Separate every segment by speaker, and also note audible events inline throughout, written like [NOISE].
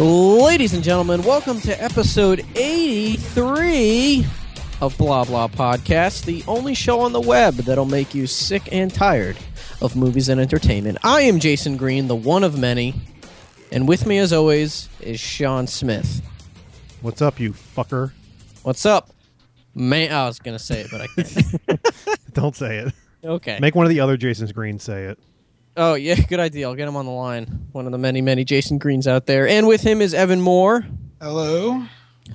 Speaker 1: Ladies and gentlemen, welcome to episode 83 of Blah Blah Podcast, the only show on the web that'll make you sick and tired of movies and entertainment. I am Jason Green, the one of many, and with me as always is Sean Smith.
Speaker 2: What's up, you fucker? [LAUGHS]
Speaker 1: What's up? Man, I was going to say it, but I can't.
Speaker 2: Don't say it.
Speaker 1: Okay.
Speaker 2: Make one of the other Jason's Green say it.
Speaker 1: oh, yeah, good idea. I'll get him on the line. One of the many, many Jason Greens out there. And with him is Evan Moore.
Speaker 3: Hello.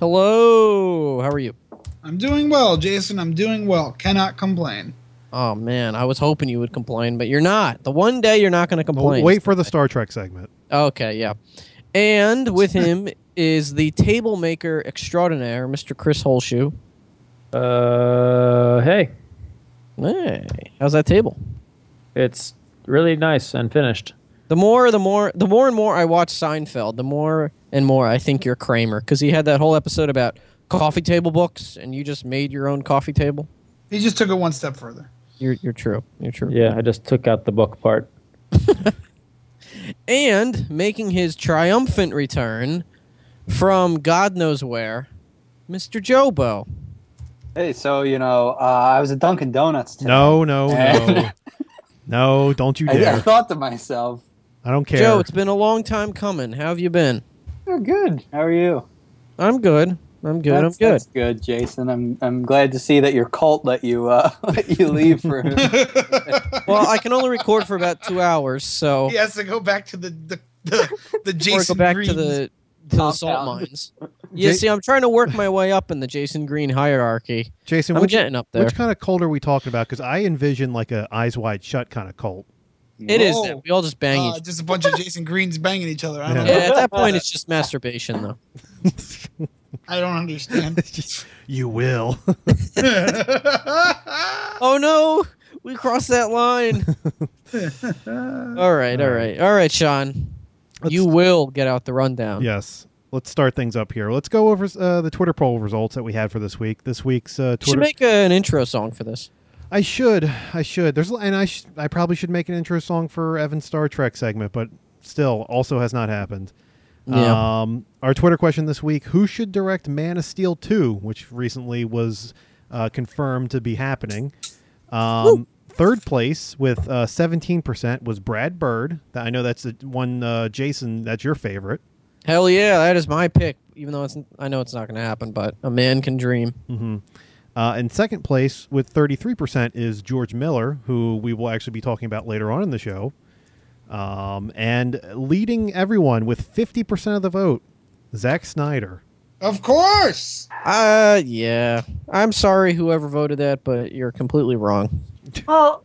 Speaker 1: Hello. How are you?
Speaker 3: I'm doing well, Jason. I'm doing well. Cannot complain.
Speaker 1: Oh man, I was hoping you would complain, but you're not. The one day you're not going to complain.
Speaker 2: Wait for the Star Trek segment.
Speaker 1: Okay, yeah. And [LAUGHS] with him is the table maker extraordinaire, Mr. Chris Holshoe.
Speaker 4: Uh, hey,
Speaker 1: Hey, how's that table?
Speaker 4: it's really nice and finished.
Speaker 1: The more, the more, the more and more I watch Seinfeld, the more and more I think you're Kramer because he had that whole episode about coffee table books, and you just made your own coffee table.
Speaker 3: He just took it one step further.
Speaker 1: You're you're true. You're true.
Speaker 4: Yeah, I just took out the book part.
Speaker 1: and making his triumphant return from God knows where, Mr. Jobo.
Speaker 5: Hey, so you know, uh, I was at Dunkin' Donuts
Speaker 1: Eh.
Speaker 5: today.
Speaker 2: No, no,
Speaker 5: [LAUGHS]
Speaker 2: no. no, don't
Speaker 1: [LAUGHS]
Speaker 2: you
Speaker 5: I, I
Speaker 2: dare.
Speaker 5: thought to myself,
Speaker 2: I don't care.
Speaker 1: Joe, it's been a long time coming. How have you been?
Speaker 5: "You're good. How are you?"
Speaker 1: I'm good. I'm good.
Speaker 5: That's,
Speaker 1: I'm good.
Speaker 5: that's good, Jason. I'm I'm glad to see that your cult let you uh, [LAUGHS] let you leave for.
Speaker 3: [LAUGHS]
Speaker 1: Well, I can only record for about two hours, so
Speaker 3: He has to go back to the the the, the
Speaker 1: or go
Speaker 3: Jason
Speaker 1: back
Speaker 3: Green.
Speaker 1: to the to the salt
Speaker 5: Compound.
Speaker 2: [LAUGHS]
Speaker 1: mines. You see, I'm trying to work my way up in the Jason Green hierarchy.
Speaker 2: Jason,
Speaker 1: I'm
Speaker 2: which,
Speaker 1: getting up there.
Speaker 2: which kind of cult are we talking about? Because I envision like a eyes wide shut kind of cult.
Speaker 1: It is
Speaker 3: Whoa.
Speaker 2: Oh,
Speaker 1: that. We all just bang
Speaker 3: uh,
Speaker 1: each.
Speaker 3: just a bunch of Jason Greens banging each other. I don't,
Speaker 1: Yeah,
Speaker 3: know.
Speaker 1: at
Speaker 2: [LAUGHS]
Speaker 1: that point, it's just masturbation, though.
Speaker 3: I
Speaker 1: [LAUGHS]
Speaker 3: don't understand.
Speaker 2: You will. [LAUGHS]
Speaker 1: Uh-huh. Oh no, we crossed that line. all right, all right, all right, Sean. you will get out the rundown.
Speaker 2: yes. Let's start things up here. Let's go over uh, the Twitter poll results that we had for this week. This week's uh,
Speaker 1: You should
Speaker 2: Twitter.
Speaker 1: make a, an intro song for this.
Speaker 2: I should. I should. There's and I sh- I probably should make an intro song for Evan's Star Trek segment, but still also has not happened.
Speaker 1: Yeah.
Speaker 2: Um our Twitter question this week, who should direct Man of Steel 2, which recently was uh, confirmed to be happening. Um third place with uh, 17% was Brad Bird. Th- I know that's the one uh, Jason that's your favorite.
Speaker 1: Hell yeah, that is my pick. Even though it's, I know it's not going to happen, but a man can dream.
Speaker 2: Uh, in second place with 33% is George Miller, who we will actually be talking about later on in the show. Um, and leading everyone with 50% of the vote, Zack Snyder.
Speaker 3: of course.
Speaker 1: Uh, yeah. I'm sorry, whoever voted that, but you're completely wrong.
Speaker 5: well,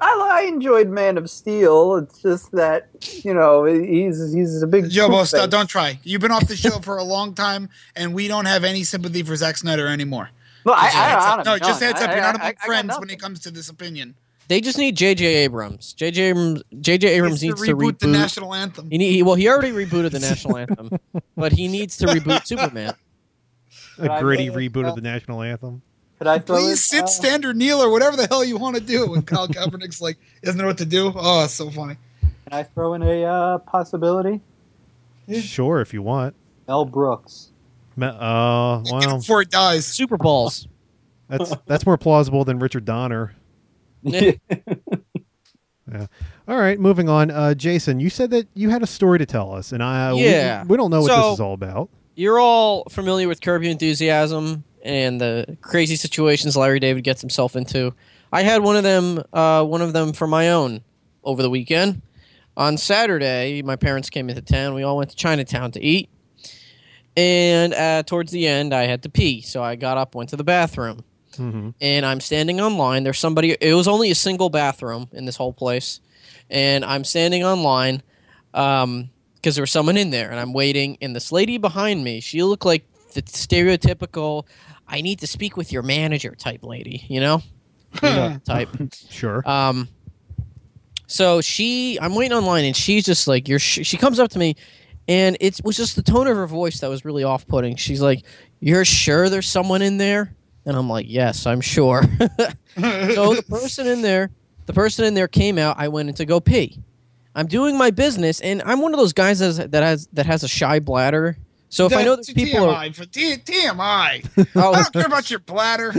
Speaker 5: I, I enjoyed Man of Steel. It's just that you know he's he's a big
Speaker 3: Jobo,
Speaker 5: poop
Speaker 3: stop,
Speaker 5: face.
Speaker 3: don't try. You've been off the show for a long time, and we don't have any sympathy for Zack Snyder anymore.
Speaker 5: No, I,
Speaker 3: Just a heads
Speaker 5: I,
Speaker 3: up.
Speaker 5: I,
Speaker 3: no, just heads up. You're
Speaker 5: I,
Speaker 3: not
Speaker 5: I,
Speaker 3: among
Speaker 5: I got
Speaker 3: friends when
Speaker 5: nothing.
Speaker 3: it comes to this opinion.
Speaker 1: They just need J.J. Abrams. J.J. Abrams, J.J. Abrams
Speaker 3: It's
Speaker 1: needs to reboot.
Speaker 3: the national anthem.
Speaker 1: he need, he- well, he already rebooted the national anthem, but he needs to reboot Superman.
Speaker 2: A
Speaker 5: Right.
Speaker 2: gritty reboot of the national anthem.
Speaker 5: Could I throw uh,
Speaker 3: Please
Speaker 5: this
Speaker 3: sit,
Speaker 5: out?
Speaker 3: stand, or kneel, or whatever the hell you want to do. When Kyle [LAUGHS] Kaepernick's like, doesn't know what to do. Oh, it's so funny.
Speaker 5: Can I throw in a uh, possibility?
Speaker 2: Sure, if you want.
Speaker 5: Mel Brooks.
Speaker 2: Ma- Uh, wow,
Speaker 3: [LAUGHS] Before it dies.
Speaker 1: Super Balls.
Speaker 2: that's that's more plausible than Richard Donner. All right, moving on. Uh, Jason, you said that you had a story to tell us, and I uh, we-
Speaker 1: Yeah.
Speaker 2: we, don't know what
Speaker 1: So-
Speaker 2: this is all about.
Speaker 1: You're all familiar with Curb Your Enthusiasm and the crazy situations Larry David gets himself into. I had one of them, uh, one of them for my own over the weekend. On Saturday, my parents came into town. We all went to Chinatown to eat. And uh, towards the end, I had to pee. So I got up, went to the bathroom.
Speaker 2: Mm-hmm.
Speaker 1: And I'm standing online. There's somebody, it was only a single bathroom in this whole place. And I'm standing online um, because there was someone in there. And I'm waiting. And this lady behind me, she looked like the stereotypical I need to speak with your manager type lady, you know? [LAUGHS] You know, type.
Speaker 2: Sure.
Speaker 1: Um, so she, I'm waiting online, and she's just like, "You're." Sh-, she comes up to me, and it was just the tone of her voice that was really off-putting. She's like, "You're sure there's someone in there?" And I'm like, "Yes, I'm sure." [LAUGHS] so the person in there, the person in there came out. I went in to go pee. I'm doing my business, and I'm one of those guys that has that has, that has a shy bladder.
Speaker 3: [LAUGHS]
Speaker 1: So if I know
Speaker 3: That's
Speaker 1: there's people,
Speaker 3: TMI. For T-
Speaker 1: [LAUGHS]
Speaker 3: TMI. I
Speaker 1: oh,
Speaker 3: don't care about
Speaker 1: [LAUGHS]
Speaker 3: your bladder.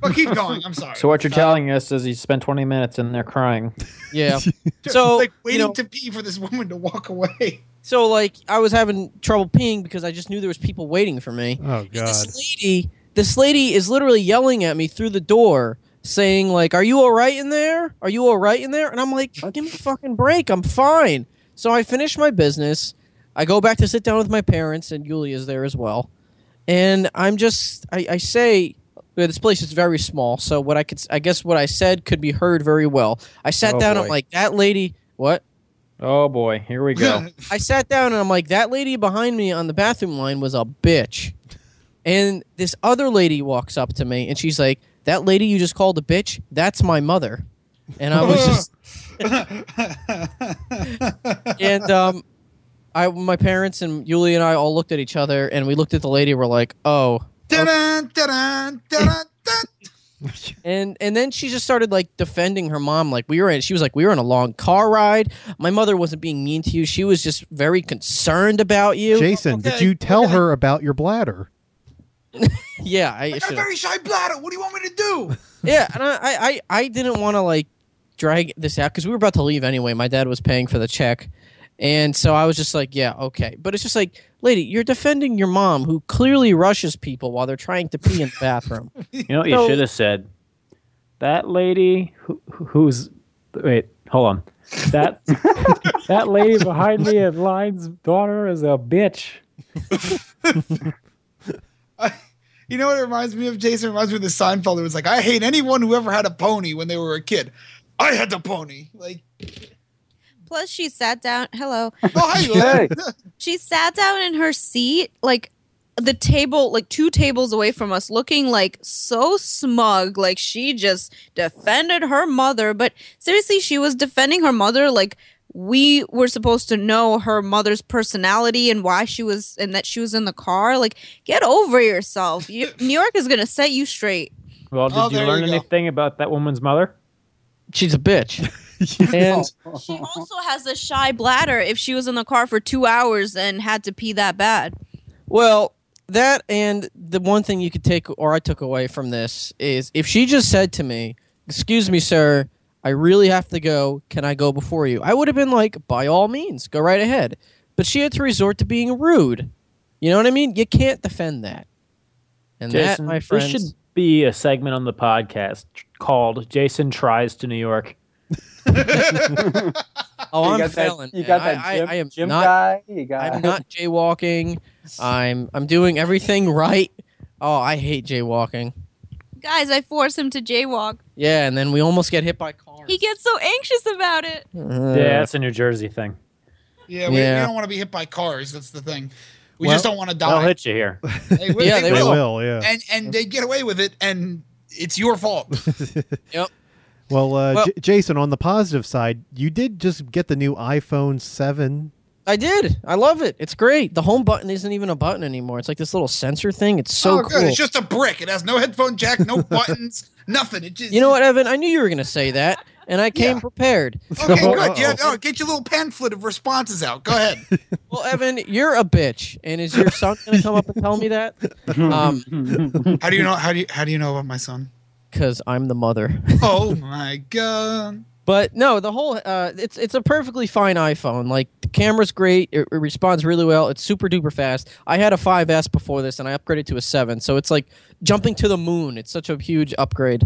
Speaker 3: but keep going. I'm sorry.
Speaker 4: So what you're telling us is he spent 20 minutes in there crying.
Speaker 1: yeah.
Speaker 3: [LAUGHS] Just,
Speaker 1: so,
Speaker 3: like
Speaker 1: you
Speaker 3: waiting
Speaker 1: know-
Speaker 3: to pee for this woman to walk away.
Speaker 1: So like, I was having trouble peeing because I just knew there was people waiting for me.
Speaker 2: oh
Speaker 1: And
Speaker 2: God.
Speaker 1: This lady, this lady is literally yelling at me through the door, saying like, "Are you all right in there? Are you all right in there?" And I'm like, "Give me a fucking break. I'm fine." So I finish my business. I go back to sit down with my parents, and Yulia's there as well. And I'm just, I, I say, yeah, this place is very small, so what I could, s- I guess, what I said could be heard very well. I sat
Speaker 4: Oh,
Speaker 1: down. I'm
Speaker 4: boy.
Speaker 1: like, that lady. What?
Speaker 4: Oh boy, here we
Speaker 3: [LAUGHS]
Speaker 4: go.
Speaker 1: I sat down and I'm like, that lady behind me on the bathroom line was a bitch. And this other lady walks up to me and she's like, that lady you just called a bitch, that's my mother. And I was
Speaker 3: [LAUGHS]
Speaker 1: just, and um, I, my parents and Yuli and I all looked at each other and we looked at the lady. We're like, oh.
Speaker 3: Dun-dun, dun-dun, dun-dun, dun.
Speaker 1: And and then she just started like defending her mom. Like we were in, she was like, we were on a long car ride. My mother wasn't being mean to you. She was just very concerned about [LAUGHS] you.
Speaker 2: Jason, did
Speaker 3: okay,
Speaker 2: you tell
Speaker 3: okay.
Speaker 2: her about your bladder?
Speaker 1: yeah, I,
Speaker 3: I got a
Speaker 1: should've-
Speaker 3: very shy bladder. What do you want me to do?
Speaker 1: yeah, and I, I, I- I didn't want to like drag this out because we were about to leave anyway. My dad was paying for the check, and so I was just like, yeah, okay. But it's just like, lady, you're defending your mom who clearly rushes people while they're trying to pee in the bathroom.
Speaker 4: You know what you
Speaker 1: So-
Speaker 4: should have said? That lady who, who's wait, hold on. That [LAUGHS] that lady behind me in line's daughter is a bitch.
Speaker 3: You know what it reminds me of, Jason? It reminds me of the Seinfeld. It was like, I hate anyone who ever had a pony when they were a kid. I had the pony. Like,
Speaker 6: Plus, she sat down. Hello.
Speaker 3: oh, hey,
Speaker 5: Hey.
Speaker 6: She sat down in her seat, like the table, like two tables away from us, looking like so smug, like she just defended her mother. But seriously, she was defending her mother like we were supposed to know her mother's personality and why she was and that she was in the car. Like, get over yourself. You, New York is gonna set you straight.
Speaker 4: Well, did
Speaker 3: Oh,
Speaker 4: you
Speaker 3: there
Speaker 4: learn
Speaker 3: you go.
Speaker 4: anything about that woman's mother?
Speaker 1: She's a bitch. and
Speaker 6: She also has a shy bladder if she was in the car for two hours and had to pee that bad.
Speaker 1: well, that and the one thing you could take or I took away from this is if she just said to me, "Excuse me, sir." I really have to go. Can I go before you? I would have been like, by all means, go right ahead. But she had to resort to being rude. You know what I mean? You can't defend that. And
Speaker 4: Jason,
Speaker 1: that, my friends,
Speaker 4: this should be a segment on the podcast called "Jason Tries to New York."
Speaker 1: [LAUGHS] oh,
Speaker 5: you
Speaker 1: I'm
Speaker 5: got
Speaker 1: failing.
Speaker 5: that. You
Speaker 1: man.
Speaker 5: got that
Speaker 1: I,
Speaker 5: gym,
Speaker 1: I, I am
Speaker 5: gym
Speaker 1: not.
Speaker 5: guy. You got. [LAUGHS]
Speaker 1: I'm not jaywalking. I'm I'm doing everything [LAUGHS] right. Oh, I hate jaywalking.
Speaker 6: Guys, I force him to jaywalk.
Speaker 1: Yeah, and then we almost get hit by cars.
Speaker 6: He gets so anxious about it.
Speaker 1: Uh,
Speaker 4: yeah, that's a New Jersey thing.
Speaker 3: [LAUGHS] yeah, we,
Speaker 1: Yeah.
Speaker 3: we don't want to be hit by cars. That's the thing. We
Speaker 2: Well-
Speaker 3: just don't want to
Speaker 4: They'll
Speaker 3: die.
Speaker 4: hit
Speaker 1: [LAUGHS]
Speaker 4: you here.
Speaker 3: They will-
Speaker 1: Yeah,
Speaker 3: they
Speaker 1: they
Speaker 2: They
Speaker 3: will.
Speaker 2: will, yeah.
Speaker 3: And and they get away with it, and it's your fault.
Speaker 2: Well, uh,
Speaker 1: Well-
Speaker 2: J- Jason, on the positive side, you did just get the new iPhone 7.
Speaker 1: I did. I love it. It's great. The home button isn't even a button anymore. It's like this little sensor thing. It's so
Speaker 3: oh,
Speaker 1: cool.
Speaker 3: good. It's just a brick. It has no headphone jack, no buttons, nothing. It just
Speaker 1: You know what, Evan? I knew you were going to say that, and I came prepared.
Speaker 3: [LAUGHS]
Speaker 1: [LAUGHS]
Speaker 3: Okay,
Speaker 2: Uh-oh.
Speaker 3: good. Yeah, oh, get your little pamphlet of responses out. Go ahead.
Speaker 1: Well, Evan, you're a bitch, and is your son going to come up and tell me that? Um,
Speaker 3: How do you know? How do you how do you know about my son?
Speaker 1: because I'm the mother.
Speaker 3: Oh my god!
Speaker 1: But no, the whole uh, it's it's a perfectly fine iPhone. Like the camera's great, it, it responds really well. It's super duper fast. I had a 5S before this, and I upgraded to a seven. So it's like jumping to the moon. It's such a huge upgrade.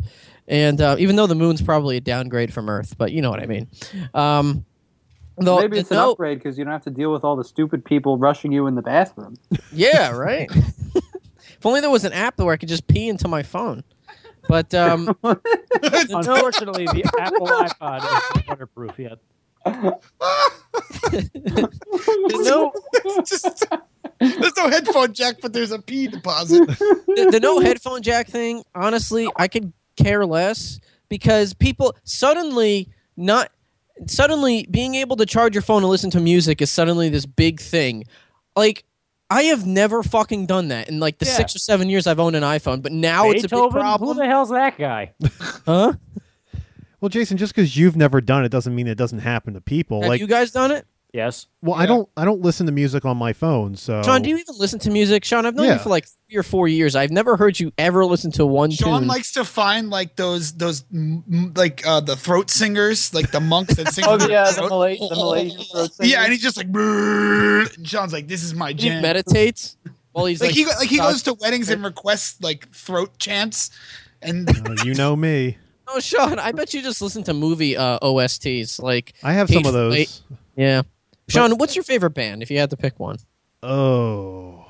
Speaker 1: And uh, even though the moon's probably a downgrade from Earth, but you know what I mean. Um, the-
Speaker 5: Maybe it's
Speaker 1: the
Speaker 5: an
Speaker 1: Note-
Speaker 5: upgrade because you don't have to deal with all the stupid people rushing you in the
Speaker 1: [LAUGHS]
Speaker 5: bathroom.
Speaker 1: [LAUGHS] Yeah, right. [LAUGHS] if only there was an app where I could just pee into my phone. But um, [LAUGHS]
Speaker 4: Unfortunately, the Apple iPod is waterproof yet.
Speaker 1: There's no,
Speaker 3: Just- there's no headphone jack, but there's a
Speaker 5: [LAUGHS]
Speaker 3: pee
Speaker 5: Oh,
Speaker 3: deposit.
Speaker 1: the, the no headphone jack thing, honestly, I could care less because people suddenly not suddenly being able to charge your phone and listen to music is suddenly this big thing. Like I have never fucking done that in like the
Speaker 4: Yeah.
Speaker 1: six or seven years I've owned an iPhone, but now
Speaker 2: Oh,
Speaker 1: it's a big
Speaker 4: Beethoven? Who
Speaker 1: problem.
Speaker 4: the hell's that
Speaker 2: [LAUGHS]
Speaker 4: guy?
Speaker 1: Huh?
Speaker 2: Well, Jason, just because you've never done it doesn't mean it doesn't happen to people.
Speaker 1: Have
Speaker 2: like,
Speaker 1: you guys done it?
Speaker 4: Yes.
Speaker 2: well, I
Speaker 3: Yeah.
Speaker 2: don't, I don't listen to music on my phone. So,
Speaker 1: Sean, do you even listen to music? Sean, I've known
Speaker 2: Yeah.
Speaker 1: you for like three or four years. I've never heard you ever listen to one
Speaker 3: Sean
Speaker 1: tune.
Speaker 3: likes to find like those those mm, mm, like uh the throat singers, like the monks that sing.
Speaker 5: [LAUGHS] Oh
Speaker 3: with their
Speaker 5: yeah, the,
Speaker 3: throat.
Speaker 5: Malay-
Speaker 3: [LAUGHS]
Speaker 5: the Malaysian throat singer.
Speaker 3: yeah, and he's just like, "Brrr." And Sean's like, this is my
Speaker 1: he
Speaker 3: jam. [LAUGHS]
Speaker 1: meditates while he's
Speaker 3: like,
Speaker 1: like,
Speaker 3: he go- like he goes to weddings and requests like throat chants, [LAUGHS] and
Speaker 2: Uh, [LAUGHS] you know me.
Speaker 1: Oh, Sean, I bet you just listen to movie uh, OSTs. Like,
Speaker 2: I have some of
Speaker 1: Hateful
Speaker 2: those.
Speaker 1: Eight. yeah. Sean, what's your favorite band if you had to pick one?
Speaker 2: Oh,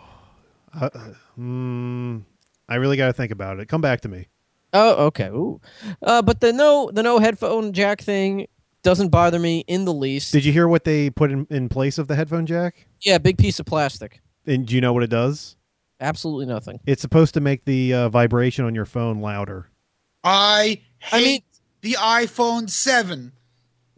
Speaker 2: uh, mm, I really got to think about it. Come back to me.
Speaker 1: Oh, okay. Ooh. Uh, but the no, the no headphone jack thing doesn't bother me in the least.
Speaker 2: Did you hear what they put in, in place of the headphone jack?
Speaker 1: yeah, big piece of plastic.
Speaker 2: And do you know what it does?
Speaker 1: Absolutely nothing.
Speaker 2: It's supposed to make the uh, vibration on your phone louder.
Speaker 3: I hate
Speaker 1: I mean-
Speaker 3: the iPhone Seven.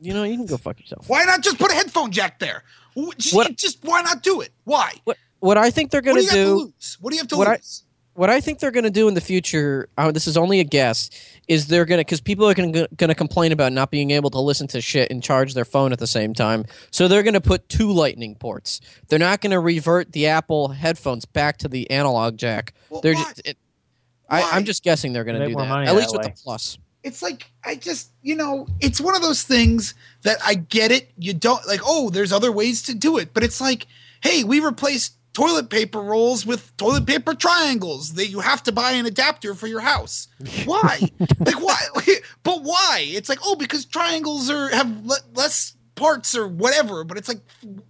Speaker 1: You know, you can go fuck yourself.
Speaker 3: Why not just put a headphone jack there? Wh- Just,
Speaker 1: What-
Speaker 3: just why not do it? Why?
Speaker 1: What I think they're
Speaker 3: What
Speaker 1: gonna
Speaker 3: do you have to
Speaker 1: do.
Speaker 3: lose? What do you have to
Speaker 1: what I-
Speaker 3: lose?
Speaker 1: what I think they're going to do in the future, uh, this is only a guess, is they're going to because people are going to complain about not being able to listen to shit and charge their phone at the same time. So they're going to put two lightning ports. They're not going to revert the Apple headphones back to the analog jack.
Speaker 3: Well,
Speaker 1: they're
Speaker 3: why?
Speaker 1: just. It, I,
Speaker 3: Why?
Speaker 1: I'm just guessing they're going to
Speaker 4: Make
Speaker 1: do
Speaker 4: more
Speaker 1: that.
Speaker 4: money
Speaker 1: At
Speaker 4: that
Speaker 1: least with
Speaker 4: way.
Speaker 1: the plus.
Speaker 3: it's like I just you know it's one of those things that I get it. You don't like oh there's other ways to do it, but it's like hey we replaced toilet paper rolls with toilet paper triangles that you have to buy an adapter for your house. Why?
Speaker 1: [LAUGHS]
Speaker 3: like why? [LAUGHS] but why? It's like oh because triangles are have le- less parts or whatever. But it's like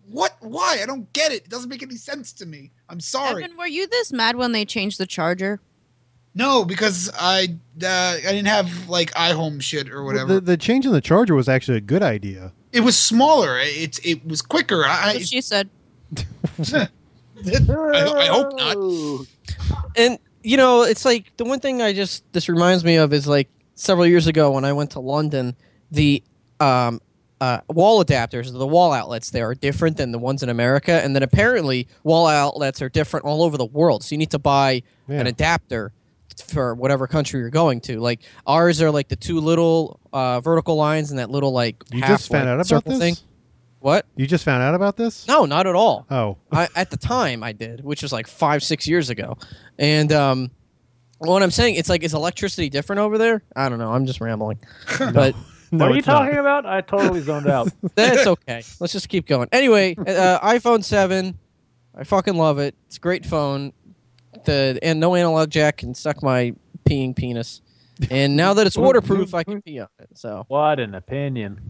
Speaker 3: what? Why? I don't get it. It doesn't make any sense to me. I'm sorry.
Speaker 6: Evan, were you this mad when they changed the charger?
Speaker 3: no, because I uh, I didn't have like iHome shit or whatever.
Speaker 2: The, the change in the charger was actually a good idea.
Speaker 3: It was smaller. It it was quicker.
Speaker 6: That's
Speaker 3: I
Speaker 6: what she said.
Speaker 3: [LAUGHS] I, I hope not. [LAUGHS]
Speaker 5: Ooh.
Speaker 1: and you know it's like the one thing i just this reminds me of is like several years ago when i went to london the um uh, wall adapters the wall outlets there are different than the ones in america and then apparently wall outlets are different all over the world so you need to buy
Speaker 2: Yeah.
Speaker 1: an adapter for whatever country you're going to like ours are like the two little uh, vertical lines and that little like
Speaker 2: You
Speaker 1: half,
Speaker 2: just found
Speaker 1: like,
Speaker 2: out about
Speaker 1: circle
Speaker 2: this.
Speaker 1: thing what
Speaker 2: You just found out about this?
Speaker 1: no not at all
Speaker 2: Oh,
Speaker 1: I, at the time I did, which was like five, six years ago. And um, what I'm saying, it's like, is electricity different over there? I don't know. I'm just rambling. But
Speaker 2: no,
Speaker 4: what are you
Speaker 2: it's not.
Speaker 4: talking about? I totally
Speaker 2: [LAUGHS]
Speaker 4: zoned out.
Speaker 1: that's okay. Let's just keep going. Anyway, uh, iPhone 7, I fucking love it. It's a great phone. The And no analog jack can suck my peeing penis. And now that it's waterproof, I can pee on it. So
Speaker 4: What an opinion.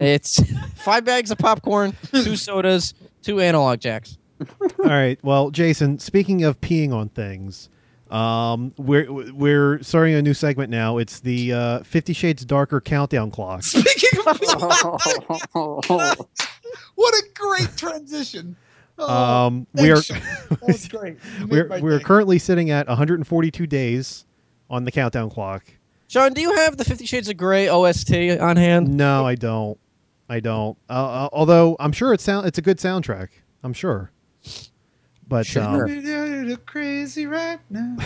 Speaker 1: it's [LAUGHS] five bags of popcorn, two sodas, two analog jacks.
Speaker 2: All right. Well, Jason, speaking of peeing on things, um, we're we're starting a new segment now. It's the uh, Fifty Shades Darker countdown
Speaker 1: [LAUGHS]
Speaker 2: clock.
Speaker 3: Speaking of, what a great transition. Oh,
Speaker 2: Um, we are
Speaker 3: thanks, Sean. that was great. You
Speaker 1: [LAUGHS]
Speaker 3: made
Speaker 2: we're
Speaker 3: my
Speaker 2: we're
Speaker 3: day.
Speaker 2: currently sitting at 142 days on the countdown clock.
Speaker 1: Sean, do you have the Fifty Shades of Grey OST on hand?
Speaker 2: No, I don't. I don't. Uh, Uh, although I'm sure it sound it's a good soundtrack. I'm sure. But
Speaker 1: Sure.
Speaker 2: um,
Speaker 3: crazy right now.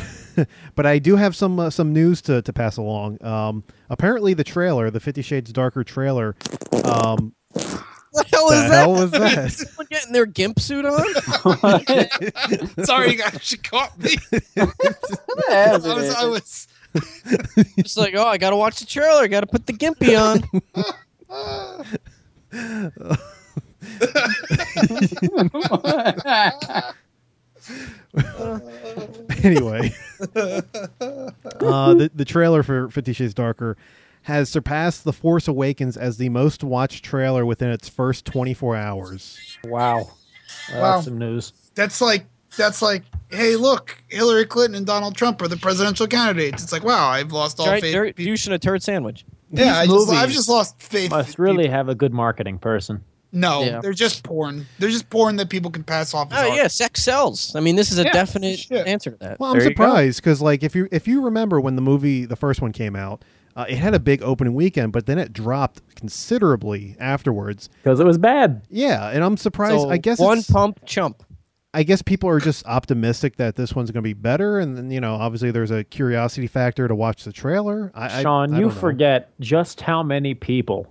Speaker 2: but I do have some uh, some news to, to pass along. Um, apparently, the trailer, the Fifty Shades Darker trailer, um,
Speaker 1: [LAUGHS] What the hell
Speaker 2: the
Speaker 1: is that?
Speaker 2: hell was that? [LAUGHS]
Speaker 1: Someone getting their gimp suit on?
Speaker 3: Sorry, you guys, she caught me. I
Speaker 5: Evan,
Speaker 3: was, I was.
Speaker 1: It's like, oh, I gotta watch the trailer. I gotta put the
Speaker 2: [LAUGHS]
Speaker 1: gimpy on.
Speaker 3: Uh,
Speaker 1: [LAUGHS]
Speaker 2: anyway, uh, the, the trailer for Fifty Shades Darker has surpassed The Force Awakens as the most watched trailer within its first 24 hours.
Speaker 4: Wow. Well,
Speaker 3: Wow.
Speaker 4: That's some news.
Speaker 3: that's like that's like. Hey, look! Hillary Clinton and Donald Trump are the presidential candidates. It's like, wow, I've lost all
Speaker 1: Giant
Speaker 3: faith.
Speaker 1: dirt
Speaker 3: in people.
Speaker 1: douche in a turd sandwich.
Speaker 3: Yeah, I just,
Speaker 4: movies
Speaker 3: I've just lost faith. in
Speaker 4: Must
Speaker 3: people.
Speaker 4: really have a good marketing person.
Speaker 3: No,
Speaker 1: Yeah.
Speaker 3: they're just porn. They're just porn that people can pass off as
Speaker 1: Oh
Speaker 3: art.
Speaker 1: yeah, sex sells. I mean, this is a
Speaker 3: Yeah,
Speaker 1: definite
Speaker 3: shit.
Speaker 1: answer to that.
Speaker 2: Well, I'm
Speaker 4: There you go.
Speaker 2: surprised because like if you if you remember when the movie the first one came out, uh, it had a big opening weekend, but then it dropped considerably afterwards.
Speaker 4: Because it was bad.
Speaker 2: Yeah, and I'm surprised.
Speaker 1: So,
Speaker 2: I guess
Speaker 1: one
Speaker 2: it's-
Speaker 1: pump chump.
Speaker 2: I guess people are just optimistic that this one's going to be better, and then, you know, obviously there's a curiosity factor to watch the trailer. I, I-
Speaker 4: Sean,
Speaker 2: I
Speaker 4: you
Speaker 2: don't know.
Speaker 4: forget just how many people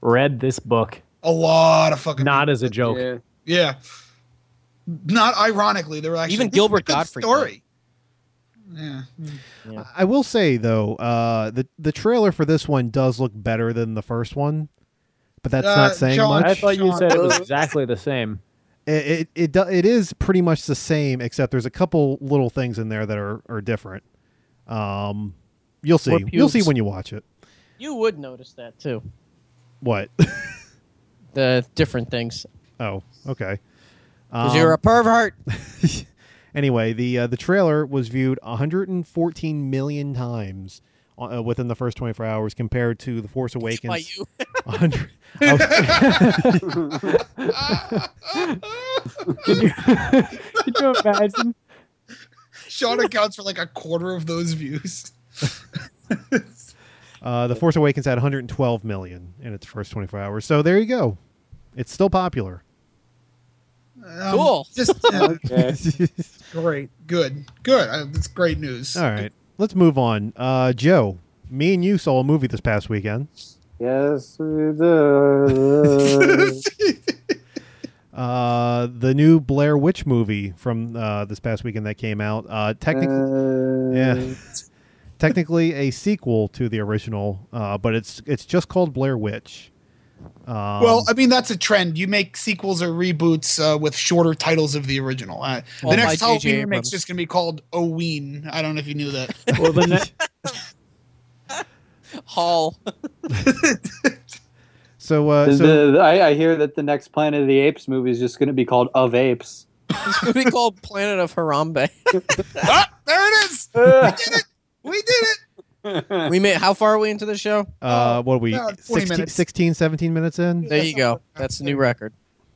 Speaker 4: read this book,
Speaker 3: A lot of fucking
Speaker 4: not as a joke.
Speaker 5: Yeah.
Speaker 1: [LAUGHS]
Speaker 3: yeah. Not ironically, they were actually
Speaker 1: Even
Speaker 3: "This is a
Speaker 1: Gilbert
Speaker 3: good
Speaker 1: Gottfried
Speaker 3: story. Yeah,
Speaker 2: I will say though, uh, the the trailer for this one does look better than the first one, but that's
Speaker 3: Uh,
Speaker 2: not saying
Speaker 3: Sean,
Speaker 4: I
Speaker 2: much.
Speaker 4: thought you
Speaker 3: Sean.
Speaker 4: said it was exactly the same.
Speaker 2: It it it, do, it is pretty much the same, except there's a couple little things in there that are are different. Um, you'll see.
Speaker 1: More
Speaker 2: You'll see
Speaker 1: pubes.
Speaker 2: when you watch it.
Speaker 1: You would notice that too.
Speaker 2: What? [LAUGHS]
Speaker 1: The different things.
Speaker 2: oh, okay.
Speaker 1: 'Cause you're
Speaker 2: Um,
Speaker 1: a pervert.
Speaker 2: Anyway, the uh, the trailer was viewed 114 million times uh, within the first 24 hours, compared to The Force Awakens. oh,
Speaker 1: By you. [LAUGHS]
Speaker 2: 100 I was-
Speaker 4: Could you, [LAUGHS] could you imagine?
Speaker 3: Sean accounts for like a quarter of those views.
Speaker 2: [LAUGHS]
Speaker 3: [LAUGHS]
Speaker 2: uh, the Force Awakens had 112 million in its first 24 hours. So there you go. It's still popular.
Speaker 3: Um,
Speaker 1: Cool.
Speaker 3: Just yeah,
Speaker 2: [LAUGHS]
Speaker 5: Yeah.
Speaker 3: great. Good. Good. Uh, It's great news.
Speaker 2: All right, let's move on. Uh, Joe, me and you saw a movie this past weekend.
Speaker 5: Yes, we do.
Speaker 2: [LAUGHS] Uh, the new Blair Witch movie from uh, this past weekend that came out. Uh, technically,
Speaker 5: Uh,
Speaker 2: yeah, technically a sequel to the original, uh, but it's it's just called Blair Witch. Um,
Speaker 3: Well, I mean that's a trend. You make sequels or reboots uh, with shorter titles of the original. Uh,
Speaker 1: All
Speaker 3: the next
Speaker 1: by J.J.
Speaker 3: Halloween
Speaker 1: Abrams.
Speaker 3: remake's just gonna be called Oween. I don't know if you knew that.
Speaker 2: [LAUGHS]
Speaker 4: Well, the ne-
Speaker 1: Hall.
Speaker 2: so uh,
Speaker 5: the-
Speaker 2: so
Speaker 5: the- I, I hear that the next Planet of the Apes movie is just going to be called Of Apes.
Speaker 1: It's gonna be called Planet of Harambe.
Speaker 3: ah, there it is.
Speaker 5: Uh,
Speaker 3: We did it.
Speaker 1: We made. How far are we into the show?
Speaker 2: uh, what are we
Speaker 3: about 20
Speaker 2: 16,
Speaker 3: minutes.
Speaker 2: 16, 17 minutes in?
Speaker 1: There you go. That's a new record.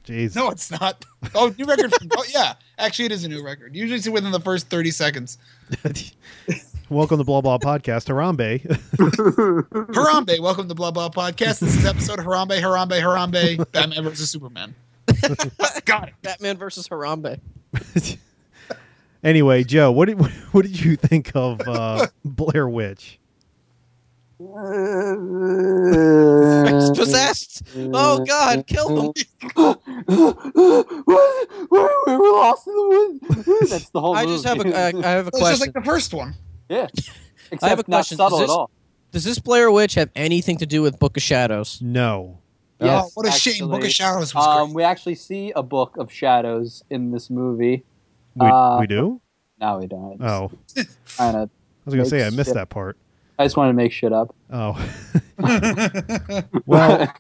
Speaker 2: Jeez.
Speaker 3: No, it's not. Oh, new record. From, oh, yeah. Actually, it is a new record. Usually, it's within the first thirty seconds.
Speaker 2: Welcome to Blah Blah Podcast, Harambe. [LAUGHS]
Speaker 3: Harambe, welcome to Blah Blah Podcast. This is episode Harambe, Harambe, Harambe. Batman
Speaker 5: [LAUGHS]
Speaker 3: versus Superman. Got it.
Speaker 1: Batman versus Harambe. [LAUGHS]
Speaker 2: anyway, Joe, what did [LAUGHS] what did you think of
Speaker 3: [LAUGHS]
Speaker 2: uh, Blair Witch?
Speaker 1: He's possessed. Oh God, kill him!
Speaker 5: What? We're, we're lost in the woods. That's the whole
Speaker 1: I
Speaker 5: movie.
Speaker 1: just have a. I, I have a
Speaker 3: It's just
Speaker 1: question.
Speaker 3: like the first one.
Speaker 5: [LAUGHS] yeah. Except
Speaker 1: [LAUGHS] I have a
Speaker 5: not
Speaker 1: question. Does
Speaker 5: subtle
Speaker 1: this-
Speaker 5: at all.
Speaker 1: Does this Blair Witch have anything to do with Book of Shadows?
Speaker 2: No.
Speaker 3: oh, what a shame. Book of
Speaker 5: actually.
Speaker 3: Shadows was
Speaker 5: Um,
Speaker 3: great.
Speaker 5: we actually see a book of shadows in this movie.
Speaker 2: We,
Speaker 5: Uh,
Speaker 2: we do?
Speaker 5: No, we don't.
Speaker 2: Oh.
Speaker 5: kind of.
Speaker 2: I was going to say I
Speaker 5: makes
Speaker 2: missed
Speaker 5: shit.
Speaker 2: that part.
Speaker 5: I just wanted to make shit up.
Speaker 2: Oh. well,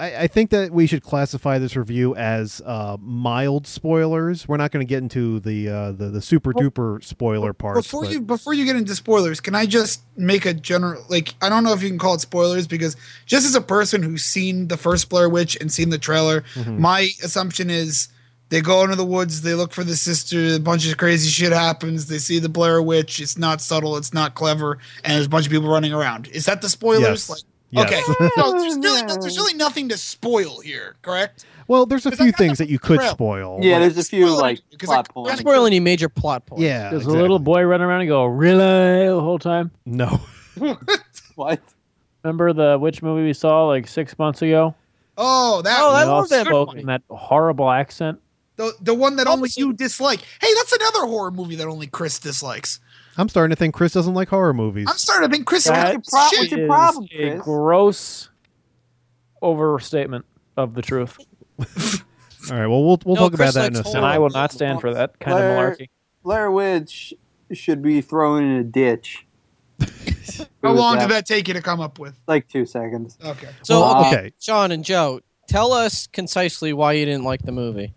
Speaker 2: I, I think that we should classify this review as uh, mild spoilers. We're not going to get into the uh, the, the super duper spoiler part.
Speaker 3: Before you before you get into spoilers, can I just make a general like I don't know if you can call it spoilers because just as a person who's seen the first Blair Witch and seen the trailer,
Speaker 2: Hmm. Mhm.
Speaker 3: my assumption is they go into the woods, they look for the sister, a bunch of crazy shit happens, they see the Blair Witch, it's not subtle, it's not clever, and there's a bunch of people running around. Is that the spoilers?
Speaker 2: Yes. Yes.
Speaker 3: Okay. so there's really, there's really nothing to spoil here, correct?
Speaker 2: [LAUGHS] well, there's a
Speaker 3: 'Cause I
Speaker 2: few
Speaker 3: got the
Speaker 2: things that you could
Speaker 3: trail.
Speaker 2: spoil.
Speaker 5: Yeah, there's a few
Speaker 3: Spoiler,
Speaker 5: like
Speaker 3: 'cause
Speaker 5: plot
Speaker 3: I-
Speaker 1: Don't
Speaker 5: points. [LAUGHS]
Speaker 1: spoil any major plot points.
Speaker 2: Yeah.
Speaker 4: does
Speaker 2: exactly.
Speaker 4: a little boy run around and go, really? The whole time?
Speaker 2: No.
Speaker 5: What?
Speaker 4: Remember the witch movie we saw like six months ago?
Speaker 3: Oh, that
Speaker 1: Oh, I
Speaker 4: We
Speaker 3: one.
Speaker 4: all
Speaker 1: love that
Speaker 4: spoke
Speaker 1: movie.
Speaker 4: in that horrible accent.
Speaker 3: the, the one that only you dislike. Hey, that's another horror movie that only Chris dislikes.
Speaker 2: I'm starting to think Chris doesn't like horror movies.
Speaker 3: I'm starting to think Chris
Speaker 4: That
Speaker 3: likes
Speaker 5: pro-
Speaker 3: shit.
Speaker 5: What's your
Speaker 4: Is
Speaker 5: problem,
Speaker 4: a
Speaker 5: Chris?
Speaker 4: gross overstatement of the truth.
Speaker 2: All right. Well, we'll we'll
Speaker 1: No,
Speaker 2: talk
Speaker 1: Chris
Speaker 2: about that in
Speaker 1: likes
Speaker 2: a
Speaker 4: And
Speaker 2: second.
Speaker 1: horror.
Speaker 4: I will not stand for that kind
Speaker 5: Blair-
Speaker 4: of malarkey.
Speaker 5: Blair Witch should be thrown in a ditch.
Speaker 3: How
Speaker 5: was
Speaker 3: long did
Speaker 5: that?
Speaker 3: that take you to come up with?
Speaker 5: Like two seconds.
Speaker 3: Okay.
Speaker 1: So
Speaker 5: Well,
Speaker 1: okay,
Speaker 2: okay.
Speaker 1: Sean and Joe, tell us concisely why you didn't like the movie.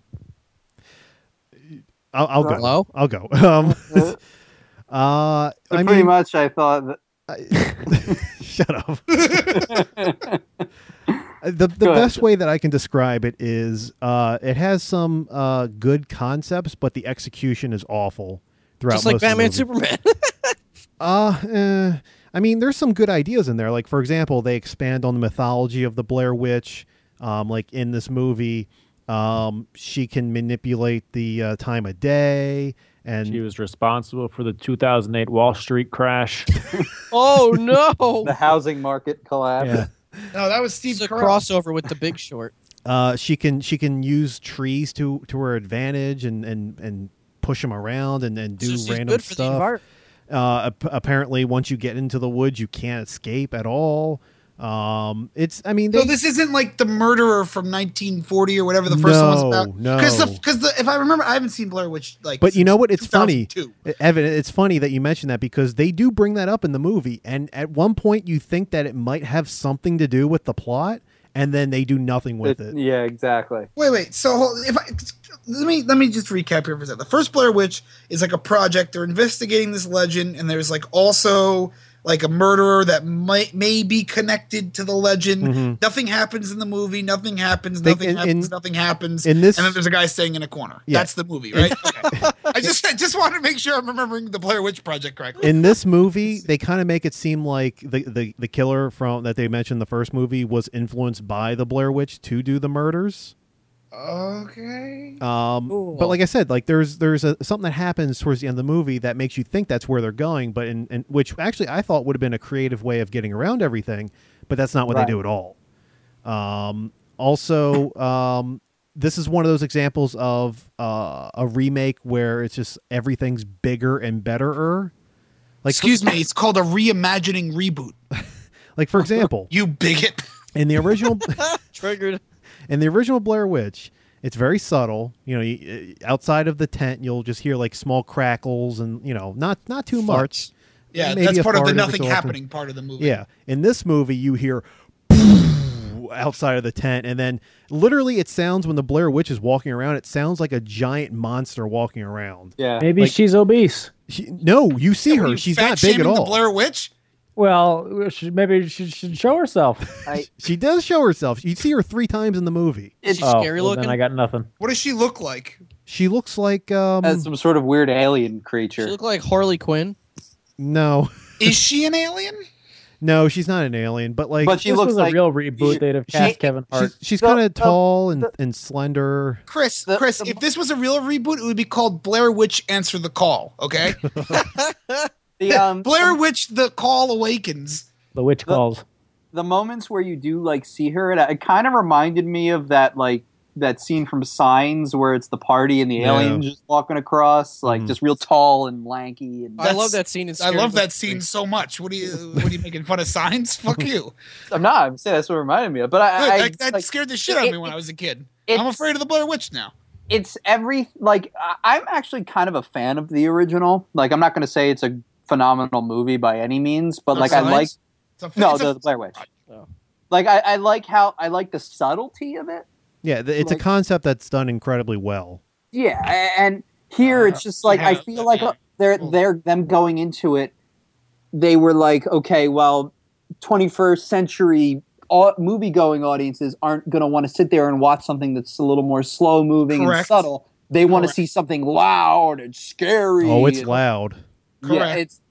Speaker 2: I'll, I'll go.
Speaker 1: Hello.
Speaker 2: I'll go. [LAUGHS] Um,
Speaker 5: Uh,
Speaker 2: uh,
Speaker 5: So
Speaker 2: I
Speaker 5: pretty
Speaker 2: mean,
Speaker 5: much, I thought that
Speaker 2: [LAUGHS]
Speaker 1: [LAUGHS]
Speaker 2: Shut up. Uh, the the
Speaker 4: Go ahead.
Speaker 2: best way that I can describe it is uh, it has some uh, good concepts, but the execution is awful throughout
Speaker 1: Just like
Speaker 2: most of the
Speaker 1: Batman
Speaker 2: movie.
Speaker 1: Superman. [LAUGHS]
Speaker 2: Uh, eh, I mean, there's some good ideas in there. Like, for example, they expand on the mythology of the Blair Witch. Um, like in this movie, um, she can manipulate the uh, time of day, and
Speaker 4: She was responsible for the 2008 Wall Street [LAUGHS] crash.
Speaker 1: oh
Speaker 2: [LAUGHS]
Speaker 1: no!
Speaker 7: The housing market collapse.
Speaker 4: Yeah.
Speaker 3: No, that was Steve
Speaker 1: It's a
Speaker 3: Carell.
Speaker 1: crossover with The Big
Speaker 2: [LAUGHS]
Speaker 1: Short.
Speaker 2: uh, she can she can use trees to to her advantage and and and push them around and and do
Speaker 1: It's just- it's
Speaker 2: random
Speaker 1: good for the
Speaker 2: stuff.
Speaker 1: environment.
Speaker 2: uh, ap- apparently, once you get into the woods, you can't escape at all. Um, it's I mean, they,
Speaker 3: So this isn't like the murderer from 1940 or whatever the first one was
Speaker 2: No,
Speaker 3: about.
Speaker 2: no.
Speaker 3: because because if I remember, I haven't seen Blair Witch like.
Speaker 2: But you know what? It's funny, E,
Speaker 3: 2002.
Speaker 2: Evan. It's funny that you mentioned that because they do bring that up in the movie, and at one point you think that it might have something to do with the plot, and then they do nothing with
Speaker 7: It-
Speaker 2: it.
Speaker 7: yeah, exactly.
Speaker 3: Wait, wait. So hold- if I let me let me just recap here for a second. The first Blair Witch is like a project. They're investigating this legend, and there's like also like a murderer that might may be connected to the legend.
Speaker 2: Mhm.
Speaker 3: Nothing happens in the movie. Nothing happens.
Speaker 2: They-
Speaker 3: Nothing
Speaker 2: in-
Speaker 3: happens.
Speaker 2: in-
Speaker 3: nothing happens.
Speaker 2: in this-
Speaker 3: and then there's a guy staying in a corner.
Speaker 2: Yeah.
Speaker 3: That's the
Speaker 2: [LAUGHS]
Speaker 3: movie, right? Okay. I just I just wanted to make sure I'm remembering the Blair Witch project correctly.
Speaker 2: In this movie, they kind of make it seem like the, the the killer from that they mentioned in the first movie was influenced by the Blair Witch to do the murders.
Speaker 3: Okay.
Speaker 2: Um,
Speaker 1: Cool.
Speaker 2: But like I said, like there's there's a, something that happens towards the end of the movie that makes you think that's where they're going, but in, in which actually I thought would have been a creative way of getting around everything, but that's not what
Speaker 7: Right.
Speaker 2: they do at all. Um, also, um, this is one of those examples of uh, a remake where it's just everything's bigger and betterer. Like,
Speaker 3: Excuse me. It's called a reimagining reboot.
Speaker 2: like for example,
Speaker 3: You bigot. [LAUGHS]
Speaker 2: in the original.
Speaker 1: Triggered.
Speaker 2: In the original Blair Witch, it's very subtle. You know, you, uh, outside of the tent, you'll just hear like small crackles and you know, not not too much.
Speaker 3: Yeah,
Speaker 2: Maybe
Speaker 3: that's
Speaker 2: a
Speaker 3: part of
Speaker 2: fart
Speaker 3: the
Speaker 2: every
Speaker 3: nothing
Speaker 2: so often.
Speaker 3: happening part of the movie.
Speaker 2: Yeah. In this movie, you hear [LAUGHS] outside of the tent, and then literally, it sounds when the Blair Witch is walking around. It sounds like a giant monster walking around.
Speaker 7: Yeah.
Speaker 4: Maybe she's obese.
Speaker 2: She, no, you see
Speaker 3: Were
Speaker 2: her.
Speaker 3: you
Speaker 2: She's
Speaker 3: fat
Speaker 2: not big at
Speaker 3: shaming
Speaker 2: all.
Speaker 3: The Blair Witch.
Speaker 4: Well, she, maybe she should show [LAUGHS] herself.
Speaker 7: I,
Speaker 2: she does show herself. You see her three times in the movie.
Speaker 1: Is she
Speaker 4: oh,
Speaker 1: scary
Speaker 4: well,
Speaker 1: looking?
Speaker 4: then I got nothing.
Speaker 3: What does she look like?
Speaker 2: She looks like um
Speaker 7: as some sort of weird alien creature.
Speaker 1: she look like Harley Quinn.
Speaker 2: no,
Speaker 3: Is she an alien?
Speaker 2: no, she's not an alien, but like
Speaker 7: but she
Speaker 4: this
Speaker 7: looks
Speaker 4: was
Speaker 7: like
Speaker 4: a real reboot.
Speaker 7: she-
Speaker 4: They'd have cast
Speaker 7: she-
Speaker 4: Kevin Hart.
Speaker 2: she's, she's
Speaker 7: The-
Speaker 2: kind of
Speaker 7: the-
Speaker 2: tall and,
Speaker 7: uh, the-
Speaker 2: and slender.
Speaker 3: Chris,
Speaker 7: The-
Speaker 3: Chris,
Speaker 7: the-
Speaker 3: if this was a real reboot, it would be called Blair Witch Answer the Call,
Speaker 2: [LAUGHS]
Speaker 3: okay?
Speaker 7: the um,
Speaker 3: Blair Witch The Call Awakens.
Speaker 4: the witch
Speaker 7: the-
Speaker 4: calls.
Speaker 7: the moments where you do like see her, it, it kind of reminded me of that like that scene from Signs where it's the party and the
Speaker 2: Yeah.
Speaker 7: alien just walking across, like
Speaker 2: Mhm.
Speaker 7: just real tall and lanky. And
Speaker 1: I
Speaker 3: That's-
Speaker 1: love that scene. In
Speaker 3: I
Speaker 1: Scary
Speaker 3: love
Speaker 1: Movie
Speaker 3: that scene so much. What are you what are you making fun of signs? [LAUGHS] Fuck you.
Speaker 7: I'm not. I'm saying that's what it reminded me of. But [LAUGHS] I, I,
Speaker 3: Dude, that, that
Speaker 7: like,
Speaker 3: scared the shit out of
Speaker 7: it-
Speaker 3: me when I was a kid. I'm
Speaker 7: it's-
Speaker 3: afraid of the Blair Witch now.
Speaker 7: it's every like I- I'm actually kind of a fan of the original. Like I'm not going to say it's a phenomenal movie by any means, but
Speaker 3: Of
Speaker 7: like I
Speaker 3: Signs?
Speaker 7: like
Speaker 3: It's a-
Speaker 7: no
Speaker 3: it's a-
Speaker 7: the Blair Witch.
Speaker 1: Oh.
Speaker 7: Like I, I like how I like the subtlety of it.
Speaker 2: Yeah, th- it's
Speaker 7: Like-
Speaker 2: a concept that's done incredibly well.
Speaker 7: Yeah, a- and here it's just like I
Speaker 3: Uh, yeah, Mm.
Speaker 7: feel like uh,
Speaker 3: yeah.
Speaker 7: they're they're them going into it. They were like, okay, well, 21st century movie going audiences aren't going to want to sit there and watch something that's a little more slow moving and
Speaker 3: Correct.
Speaker 7: subtle. They want to
Speaker 3: Correct.
Speaker 7: see something loud and scary.
Speaker 2: Oh, it's
Speaker 7: and-
Speaker 2: loud.
Speaker 3: Correct.
Speaker 7: Yeah, it's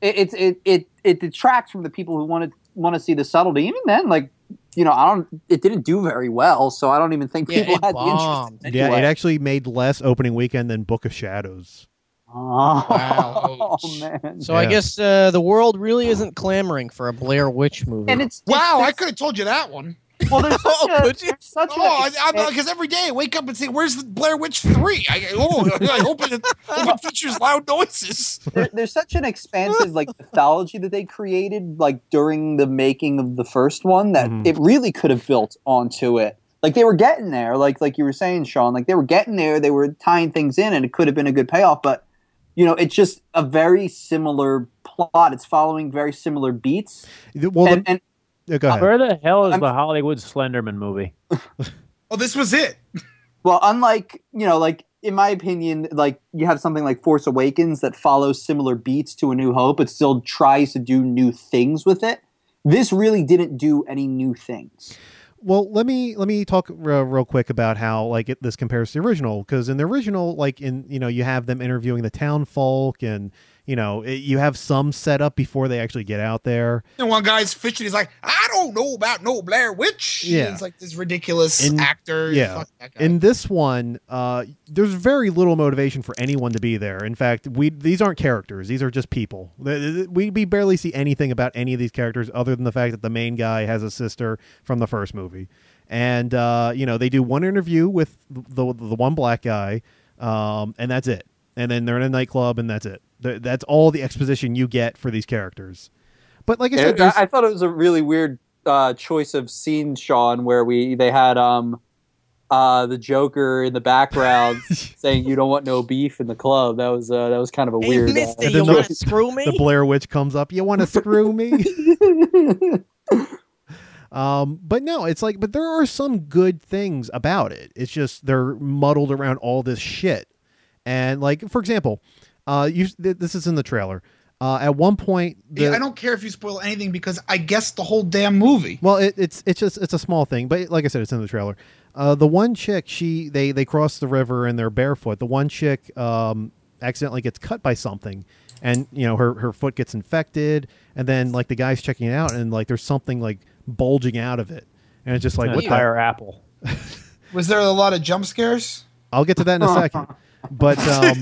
Speaker 7: it, it's it, it it detracts from the people who want to want to see the subtlety. Even then, like you know, I don't. It didn't do very well, so I don't even think
Speaker 1: Yeah,
Speaker 7: people
Speaker 1: it
Speaker 7: had
Speaker 1: bombed.
Speaker 7: the interest.
Speaker 2: Yeah,
Speaker 7: anyway.
Speaker 2: it actually made less opening weekend than Book of Shadows.
Speaker 7: [LAUGHS] Oh,
Speaker 3: Wow.
Speaker 7: man.
Speaker 1: So I
Speaker 2: Yeah.
Speaker 1: guess uh, the world really isn't clamoring for a Blair Witch movie.
Speaker 7: And it's
Speaker 3: Wow, I
Speaker 7: it's-
Speaker 3: could have told you that one. [LAUGHS]
Speaker 7: well, there's such
Speaker 1: Oh,
Speaker 7: a,
Speaker 1: could you?
Speaker 7: there's such
Speaker 3: Oh, I-
Speaker 7: a,
Speaker 3: I because every day I wake up and say, "Where's the Blair Witch 3? I, oh, [LAUGHS] I hope it, hope it features loud noises.
Speaker 7: there, there's such an expansive like mythology that they created like during the making of the first one that
Speaker 2: Mhm.
Speaker 7: it really could have built onto it. Like they were getting there, like like you were saying, Sean. Like they were getting there, they were tying things in, and it could have been a good payoff. But you know, it's just a very similar plot. It's following very similar beats,
Speaker 2: Th- Well,
Speaker 7: and, and
Speaker 2: the, uh, go ahead.
Speaker 4: Where the hell is
Speaker 7: I'm-
Speaker 4: the Hollywood Slenderman movie?
Speaker 3: Oh, this was it.
Speaker 7: well, unlike you know, like in my opinion, like you have something like Force Awakens that follows similar beats to A New Hope, but still tries to do new things with it. This really didn't do any new things.
Speaker 2: Well, let me let me talk r- real quick about how like it, this compares to the original because in the original, like in you know, you have them interviewing the town folk, and you know, it, you have some setup before they actually get out there.
Speaker 3: And one guy's fishing. He's like, I don't know about no Blair Witch.
Speaker 2: Yeah.
Speaker 3: It's like this ridiculous
Speaker 2: In-
Speaker 3: actor.
Speaker 2: yeah.
Speaker 3: Fuck that guy.
Speaker 2: In this one, uh, there's very little motivation for anyone to be there. In fact, we these aren't characters; these are just people. Th- th- th- We we barely see anything about any of these characters other than the fact that the main guy has a sister from the first movie, and uh, you know they do one interview with the the, the one black guy, um, and that's it. And then they're in a nightclub, and that's it. Th- That's all the exposition you get for these characters. But like I said, there's-
Speaker 7: I, I thought it was a really weird uh, choice of scene, Sean, where we they had um, uh, the Joker in the background saying, "You don't want no beef in the club." That was uh, that was kind of a
Speaker 1: Hey,
Speaker 7: weird. uh,
Speaker 1: mister,
Speaker 2: And
Speaker 1: you
Speaker 2: then the-
Speaker 1: want to screw me?
Speaker 2: the Blair Witch comes up. You want to screw me? Um, but no, it's like, but there are some good things about it. It's just they're muddled around all this shit. And like, for example, uh, you th- this is in the trailer. Uh, at one point, the,
Speaker 3: Yeah, I don't care if you spoil anything because I guessed the whole damn movie.
Speaker 2: well, it, it's it's just it's a small thing, but like I said, it's in the trailer. Uh, the one chick, she they they cross the river and they're barefoot. The one chick um, accidentally gets cut by something, and you know her her foot gets infected. And then like the guy's checking it out, and like there's something like bulging out of it, and it's just like
Speaker 4: an
Speaker 2: what the
Speaker 4: entire apple.
Speaker 3: Was there a lot of jump scares?
Speaker 2: I'll get to that in a second. But um,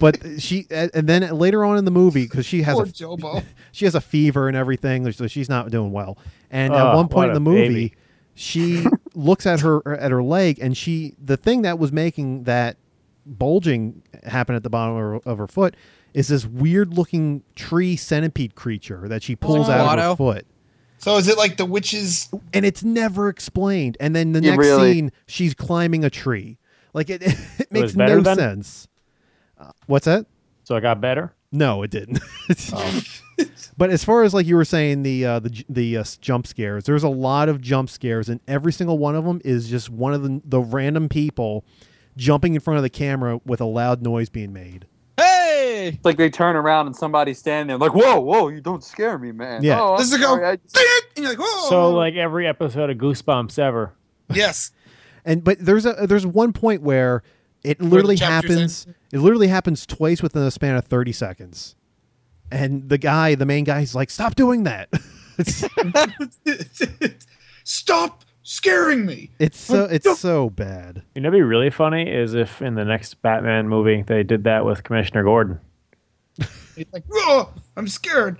Speaker 2: but she and then later on in the movie because she has
Speaker 3: Poor
Speaker 2: a,
Speaker 3: Jobo.
Speaker 2: she has a fever and everything, so she's not doing well. And
Speaker 4: Oh,
Speaker 2: at one
Speaker 4: what
Speaker 2: point in
Speaker 4: a
Speaker 2: the movie,
Speaker 4: baby.
Speaker 2: she [LAUGHS] looks at her at her leg, and she the thing that was making that bulging happen at the bottom of her, of her foot is this weird looking tree centipede creature that she pulls
Speaker 1: Oh.
Speaker 2: out of her
Speaker 1: Watto?
Speaker 2: foot
Speaker 3: So is it like the witches?
Speaker 2: and it's never explained and then the
Speaker 7: Yeah,
Speaker 2: next
Speaker 7: really.
Speaker 2: scene she's climbing a tree like it, [LAUGHS] it makes
Speaker 4: was better
Speaker 2: no
Speaker 4: then?
Speaker 2: sense Uh, what's that
Speaker 4: So I got better.
Speaker 2: No, it didn't. [LAUGHS] but as far as like you were saying, the uh, the j- the uh, s- jump scares. There's a lot of jump scares, and every single one of them is just one of the the random people jumping in front of the camera with a loud noise being made.
Speaker 1: hey!
Speaker 7: It's like they turn around and somebody's standing there, like, "Whoa, whoa, you don't scare me, man."
Speaker 2: Yeah.
Speaker 7: Oh, I'm
Speaker 3: Does it go?
Speaker 7: sorry, I
Speaker 3: And
Speaker 7: just-
Speaker 3: you're like, whoa.
Speaker 4: So like every episode of Goosebumps ever.
Speaker 3: yes.
Speaker 2: And but there's a there's one point where it literally
Speaker 3: chapters
Speaker 2: happens. It literally happens twice within a span of thirty seconds, and the guy, the main guy, is like, "Stop doing that." [LAUGHS] it's
Speaker 3: Stop scaring me.
Speaker 2: it's so it's so bad.
Speaker 4: You know, what'd be really funny is if in the next Batman movie they did that with Commissioner Gordon.
Speaker 3: It's like, oh, I'm scared.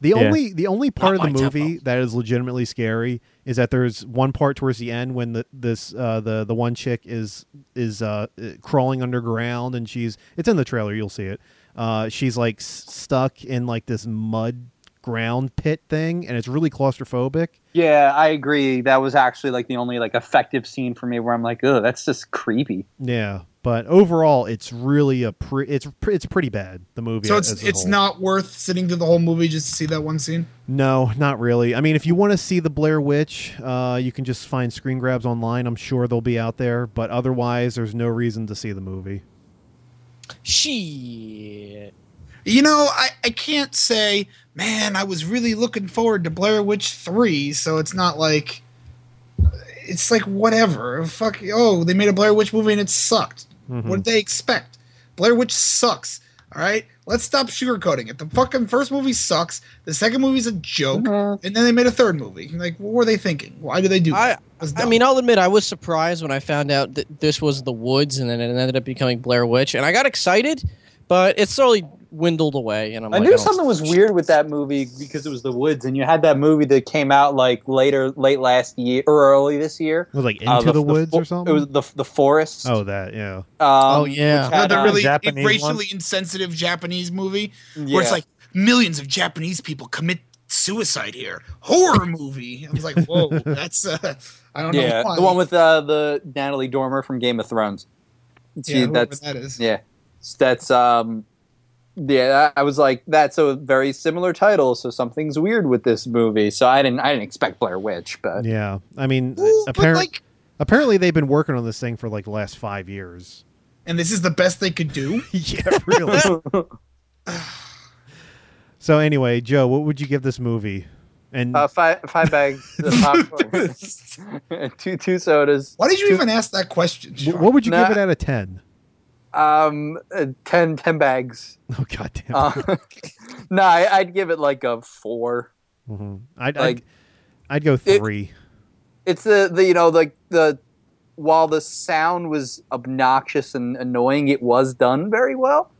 Speaker 2: The
Speaker 4: Yeah.
Speaker 2: only the only part
Speaker 1: Not
Speaker 2: of the
Speaker 1: my
Speaker 2: movie that is legitimately scary is that there's one part towards the end when the this uh, the the one chick is is uh, uh, crawling underground and she's it's in the trailer you'll see it. Uh, she's like s- stuck in like this mud ground pit thing and it's really claustrophobic.
Speaker 7: Yeah, I agree. That was actually like the only like effective scene for me where I'm like, "Oh, that's just creepy."
Speaker 2: Yeah, but overall it's really a pre- it's pre- it's pretty bad the movie.
Speaker 3: So it's
Speaker 2: as a
Speaker 3: it's
Speaker 2: whole.
Speaker 3: not worth sitting through the whole movie just to see that one scene.
Speaker 2: No, not really. I mean, if you want to see the Blair Witch, uh, you can just find screen grabs online. I'm sure they'll be out there, but otherwise, there's no reason to see the movie.
Speaker 1: Shit.
Speaker 3: You know, I, I can't say, man, I was really looking forward to Blair Witch 3, so it's not like. It's like, whatever. Fuck. Oh, they made a Blair Witch movie and it sucked.
Speaker 4: Mm-hmm.
Speaker 3: What did they expect? Blair Witch sucks. All right? Let's stop sugarcoating it. The fucking first movie sucks. The second movie's a joke.
Speaker 1: Mm-hmm.
Speaker 3: And then they made a third movie. Like, what were they thinking? Why did they do
Speaker 1: I-
Speaker 3: that? It was
Speaker 1: I
Speaker 3: dumb.
Speaker 1: mean, I'll admit I was surprised when I found out that this was The Woods, and then it ended up becoming Blair Witch, and I got excited, but it slowly dwindled away, and I'm
Speaker 7: I
Speaker 1: like,
Speaker 7: knew
Speaker 1: don't-
Speaker 7: something was weird with that movie because it was the woods, and you had that movie that came out like later, late last year or early this year.
Speaker 2: It was like Into
Speaker 7: Uh,
Speaker 2: the, Woods
Speaker 7: fo-
Speaker 2: or something.
Speaker 7: It was the the forest.
Speaker 2: oh, that yeah.
Speaker 7: Um,
Speaker 1: Oh, yeah.
Speaker 7: which
Speaker 3: You know,
Speaker 7: had,
Speaker 3: the
Speaker 7: uh,
Speaker 3: really
Speaker 4: Japanese
Speaker 3: racially
Speaker 4: one?
Speaker 3: insensitive Japanese movie
Speaker 7: yeah.
Speaker 3: where it's like millions of Japanese people commit suicide here. Horror movie. I was like, whoa,
Speaker 7: [LAUGHS]
Speaker 3: that's uh, I don't know.
Speaker 7: yeah,
Speaker 3: Why.
Speaker 7: the one with uh, the Natalie Dormer from Game of Thrones.
Speaker 3: yeah,
Speaker 7: Gee,
Speaker 3: whoever
Speaker 7: that's
Speaker 3: that is.
Speaker 7: yeah, that's um, yeah. I I was like, that's a very similar title, so something's weird with this movie. So I didn't, I didn't expect Blair Witch, but
Speaker 2: Yeah, I mean,
Speaker 3: Ooh, but
Speaker 2: apparently,
Speaker 3: like
Speaker 7: [LAUGHS]
Speaker 2: apparently they've been working on this thing for like the last five years.
Speaker 3: and this is the best they could do.
Speaker 2: yeah, really. so anyway, Joe, what would you give this movie? And
Speaker 7: Uh, five five bags of popcorn, [LAUGHS] two two sodas.
Speaker 3: Why did you even ask that question?
Speaker 2: wh-
Speaker 3: Sean?
Speaker 2: what would you
Speaker 7: Nah.
Speaker 2: give it out of ten? [LAUGHS]
Speaker 7: Um, uh, 10, 10 bags.
Speaker 2: Oh god damn.
Speaker 7: Uh, [LAUGHS] no, I, I'd give it like a four.
Speaker 2: hmm I'd, I'd
Speaker 7: Like-
Speaker 2: I'd go
Speaker 7: It-
Speaker 2: three.
Speaker 7: It's the, the you know like the while the sound was obnoxious and annoying, it was done very well,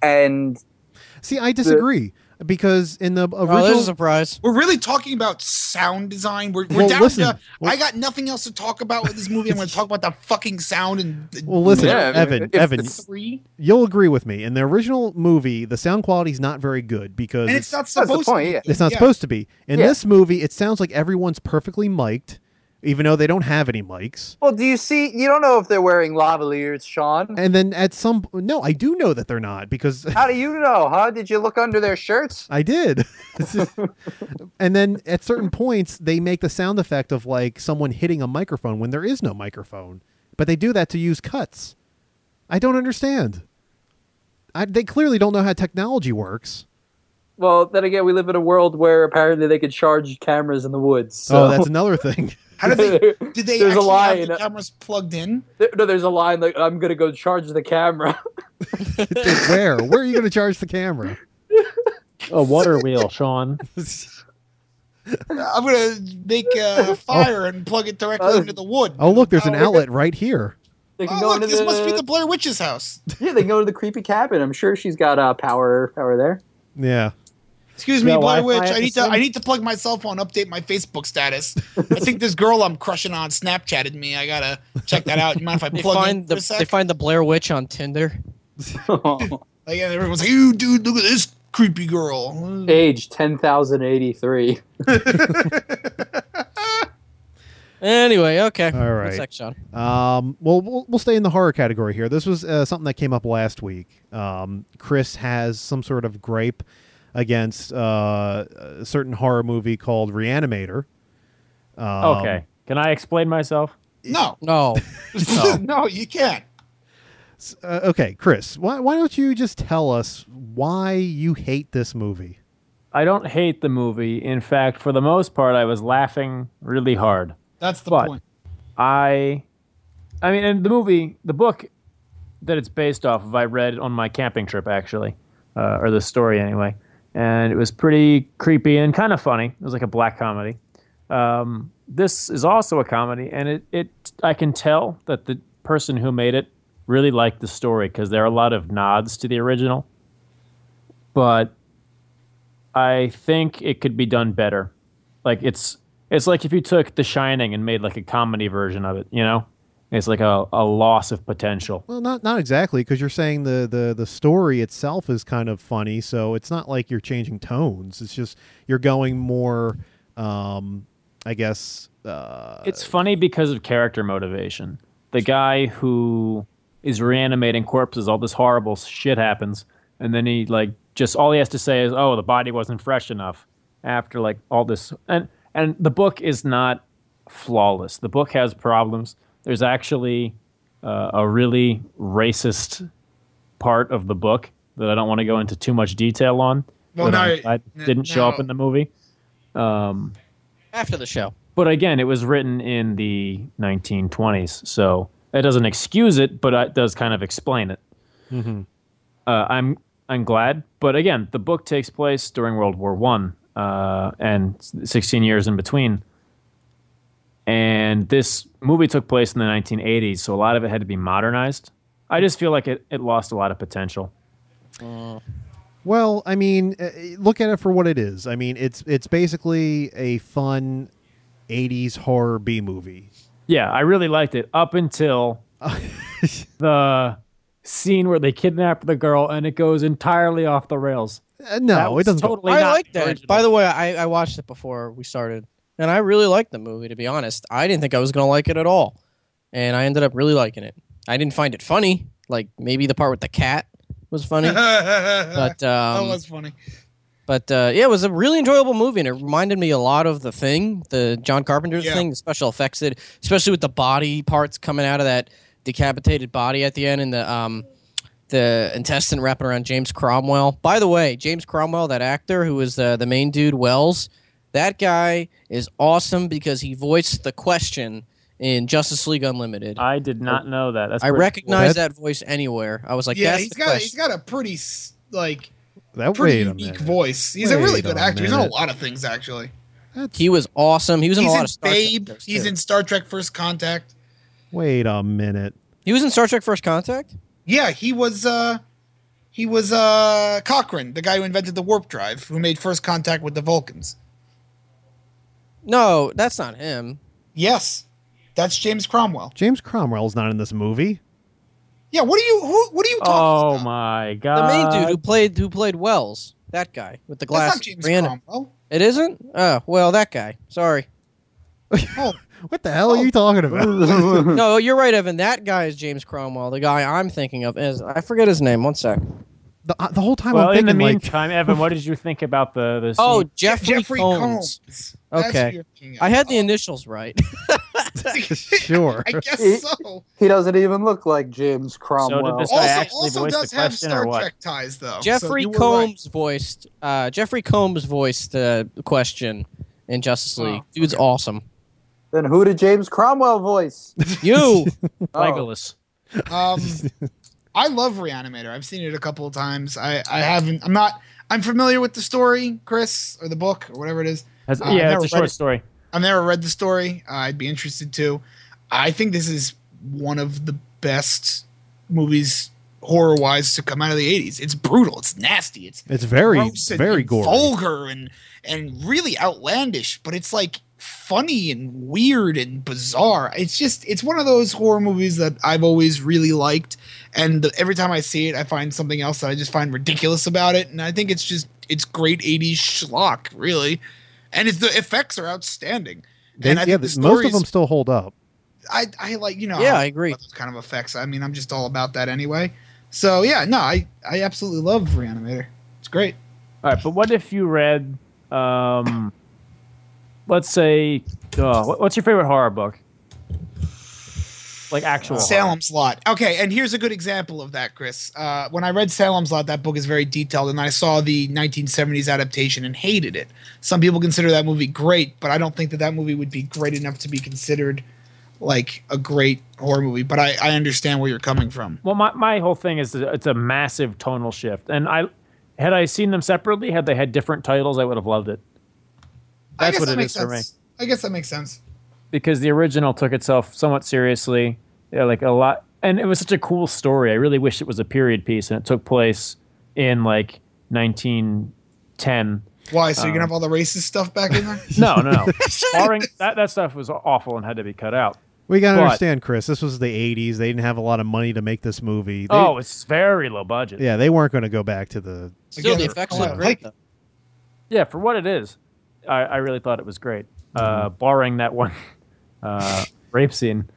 Speaker 7: and
Speaker 5: [LAUGHS]
Speaker 2: See, I disagree because in the
Speaker 1: Oh, there's a
Speaker 2: original,
Speaker 1: surprise.
Speaker 3: We're really talking about sound design. We're, we're
Speaker 2: Well,
Speaker 3: down
Speaker 2: listen,
Speaker 3: to.
Speaker 2: well-
Speaker 3: I got nothing else to talk about with this movie. I'm going to talk about the fucking sound and.
Speaker 2: well, listen,
Speaker 7: Yeah, I mean,
Speaker 2: Evan,
Speaker 7: if
Speaker 2: Evan,
Speaker 7: it's-
Speaker 3: Three.
Speaker 2: you'll agree with me. In the original movie, the sound quality's not very good because
Speaker 3: And it's not
Speaker 7: that's the
Speaker 3: supposed
Speaker 7: point.
Speaker 3: to.
Speaker 7: Yeah.
Speaker 3: be.
Speaker 2: It's not
Speaker 3: Yeah.
Speaker 2: supposed to be. In
Speaker 7: Yeah.
Speaker 2: this movie, it sounds like everyone's perfectly mic'd, even though they don't have any mics.
Speaker 7: [LAUGHS] Well, do you see? You don't know if they're wearing lavaliers, Sean.
Speaker 2: And then at some no, I do know that they're not because
Speaker 7: How do you know? Huh? Did you look under their shirts?
Speaker 2: I
Speaker 7: [LAUGHS]
Speaker 2: did. It's just- and then at certain points, they make the sound effect of like someone hitting a microphone when there is no microphone, but they do that to use cuts. I don't understand. I, they clearly don't know how technology works.
Speaker 7: Well, then again, we live in a world where apparently they could charge cameras in the woods. So
Speaker 2: Oh, that's another
Speaker 7: [LAUGHS]
Speaker 2: thing.
Speaker 3: How did they? Did they
Speaker 7: There's a
Speaker 3: actually
Speaker 7: line.
Speaker 3: have the cameras plugged in?
Speaker 7: There- no, there's a line like I'm gonna go charge the camera.
Speaker 2: Where? Where are you going to charge the camera?
Speaker 4: A water wheel, Sean.
Speaker 3: I'm gonna make a fire and plug it directly
Speaker 7: Oh.
Speaker 3: into the wood.
Speaker 2: Oh, look, there's an
Speaker 7: Oh, we're
Speaker 2: outlet right here.
Speaker 7: They
Speaker 3: Oh, look, this must be the Blair Witch's house.
Speaker 7: yeah. They can go to the creepy cabin. I'm sure she's got uh, power power there.
Speaker 2: Yeah.
Speaker 3: Excuse me,
Speaker 4: No
Speaker 3: Blair
Speaker 4: Wi-Fi
Speaker 3: Witch. I
Speaker 4: at the
Speaker 3: need to.
Speaker 4: same-
Speaker 3: I need to plug my cell phone, update my Facebook status. I think this girl I'm crushing on Snapchatted me. I gotta check that out. You mind if I
Speaker 1: They
Speaker 3: plug in
Speaker 1: find
Speaker 3: for
Speaker 1: the
Speaker 3: a sec?
Speaker 1: they find the Blair Witch on Tinder.
Speaker 3: like, and everyone's like, "You dude, look at this creepy girl."
Speaker 7: Age ten thousand eighty three.
Speaker 1: Anyway, okay.
Speaker 2: All right.
Speaker 1: What's next, Sean?
Speaker 2: Um, well, well, we'll stay in the horror category here. This was uh, something that came up last week. Um, Chris has some sort of gripe against uh, a certain horror movie called Reanimator. Um,
Speaker 4: [LAUGHS] Okay. Can I explain myself?
Speaker 3: No,
Speaker 2: [LAUGHS]
Speaker 1: No.
Speaker 3: [LAUGHS] no, you can't.
Speaker 2: s- uh, okay, Chris, why, why don't you just tell us why you hate this movie?
Speaker 4: I don't hate the movie. In fact, for the most part, I was laughing really hard.
Speaker 3: That's the
Speaker 4: But-
Speaker 3: point.
Speaker 4: I, I mean, and the movie, the book that it's based off of, I read on my camping trip actually, uh, or the story anyway, and it was pretty creepy and kind of funny. It was like a black comedy. Um, this is also a comedy, and it, it I can tell that the person who made it really liked the story because there are a lot of nods to the original, but I think it could be done better. Like it's it's like if you took The Shining and made like a comedy version of it, you know? It's like a, a loss of potential.
Speaker 2: Well, not not exactly, because you're saying the, the, the story itself is kind of funny, so it's not like you're changing tones. It's just you're going more, um, I guess. Uh,
Speaker 4: It's funny because of character motivation. The guy who is reanimating corpses, all this horrible shit happens, and then he like just all he has to say is, "Oh, the body wasn't fresh enough." After like all this, and and the book is not flawless. The book has problems. There's actually uh, a really racist part of the book that I don't want to go into too much detail on.
Speaker 3: Well,
Speaker 4: that I'm
Speaker 3: no,
Speaker 4: glad
Speaker 3: no,
Speaker 4: didn't show up
Speaker 3: no.
Speaker 4: in the movie.
Speaker 1: After the show.
Speaker 4: But again, it was written in the 1920s, so that doesn't excuse it, but it does kind of explain it. Uh, I'm I'm glad, but again, the book takes place during World War One uh, and 16 years in between. And this movie took place in the 1980s, so a lot of it had to be modernized. I just feel like it, it lost a lot of potential.
Speaker 2: Well, I mean, uh, look at it for what it is. I mean, it's it's basically a fun '80s horror B movie.
Speaker 4: Yeah, I really liked it up until the scene where they kidnap the girl and it goes entirely off the rails.
Speaker 2: Uh,
Speaker 4: That
Speaker 2: no, it
Speaker 4: was
Speaker 2: doesn't.
Speaker 4: totally
Speaker 1: I
Speaker 4: not
Speaker 1: like that.
Speaker 4: original.
Speaker 1: By the way, I, I watched it before we started, and I really liked the movie. To be honest, I didn't think I was gonna like it at all, and I ended up really liking it. I didn't find it funny. Like maybe the part with the cat was funny, but
Speaker 3: [LAUGHS] that
Speaker 1: um,
Speaker 3: was funny.
Speaker 1: but uh, yeah, it was a really enjoyable movie, and it reminded me a lot of the thing, the John Carpenter's
Speaker 3: Yeah.
Speaker 1: thing, the special effects, that, especially with the body parts coming out of that decapitated body at the end and the um the intestine wrapping around James Cromwell. By the way, James Cromwell, that actor who was uh, the the main dude, Wells, that guy is awesome because he voiced the question in Justice League Unlimited. I,
Speaker 4: I did not know that. Uh, That's pretty cool.
Speaker 1: recognize
Speaker 2: That-
Speaker 1: that voice anywhere. I was like,
Speaker 3: yeah,
Speaker 1: that's
Speaker 3: he's
Speaker 1: the
Speaker 3: got
Speaker 1: question.
Speaker 3: he's got a pretty s- like
Speaker 2: That
Speaker 3: pretty
Speaker 2: wait a
Speaker 3: unique
Speaker 2: minute.
Speaker 3: voice. He's a
Speaker 2: Wait
Speaker 3: really good
Speaker 2: a
Speaker 3: actor. He's in a
Speaker 2: minute.
Speaker 3: lot of things actually.
Speaker 2: That's-
Speaker 1: He was awesome. He was in
Speaker 3: He's
Speaker 1: a lot
Speaker 3: in
Speaker 1: of Star
Speaker 3: Babe.
Speaker 1: Trek. shows,
Speaker 3: He's
Speaker 1: too.
Speaker 3: in Star Trek: First Contact.
Speaker 2: Wait a minute.
Speaker 1: He was in Star Trek: First Contact.
Speaker 3: Yeah, he was uh he was uh Cochrane, the guy who invented the warp drive, who made first contact with the Vulcans.
Speaker 1: No, that's not him.
Speaker 3: Yes. That's James Cromwell.
Speaker 2: James Cromwell's not in this movie.
Speaker 3: Yeah, what are you who, what are you talking
Speaker 4: Oh
Speaker 3: about?
Speaker 4: my
Speaker 1: The
Speaker 4: god!
Speaker 1: main dude who played who played Wells, that guy with the glass.
Speaker 3: That's not James
Speaker 1: Brianna.
Speaker 3: Cromwell.
Speaker 1: It isn't. Oh well, that guy. Sorry.
Speaker 3: Oh,
Speaker 2: What the hell are you talking
Speaker 3: [LAUGHS]
Speaker 2: about?
Speaker 1: no, you're right, Evan. That guy is James Cromwell. The guy I'm thinking of is I forget his name. One sec.
Speaker 3: Oh,
Speaker 2: the, uh, the whole time
Speaker 4: well,
Speaker 2: I'm
Speaker 4: in the
Speaker 2: thinking like [LAUGHS]
Speaker 4: meantime, Evan, what did you think about the the?
Speaker 1: [LAUGHS] Oh,
Speaker 4: scene?
Speaker 1: Jeffrey,
Speaker 3: Jeffrey
Speaker 1: Combs.
Speaker 3: Combs. Oh. That's
Speaker 1: Okay.
Speaker 3: who you're thinking of.
Speaker 1: I had the initials right.
Speaker 2: [LAUGHS] sure.
Speaker 3: [LAUGHS]
Speaker 1: [LAUGHS]
Speaker 3: I guess
Speaker 7: It-
Speaker 3: so.
Speaker 7: He doesn't even look like James Cromwell.
Speaker 4: this- Guy
Speaker 3: Also,
Speaker 4: actually
Speaker 3: also
Speaker 4: voiced
Speaker 3: does
Speaker 4: the
Speaker 3: have
Speaker 4: question or
Speaker 3: Star
Speaker 4: what?
Speaker 3: Trek ties though.
Speaker 1: [LAUGHS]
Speaker 3: Oh, so
Speaker 1: Jeffrey
Speaker 3: you were right.
Speaker 1: Combs voiced. Uh, Jeffrey Combs voiced the question in
Speaker 3: Oh,
Speaker 1: Justice League. Dude's awesome.
Speaker 7: then who did James Cromwell voice?
Speaker 3: [LAUGHS]
Speaker 1: You.
Speaker 4: Legolas.
Speaker 3: Um, I love Reanimator. I've seen it a couple of times. I, I haven't. I'm not. I'm familiar with the story, Chris, or the book, or whatever it is.
Speaker 4: Has-
Speaker 3: Uh,
Speaker 4: yeah,
Speaker 3: never
Speaker 4: it's a
Speaker 3: read
Speaker 4: short
Speaker 3: it.
Speaker 4: story.
Speaker 3: I've never read the story. Uh, I'd be interested to. I think this is one of the best movies horror wise to come out of the 80s. It's brutal. It's nasty. It's
Speaker 2: It's very,
Speaker 3: gross and,
Speaker 2: very
Speaker 3: and
Speaker 2: gory.
Speaker 3: vulgar and and really outlandish, but it's like funny and weird and bizarre. It's just it's one of those horror movies that I've always really liked, and the, every time I see it, I find something else that I just find ridiculous about it, and I think it's just it's great '80s schlock, really, and it's the effects are outstanding.
Speaker 2: They-
Speaker 3: and I
Speaker 2: yeah,
Speaker 3: think the
Speaker 2: most of
Speaker 3: stories-
Speaker 2: them still hold up.
Speaker 3: I, I like you know
Speaker 1: Yeah,
Speaker 3: how
Speaker 1: I agree.
Speaker 3: about those kind of effects. I mean, I'm just all about that anyway. So yeah, no, I I absolutely love Reanimator. It's great.
Speaker 4: All right, but what if you read, um, let's say, uh, what- what's your favorite horror book? Like actual. horror.
Speaker 3: Salem's Lot. Okay, and here's a good example of that, Chris. Uh, when I read Salem's Lot, that book is very detailed, and I saw the 1970s adaptation and hated it. Some people consider that movie great, but I don't think that that movie would be great enough to be considered like a great horror movie. But I, I understand where you're coming from.
Speaker 4: Well, my, my whole thing is that it's a massive tonal shift, and I had I seen them separately, had they had different titles, I would have loved it
Speaker 3: I
Speaker 4: That's
Speaker 3: guess
Speaker 4: what
Speaker 3: that
Speaker 4: it
Speaker 3: makes
Speaker 4: is for me.
Speaker 3: sense. I guess that makes sense.
Speaker 4: because the original took itself somewhat seriously, you know, like a lot, and it was such a cool story. I really wish it was a period piece and it took place in like 1910.
Speaker 3: Why? So you're gonna have
Speaker 4: Uh.
Speaker 3: all the racist stuff back
Speaker 4: [LAUGHS]
Speaker 3: in there?
Speaker 4: No,
Speaker 3: [LAUGHS]
Speaker 4: no, no. Barring, that that stuff was awful and had to be cut out.
Speaker 2: We gotta
Speaker 4: But-
Speaker 2: understand, Chris. This was the '80s. They didn't have a lot of money to make this movie. They,
Speaker 4: oh, it's very low budget.
Speaker 2: yeah, they weren't going to go back to the.
Speaker 1: Still, the
Speaker 3: Again,
Speaker 1: effects
Speaker 3: Oh, I
Speaker 1: look great.
Speaker 3: like-
Speaker 1: though.
Speaker 4: Yeah, for what it is, I, I really thought it was great. Uh,
Speaker 1: Mm-hmm.
Speaker 4: barring that one [LAUGHS] uh, rape scene.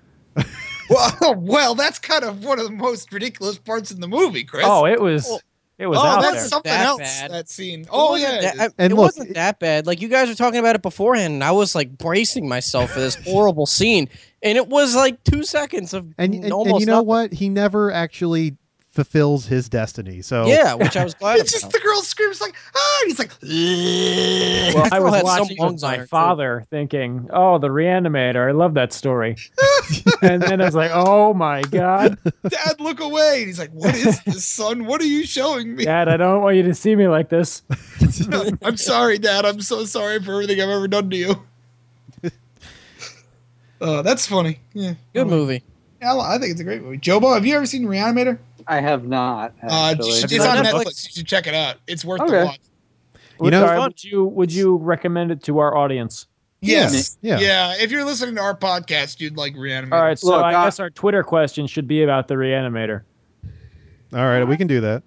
Speaker 3: well, [LAUGHS] well, that's kind of one of the most ridiculous parts in the movie, Chris.
Speaker 4: Oh, it was it was
Speaker 3: Oh,
Speaker 4: out
Speaker 3: that's
Speaker 4: there.
Speaker 3: something
Speaker 1: That
Speaker 3: else.
Speaker 1: bad.
Speaker 3: That scene. Oh
Speaker 1: It wasn't
Speaker 3: yeah.
Speaker 1: that- I-
Speaker 2: And
Speaker 1: it
Speaker 2: look,
Speaker 1: wasn't
Speaker 2: it-
Speaker 1: that bad. Like you guys were talking about it beforehand, and I was like bracing myself for this
Speaker 2: [LAUGHS]
Speaker 1: horrible scene, and it was like two seconds of
Speaker 2: And, and,
Speaker 1: almost
Speaker 2: and you know
Speaker 1: nothing.
Speaker 2: what? He never actually fulfills his destiny. So
Speaker 1: Yeah, which
Speaker 2: [LAUGHS]
Speaker 1: I was glad
Speaker 3: It's
Speaker 1: about.
Speaker 3: just the girl screams like ah. And he's like
Speaker 4: Well, I
Speaker 1: Girl
Speaker 4: was
Speaker 1: had some
Speaker 4: watching with
Speaker 1: lungs on her,
Speaker 4: my
Speaker 1: too.
Speaker 4: father, thinking, "Oh, the Reanimator! I love that story." [LAUGHS] and then I was like, "Oh my god,
Speaker 3: Dad, look away. And he's like, what is this, son? What are you showing me?
Speaker 4: Dad! I don't want you to see me
Speaker 1: [LAUGHS]
Speaker 4: like this."
Speaker 3: [LAUGHS] I'm sorry, Dad. I'm so sorry for everything I've ever done to you. [LAUGHS] uh, that's funny. Yeah.
Speaker 1: Good movie.
Speaker 3: Yeah, I I think it's a great movie. Jobo, have you ever seen Reanimator?
Speaker 7: I have not.
Speaker 3: Uh,
Speaker 7: Actually.
Speaker 3: it's
Speaker 1: you
Speaker 3: on
Speaker 1: heard of
Speaker 3: Netflix.
Speaker 1: Netflix?
Speaker 3: You should check it out. It's worth
Speaker 7: Okay.
Speaker 3: the watch.
Speaker 2: You know-
Speaker 4: Sorry, would you would you recommend it to our audience?
Speaker 3: Yes.
Speaker 2: Yeah.
Speaker 3: Yeah. If you're listening to our podcast, you'd like Reanimator.
Speaker 4: All right, so
Speaker 1: uh,
Speaker 7: Look,
Speaker 4: I
Speaker 7: I-
Speaker 4: guess our Twitter question should be about the Reanimator.
Speaker 2: all right, we can do that.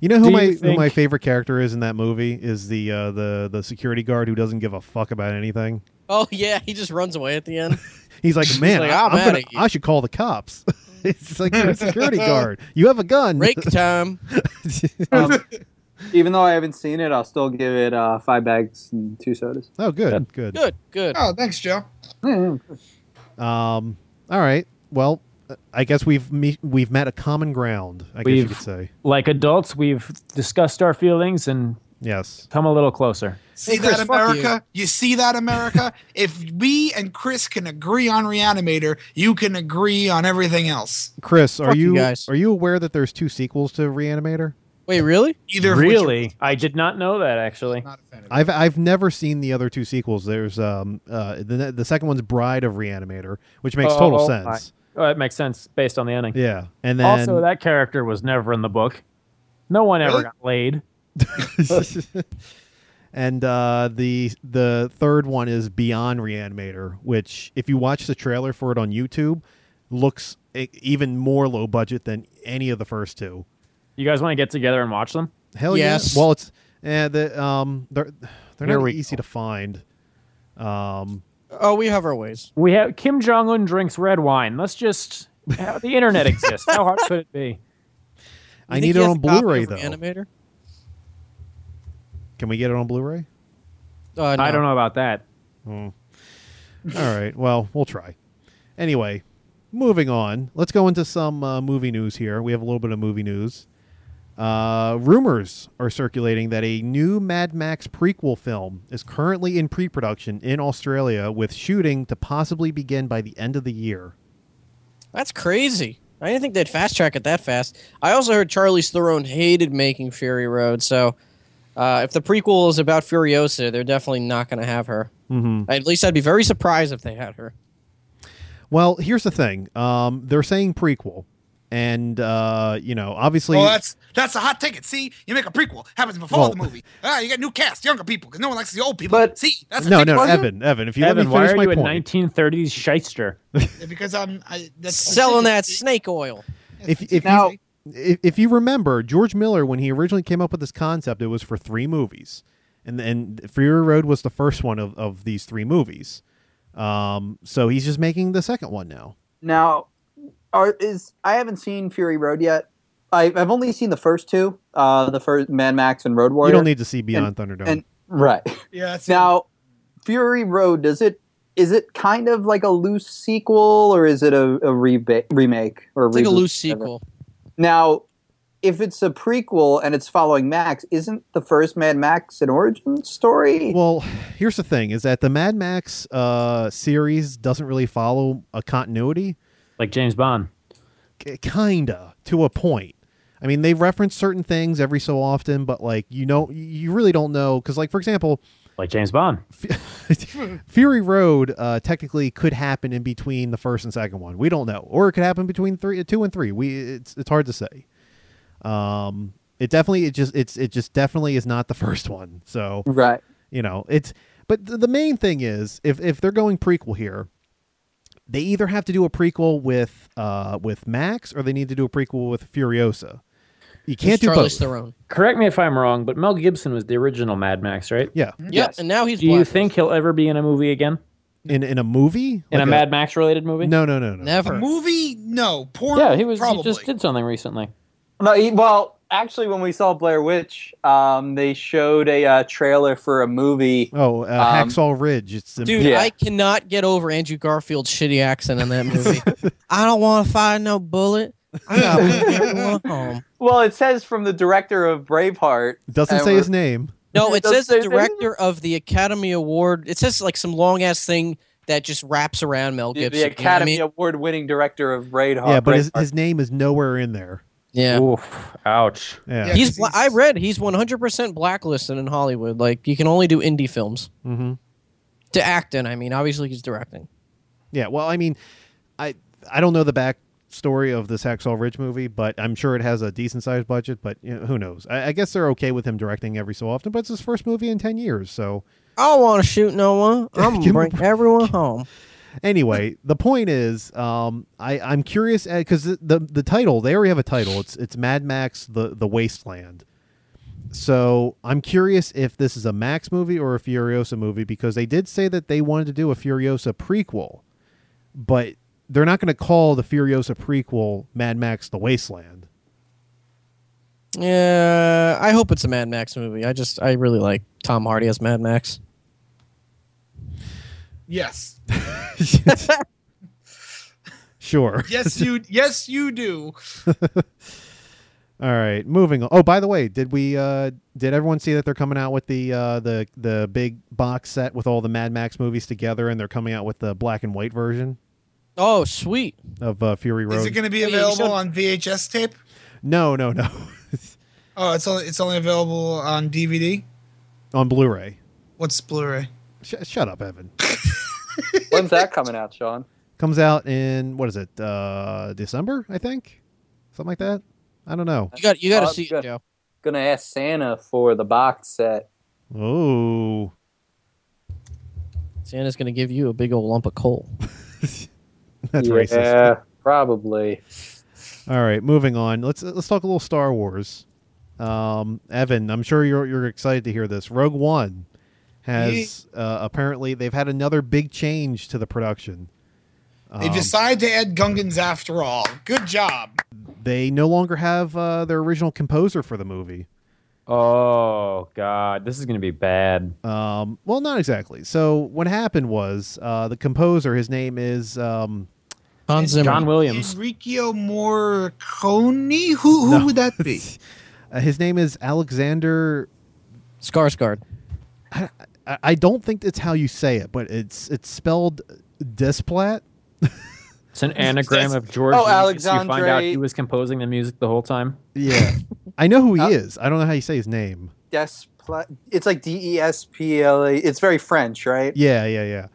Speaker 2: You know who
Speaker 4: Do you
Speaker 2: my who
Speaker 4: think-
Speaker 2: my favorite character is in that movie is the uh, the the security guard who doesn't give a fuck about anything.
Speaker 1: Oh yeah, he just runs away at the end. [LAUGHS]
Speaker 2: He's like, man,
Speaker 1: like,
Speaker 2: I,
Speaker 1: "I'm
Speaker 2: I'm
Speaker 1: outta
Speaker 2: gonna,
Speaker 1: here."
Speaker 2: I should call the cops. [LAUGHS] it's
Speaker 1: [LAUGHS]
Speaker 2: like you're a security guard. You have a gun. [LAUGHS]
Speaker 1: Break time.
Speaker 7: Um, even though I haven't seen it, I'll still give it uh, five bags and two sodas.
Speaker 2: oh, good, good.
Speaker 1: Good, good.
Speaker 3: Oh, thanks, Joe.
Speaker 7: Yeah, yeah.
Speaker 2: Um, all right. Well, I guess we've me- we've met a common ground. I guess you
Speaker 4: We've-
Speaker 2: could say
Speaker 4: Like adults, we've discussed our feelings and
Speaker 2: yes.
Speaker 4: come a little closer.
Speaker 3: See
Speaker 1: Chris,
Speaker 3: that
Speaker 1: fuck you.
Speaker 3: America? You. see that America? if we and Chris can agree on Reanimator, you can agree on everything else.
Speaker 2: Chris, are
Speaker 1: Fuck you
Speaker 2: you
Speaker 1: guys.
Speaker 2: are you aware that there's two sequels to Reanimator?
Speaker 1: Wait, really?
Speaker 3: Either of which
Speaker 4: Really? I did not know that actually.
Speaker 3: I'm not a fan of.
Speaker 2: I've I've never seen the other two sequels. There's um uh the the second one's Bride of Reanimator, which makes total
Speaker 4: Oh,
Speaker 2: sense.
Speaker 4: my. Oh, that makes sense based on the ending.
Speaker 2: Yeah, and then [LAUGHS]
Speaker 4: also, that character was never in the book. No one ever
Speaker 3: Really?
Speaker 4: got laid.
Speaker 2: and uh, the the third one is Beyond Reanimator, which if you watch the trailer for it on YouTube, looks e- even more low budget than any of the first two.
Speaker 4: You guys want to get together and watch them?
Speaker 2: Hell
Speaker 1: Yes.
Speaker 2: yes. Well, it's eh, the um they're they're
Speaker 4: Here
Speaker 2: not
Speaker 4: we
Speaker 2: easy to find. Um,
Speaker 1: Oh, we have our ways.
Speaker 4: We have Kim Jong Un drinks red wine. Let's just the internet exists. How hard could
Speaker 2: [LAUGHS]
Speaker 4: it be?
Speaker 1: You
Speaker 2: I
Speaker 1: think
Speaker 2: need
Speaker 1: he
Speaker 2: it
Speaker 1: has
Speaker 2: on
Speaker 1: a copy of
Speaker 2: Blu-ray though.
Speaker 1: Reanimator?
Speaker 2: Can we get it on Blu-ray?
Speaker 1: Uh,
Speaker 4: I
Speaker 1: no.
Speaker 4: don't know about that.
Speaker 2: All right. Well, we'll try. Anyway, moving on. Let's go into some uh, movie news here. We have a little bit of movie news. Uh, rumors are circulating that a new Mad Max prequel film is currently in pre production in Australia with shooting to possibly begin by the end of the year.
Speaker 1: That's crazy. I didn't think they'd fast track it that fast. I also heard Charlie's Theron hated making Fury Road, so uh, if the prequel is about Furiosa, they're definitely not going to have her. Mm-hmm. At least I'd be very surprised if they had her.
Speaker 2: Well, here's the thing um, they're saying prequel. And, uh, you know, obviously.
Speaker 3: Well, that's that's a hot ticket. See, you make a prequel, happens before
Speaker 2: Well-
Speaker 3: the movie. Ah, you got new cast, younger people, because no one likes the old people.
Speaker 5: But-
Speaker 3: see, that's a
Speaker 2: no,
Speaker 3: ticket.
Speaker 2: no, Evan, Evan, if you
Speaker 4: Evan,
Speaker 2: let me
Speaker 4: why
Speaker 2: finish
Speaker 4: are
Speaker 2: my
Speaker 4: you a
Speaker 2: point.
Speaker 4: 1930s shyster?
Speaker 3: because I'm I, that's a
Speaker 1: Selling
Speaker 3: ticket.
Speaker 1: that snake oil.
Speaker 2: if if
Speaker 5: Now-
Speaker 2: you if, if you remember George Miller when he originally came up with this concept, it was for three movies, and and Fury Road was the first one of, of these three movies. Um, so he's just making the second one now.
Speaker 5: Now, are is I haven't seen Fury Road yet. I, I've only seen the first two, uh, the first Mad Max and Road Warrior.
Speaker 2: you don't need to see Beyond Thunderdome.
Speaker 5: and right
Speaker 3: yeah, that's it.
Speaker 5: now, Fury Road does it? Is it kind of like a loose sequel, or is it a, a reba- remake or
Speaker 1: It's like a
Speaker 5: reboot,
Speaker 1: loose
Speaker 5: whatever?
Speaker 1: sequel.
Speaker 5: Now, if it's a prequel and it's following Max, isn't the first Mad Max an origin story?
Speaker 2: well, here's the thing: is that the Mad Max uh, series doesn't really follow a continuity,
Speaker 4: Like James Bond.
Speaker 2: K- kinda to a point. I mean, they reference certain things every so often, but like you know, you really don't know because, like, for example,
Speaker 4: Like James Bond.
Speaker 2: [LAUGHS] Fury Road uh, technically could happen in between the first and second one. We don't know, or it could happen between three, two and three. We it's it's hard to say. Um, it definitely it just it's it just definitely is not the [LAUGHS] first one. So
Speaker 5: right.
Speaker 2: you know it's but th- the main thing is if if they're going prequel here, they either have to do a prequel with uh with Max or they need to do a prequel with Furiosa. You can't
Speaker 1: It's
Speaker 2: do
Speaker 1: Charlie's
Speaker 2: both.
Speaker 1: Theron.
Speaker 4: Correct me if I'm wrong, but Mel Gibson was the original Mad Max, right?
Speaker 2: Yeah,
Speaker 1: Yep,
Speaker 5: Yes.
Speaker 1: and now he's
Speaker 4: Do you
Speaker 1: black.
Speaker 4: think he'll ever be in a movie again?
Speaker 2: in in a movie
Speaker 4: In
Speaker 2: Like
Speaker 4: a Mad Max related movie?
Speaker 2: No, no, no, no.
Speaker 3: a
Speaker 1: Never.
Speaker 3: movie? No, porn.
Speaker 4: Yeah, he was.
Speaker 3: probably.
Speaker 4: He just did something recently.
Speaker 5: No, he, well, actually, when we saw Blair Witch, um, they showed a uh, trailer for a movie.
Speaker 2: Oh, uh,
Speaker 5: Um,
Speaker 2: Hacksaw Ridge. It's the
Speaker 1: Dude,
Speaker 5: Yeah.
Speaker 1: I cannot get over Andrew Garfield's shitty accent in
Speaker 2: [LAUGHS]
Speaker 1: that movie. I don't want to find no bullet. I got
Speaker 2: [LAUGHS]
Speaker 1: to bring everyone home.
Speaker 5: Well, it says from the director of Braveheart.
Speaker 2: Doesn't
Speaker 5: and
Speaker 2: say
Speaker 5: we're-
Speaker 2: his name.
Speaker 1: No,
Speaker 5: It
Speaker 1: it
Speaker 5: doesn't
Speaker 1: says the
Speaker 5: say his name
Speaker 1: director of the Academy Award. It says like some long ass thing that just wraps around Mel
Speaker 5: the, the
Speaker 1: Gibson. you know what I
Speaker 5: Academy
Speaker 1: mean?
Speaker 5: Award winning director of Braveheart.
Speaker 7: Oh,
Speaker 2: yeah, but his,
Speaker 5: Braveheart.
Speaker 2: his name is nowhere in there.
Speaker 1: Yeah.
Speaker 4: Oof! Ouch!
Speaker 2: Yeah.
Speaker 3: Yeah.
Speaker 1: He's,
Speaker 3: 'cause
Speaker 1: bla- I
Speaker 3: he's-
Speaker 1: read he's 100% blacklisted in Hollywood. Like you can only do indie films
Speaker 2: hmm
Speaker 1: to act in. I mean, obviously he's directing.
Speaker 2: Yeah. Well, I mean, I I don't know the backstory of this Hacksaw Ridge movie, but I'm sure it has a decent sized budget. But you know, who knows? I, I guess they're okay with him directing every so often. But it's his first movie in ten years. So
Speaker 1: I don't want to shoot no [LAUGHS] one. I'm
Speaker 2: Give
Speaker 1: gonna
Speaker 2: him a
Speaker 1: bring everyone home.
Speaker 2: anyway, the point is, um, I I'm curious because the, the the title they already have a title. It's it's Mad Max the the Wasteland. So I'm curious if this is a Max movie or a Furiosa movie because they did say that they wanted to do a Furiosa prequel, but they're not going to call the Furiosa prequel Mad Max the Wasteland.
Speaker 1: Yeah, I hope it's a Mad Max movie. I just I really like Tom Hardy as Mad Max.
Speaker 3: Yes.
Speaker 2: Sure.
Speaker 3: Yes, you. Yes, you do.
Speaker 2: All right, moving on. Oh, by the way, did we uh did everyone see that they're coming out with the uh the the big box set with all the Mad Max movies together and they're coming out with the black and white version
Speaker 1: Oh, sweet.
Speaker 2: of uh, Fury Road?
Speaker 3: Is it going to be
Speaker 1: Yeah, you
Speaker 3: available
Speaker 1: showed-
Speaker 3: on VHS tape?
Speaker 2: no, no, [LAUGHS] no.
Speaker 3: Oh, it's only it's only available on DVD.
Speaker 2: On Blu-ray.
Speaker 3: What's Blu-ray?
Speaker 2: Sh- shut up, Evan.
Speaker 7: When's that coming out, Sean?
Speaker 2: Comes out in what is it? Uh December, I think. Something like that. I don't know.
Speaker 1: You got you got to
Speaker 7: Oh,
Speaker 1: see it,
Speaker 7: good.
Speaker 1: Joe.
Speaker 7: Gonna ask Santa for the box set.
Speaker 2: Oh. [LAUGHS]
Speaker 1: Santa's gonna give you a big old lump of coal.
Speaker 2: That's
Speaker 7: yeah,
Speaker 2: racist.
Speaker 7: probably.
Speaker 2: All right, moving on. Let's let's talk a little Star Wars. Um, Evan, I'm sure you're you're excited to hear this. Rogue One has uh, apparently they've had another big change to the production. Um,
Speaker 3: They decide to add Gungans after all. Good job.
Speaker 2: They no longer have uh, their original composer for the movie.
Speaker 4: Oh God, this is gonna be bad.
Speaker 2: Um, well, not exactly. So what happened was uh, the composer, his name is um,
Speaker 1: Hans Zimmer.
Speaker 4: John Williams.
Speaker 3: Enrico Morricone. Who who
Speaker 2: No.
Speaker 3: would that be?
Speaker 2: uh, his name is Alexander.
Speaker 1: Skarsgård.
Speaker 2: I, I don't think that's how you say it, but it's it's spelled Desplat.
Speaker 4: It's an anagram of George.
Speaker 7: Oh,
Speaker 4: Lucas. You find out
Speaker 7: Alexandre-
Speaker 4: he was composing the music the whole time.
Speaker 2: Yeah, [LAUGHS] I know who he
Speaker 7: Uh,
Speaker 2: is. I don't know how you say his name.
Speaker 7: Despla- it's like D E S P L A. It's very French, right?
Speaker 2: Yeah, yeah, yeah.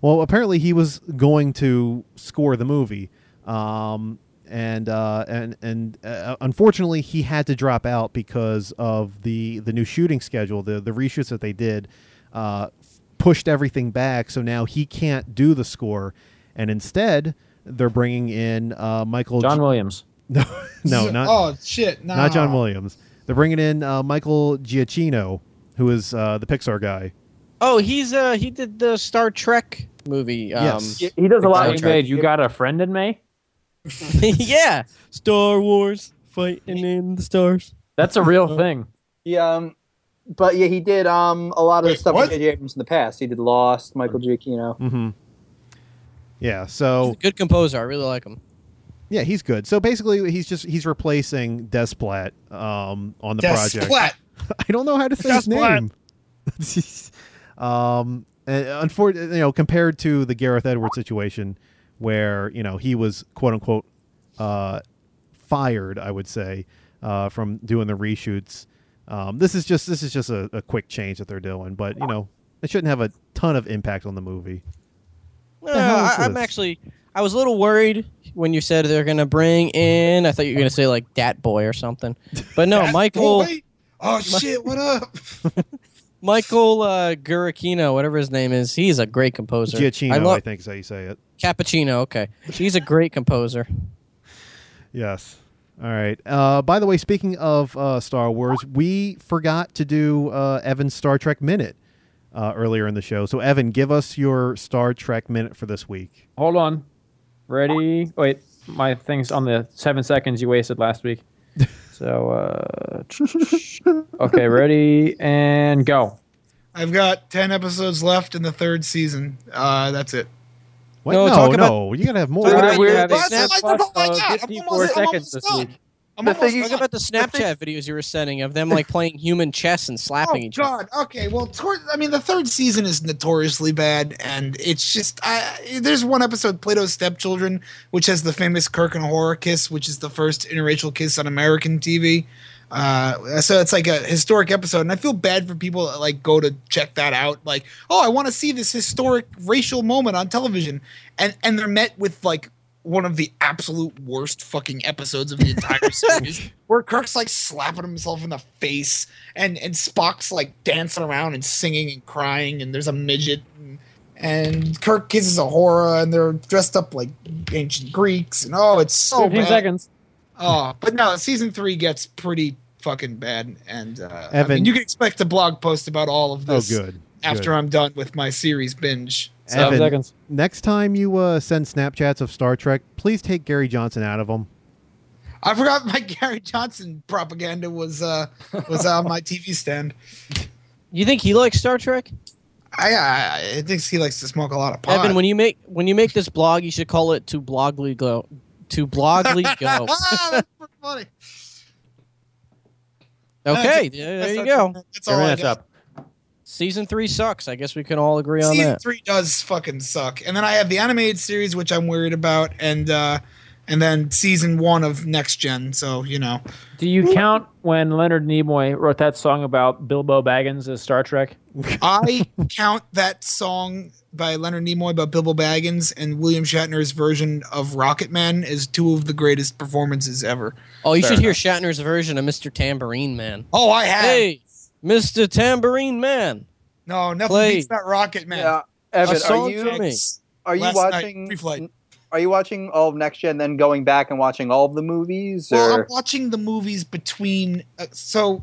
Speaker 2: Well, apparently he was going to score the movie, um, and uh, and and uh, unfortunately he had to drop out because of the the new shooting schedule. The the reshoots that they did uh, pushed everything back, so now he can't do the score, and instead they're bringing in uh, Michael.
Speaker 4: John Williams.
Speaker 2: no, [LAUGHS] no, not
Speaker 3: Oh shit! No.
Speaker 2: not John Williams. They're bringing in uh, Michael Giacchino, who is uh, the Pixar guy.
Speaker 1: Oh, he's uh he did the Star Trek movie. Um,
Speaker 2: yes.
Speaker 7: He does a lot.
Speaker 4: Hey,
Speaker 7: of
Speaker 4: Mage, you got a friend in May?
Speaker 1: [LAUGHS] [LAUGHS] yeah. Star Wars fighting in the stars.
Speaker 4: That's a real thing.
Speaker 7: Yeah, um, but yeah, he did um a lot of
Speaker 3: Wait,
Speaker 7: the stuff
Speaker 3: what?
Speaker 7: with J.J. Abrams in the past. He did Lost, Michael Giacchino.
Speaker 2: Mm-hmm. Yeah.
Speaker 1: He's
Speaker 2: So
Speaker 1: a good composer. I really like him.
Speaker 2: yeah, he's good. So basically, he's just he's replacing Desplat um, on the project.
Speaker 3: Desplat.
Speaker 2: [LAUGHS] I don't know how to say his
Speaker 3: Desplat.
Speaker 2: name. [LAUGHS] um, unfortunately, you know, compared to the Gareth Edwards situation, where you know he was quote unquote uh, fired, I would say, uh, from doing the reshoots. Um, this is just this is just a, a quick change that they're doing, but you know, it shouldn't have a ton of impact on the movie.
Speaker 1: No,
Speaker 2: hell is
Speaker 1: I, I'm
Speaker 2: this?
Speaker 1: actually. I was a little worried when you said they're gonna bring in. I thought you were gonna say like Dat Boy or something, but
Speaker 2: [LAUGHS]
Speaker 1: no,
Speaker 3: That
Speaker 1: Michael
Speaker 3: boy? Oh shit! What up?
Speaker 1: Michael uh, Guracchino, whatever his name is, he's a great composer.
Speaker 2: Giacchino,
Speaker 1: I
Speaker 2: I,
Speaker 1: love
Speaker 2: think is how you say it.
Speaker 1: Cappuccino. Okay, he's a great
Speaker 2: [LAUGHS]
Speaker 1: composer.
Speaker 2: Yes. All right. Uh, by the way, speaking of uh, Star Wars, we forgot to do uh, Evan's Star Trek minute uh, earlier in the show. So, Evan, give us your Star Trek minute for this week.
Speaker 4: Hold on. Ready? Wait, my thing's on the seven seconds you wasted last week. So, uh, okay, ready and go.
Speaker 3: I've got ten episodes left in the third season. Uh, that's it.
Speaker 2: What?
Speaker 1: No,
Speaker 2: No, no,
Speaker 1: talk about-
Speaker 2: you gotta have more.
Speaker 1: Talk about-
Speaker 4: We're, we're
Speaker 1: yeah,
Speaker 4: having
Speaker 3: that's
Speaker 4: snap
Speaker 3: like the
Speaker 4: plus,
Speaker 3: whole-
Speaker 7: Oh
Speaker 4: uh,
Speaker 3: yeah, I'm
Speaker 4: 54
Speaker 3: almost- I'm
Speaker 4: seconds
Speaker 3: almost
Speaker 4: this
Speaker 3: done.
Speaker 4: week.
Speaker 3: I'm
Speaker 7: The thing
Speaker 3: almost
Speaker 7: is-
Speaker 1: Talk
Speaker 3: done.
Speaker 1: about the Snapchat videos you were sending of them like playing human chess and
Speaker 3: Oh
Speaker 1: slapping each other.
Speaker 3: God! Okay, well, toward, I mean, the third season is notoriously bad, and it's just I, there's one episode, Plato's Stepchildren, which has the famous Kirk and Horror kiss, which is the first interracial kiss on American TV. Uh, so it's like a historic episode, and I feel bad for people that like go to check that out. Like, oh, I want to see this historic racial moment on television, and and they're met with like one of the absolute worst fucking episodes of
Speaker 2: [LAUGHS]
Speaker 3: the entire series, where Kirk's like slapping himself in the face, and and Spock's like dancing around and singing and crying, and there's a midget, and, and Kirk kisses a horror, and they're dressed up like ancient Greeks, and oh, it's so
Speaker 4: 15
Speaker 3: bad.
Speaker 4: seconds.
Speaker 3: Oh, but no, season three gets pretty fucking bad, and uh, I
Speaker 2: Evan-
Speaker 3: mean, you can expect a blog post about all of
Speaker 2: Oh,
Speaker 3: this
Speaker 2: good.
Speaker 3: after
Speaker 2: good.
Speaker 3: I'm done with my series binge. So-
Speaker 4: Seven
Speaker 2: Evan.
Speaker 4: seconds.
Speaker 2: next time you uh, send Snapchats of Star Trek, please take Gary Johnson out of them.
Speaker 3: I forgot my [LAUGHS] Gary Johnson propaganda was uh was on my TV stand.
Speaker 1: You think he likes Star Trek?
Speaker 3: I, I, I think he likes to smoke a lot of pot.
Speaker 1: Evan, when you make when you make this blog, you should call it to blogly go. To
Speaker 2: [LAUGHS]
Speaker 1: blogly
Speaker 3: [LAUGHS]
Speaker 1: go.
Speaker 3: Ah, that's pretty funny.
Speaker 1: [LAUGHS] Okay, there, there
Speaker 3: That's-
Speaker 1: you
Speaker 3: that's-
Speaker 1: go.
Speaker 3: That's all I
Speaker 4: Everyone, that's
Speaker 3: got.
Speaker 4: up.
Speaker 1: Season three sucks. I guess we can all agree on
Speaker 3: Season
Speaker 1: that.
Speaker 3: three does fucking suck, and then I have the animated series, which I'm worried about, and uh, and then season one of Next Gen. So you know,
Speaker 4: Do you count when Leonard Nimoy wrote that song about Bilbo Baggins as Star Trek?
Speaker 1: [LAUGHS]
Speaker 3: I count that song by Leonard Nimoy about Bilbo Baggins and William Shatner's version of Rocket Man as two of the greatest performances ever.
Speaker 1: Oh, you should hear Shatner's version of Mr. Tambourine Man.
Speaker 3: Oh, I have.
Speaker 1: Hey, Mr. Tambourine Man.
Speaker 3: no, nothing
Speaker 1: Play.
Speaker 3: beats that Rocket Man.
Speaker 7: Yeah, Evan,
Speaker 1: song
Speaker 7: are you
Speaker 1: for me.
Speaker 7: are you
Speaker 3: Last night,
Speaker 7: watching?
Speaker 3: pre-flight.
Speaker 7: Are you watching all of Next Gen, then going back and watching all of the movies?
Speaker 3: Well,
Speaker 7: or
Speaker 3: I'm watching the movies between. Uh, so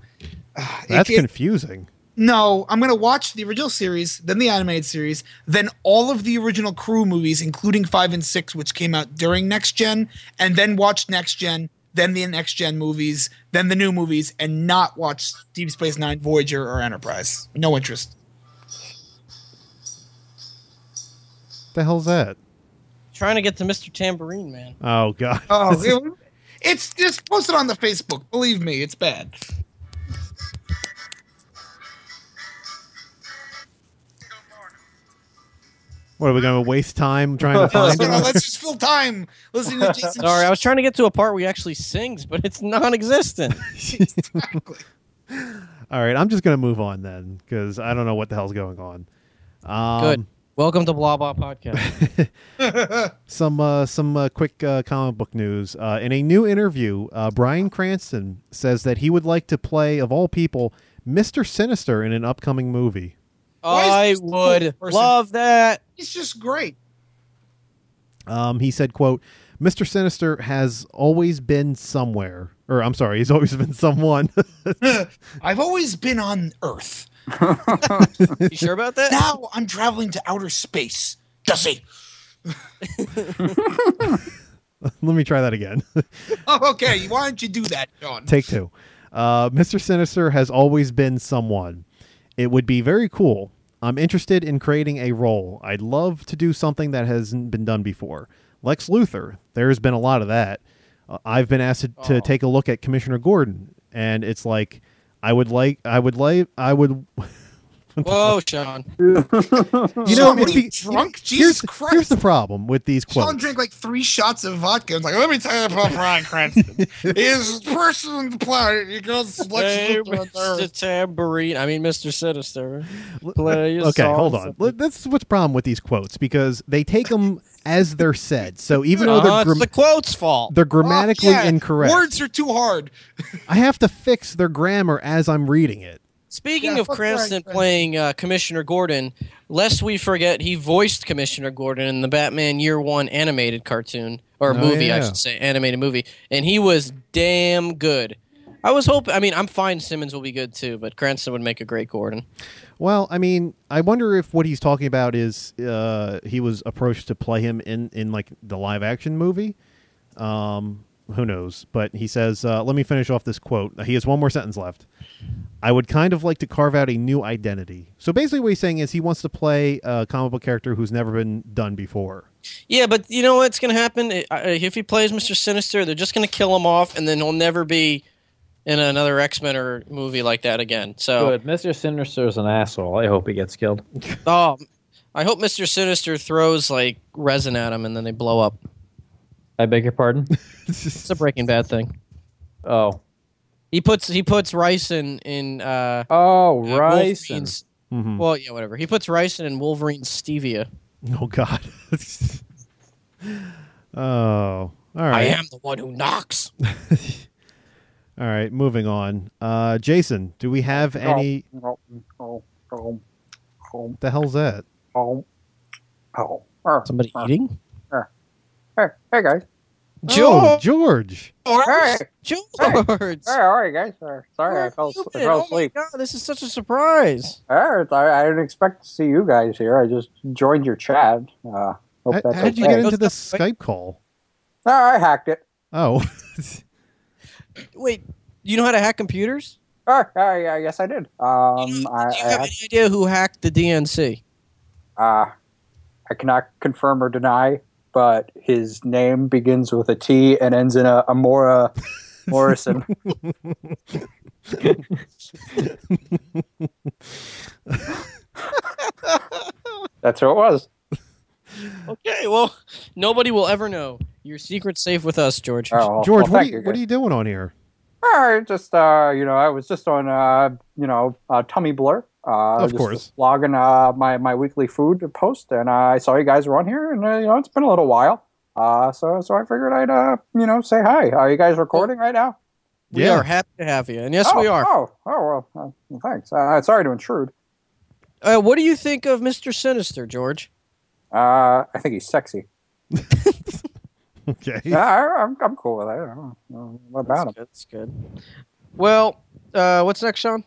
Speaker 3: uh, it-
Speaker 2: That's
Speaker 3: it-
Speaker 2: confusing.
Speaker 3: no, I'm gonna watch the original series, then the animated series, then all of the original crew movies, including five and six, which came out during Next Gen, and then watch Next Gen, then the Next Gen movies, then the new movies, and not watch Deep Space Nine, Voyager, or Enterprise. No interest.
Speaker 2: the hell's that?
Speaker 1: Trying to get to Mr. Tambourine Man.
Speaker 2: Oh god. [LAUGHS]
Speaker 3: Oh, it- it's just posted on the Facebook. Believe me, it's bad.
Speaker 2: What are we going to waste
Speaker 1: [LAUGHS]
Speaker 2: time trying to find?
Speaker 3: So,
Speaker 2: it?
Speaker 3: [LAUGHS] let's just fill time listening to
Speaker 2: [LAUGHS]
Speaker 3: Jason.
Speaker 1: Sorry, I was trying to get to a part where he actually sings, but it's [LAUGHS] non-existent.
Speaker 2: All right, I'm just going to move on then because I don't know what the hell's going on. Um,
Speaker 1: Good. Welcome to Blah Blah Podcast.
Speaker 2: some uh, some uh, quick uh, comic book news. Uh, in a new interview, uh, Brian Cranston says that he would like to play, of all people, Mister Sinister in an upcoming movie.
Speaker 3: [LAUGHS] Why is
Speaker 1: I
Speaker 3: this cool
Speaker 1: would
Speaker 3: person-
Speaker 1: love that.
Speaker 3: He's just great.
Speaker 2: Um, he said, "quote Mister Sinister has always been somewhere, or I'm sorry, he's always [LAUGHS] been someone."
Speaker 3: I've always been on Earth.
Speaker 1: You sure about that?
Speaker 3: [LAUGHS] Now I'm traveling to outer space. Does he?
Speaker 2: Let me try that again. [LAUGHS]
Speaker 3: Oh, okay. Why don't you do that, John?
Speaker 2: Take two. Uh, Mr. Sinister has always been someone. It would be very cool. I'm interested in creating a role. I'd love to do something that hasn't been done before. Lex Luthor, there's been a lot of that. Uh, I've been asked to,
Speaker 1: Oh.
Speaker 2: to take a look at Commissioner Gordon, and it's like, I would like, I would like, I would.
Speaker 1: Whoa, Sean.
Speaker 2: [LAUGHS] You
Speaker 3: Sean,
Speaker 2: know,
Speaker 3: what
Speaker 2: if
Speaker 3: are you,
Speaker 2: he-
Speaker 3: drunk?
Speaker 2: Here's,
Speaker 3: Jesus Christ.
Speaker 2: here's the problem with these quotes.
Speaker 3: Sean drank like three shots of vodka. It's like, let me tell you about Brian
Speaker 2: [LAUGHS]
Speaker 3: Cranston. His person on the planet, he goes Lex
Speaker 1: Hey,
Speaker 3: Luthor on
Speaker 1: Mr.
Speaker 3: Earth.
Speaker 1: Tambourine. I mean, Mr. Sinister. Play a
Speaker 2: okay,
Speaker 1: song.
Speaker 2: hold on. Let- That's what's the problem with these quotes because they take
Speaker 3: [LAUGHS]
Speaker 2: them as they're said. So even though
Speaker 1: Uh-huh,
Speaker 2: they're
Speaker 1: it's
Speaker 2: grim-
Speaker 1: the quote's fault.
Speaker 2: they're grammatically
Speaker 3: Oh, yeah.
Speaker 2: incorrect.
Speaker 3: Words are too hard.
Speaker 2: I have to fix their grammar as I'm reading it.
Speaker 1: Speaking
Speaker 3: Yeah,
Speaker 1: of
Speaker 3: fuck
Speaker 1: Cranston
Speaker 3: Brian Cranston.
Speaker 1: playing uh, Commissioner Gordon, lest we forget, he voiced Commissioner Gordon in the Batman Year One animated cartoon or
Speaker 2: Oh,
Speaker 1: movie, I
Speaker 2: yeah.
Speaker 1: should say, animated movie, and he was damn good. I was hoping. I mean, I'm fine. Simmons will be good too, but Cranston would make a great Gordon.
Speaker 2: Well, I mean, I wonder if what he's talking about is uh, he was approached to play him in in like the live action movie. Um, who knows? But he says, uh, "Let me finish off this quote." He has one more sentence left. I would kind of like to carve out a new identity. So basically, what he's saying is he wants to play a comic book character who's never been done before.
Speaker 1: Yeah, but you know what's going to happen I- I- if he plays Mister Sinister? They're just going to kill him off, and then he'll never be in another X Men or movie like that again. So,
Speaker 4: Oh. Good. Mr. Sinister's an asshole. I hope he gets killed.
Speaker 1: oh, I hope Mister Sinister throws like resin at him, and then they blow up.
Speaker 4: I beg your [LAUGHS] pardon?
Speaker 1: It's a Breaking Bad thing.
Speaker 4: Oh.
Speaker 1: He puts he puts rice in in uh,
Speaker 4: Oh,
Speaker 1: uh,
Speaker 4: rice. and-
Speaker 1: Wolverine's-
Speaker 2: Mm-hmm.
Speaker 1: Well, yeah, whatever. He puts rice in and Wolverine stevia.
Speaker 2: Oh God. [LAUGHS] oh, all right.
Speaker 1: I am the one who knocks.
Speaker 2: All right, moving on. Uh, Jason, do we have any? The hell's that?
Speaker 1: Somebody eating?
Speaker 7: hey, hey guys, Oh.
Speaker 2: Joe, George.
Speaker 7: hey,
Speaker 1: George.
Speaker 7: hey, how are you guys? Uh, Sorry,
Speaker 1: Where
Speaker 7: I
Speaker 1: have
Speaker 7: fell,
Speaker 1: you
Speaker 7: I
Speaker 1: been?
Speaker 7: fell
Speaker 1: Oh my
Speaker 7: asleep.
Speaker 1: God, this is such a surprise.
Speaker 7: Uh, I, I didn't expect to see you guys here. I just joined your chat. Uh, hope
Speaker 2: How,
Speaker 7: that's
Speaker 2: how did you
Speaker 7: okay.
Speaker 2: get into the
Speaker 1: Let's go-
Speaker 2: Skype call?
Speaker 7: No, I hacked it.
Speaker 2: Oh, [LAUGHS]
Speaker 1: Wait, you know how to hack computers?
Speaker 7: Oh, yeah, yeah, yes, I did. Um, I,
Speaker 1: Do you
Speaker 7: I,
Speaker 1: have any idea who hacked the DNC?
Speaker 7: uh, I cannot confirm or deny, but his name begins with a T and ends in a Amora
Speaker 2: [LAUGHS]
Speaker 7: Morrison. That's who it was.
Speaker 1: Okay, well, nobody will ever know. Your secret's safe with us, George.
Speaker 7: Oh, well,
Speaker 2: George,
Speaker 7: well,
Speaker 2: what, are
Speaker 7: thank
Speaker 2: you,
Speaker 7: you,
Speaker 2: what are you doing on here? [LAUGHS]
Speaker 7: All right, just uh, you know, I was just on uh, you know, uh, Tummy Blur. Uh,
Speaker 2: Of
Speaker 7: just
Speaker 2: course.
Speaker 7: logging uh, my my weekly food post, and uh, I saw you guys were on here, and uh, you know, it's been a little while. Uh, so so I figured I'd uh, you know, say hi. Are you guys recording right now?
Speaker 1: We
Speaker 2: Yeah.
Speaker 1: are happy to have you. And yes,
Speaker 7: oh,
Speaker 1: we are.
Speaker 7: Oh, oh well, uh, thanks. Uh, sorry to intrude.
Speaker 1: Uh, what do you think of Mr. Sinister, George?
Speaker 7: Uh, I think he's sexy.
Speaker 2: Okay.
Speaker 7: Yeah, I, I'm I'm cool with that. I don't know what about him.
Speaker 1: That's good. That's good. Well, uh, what's next, Sean?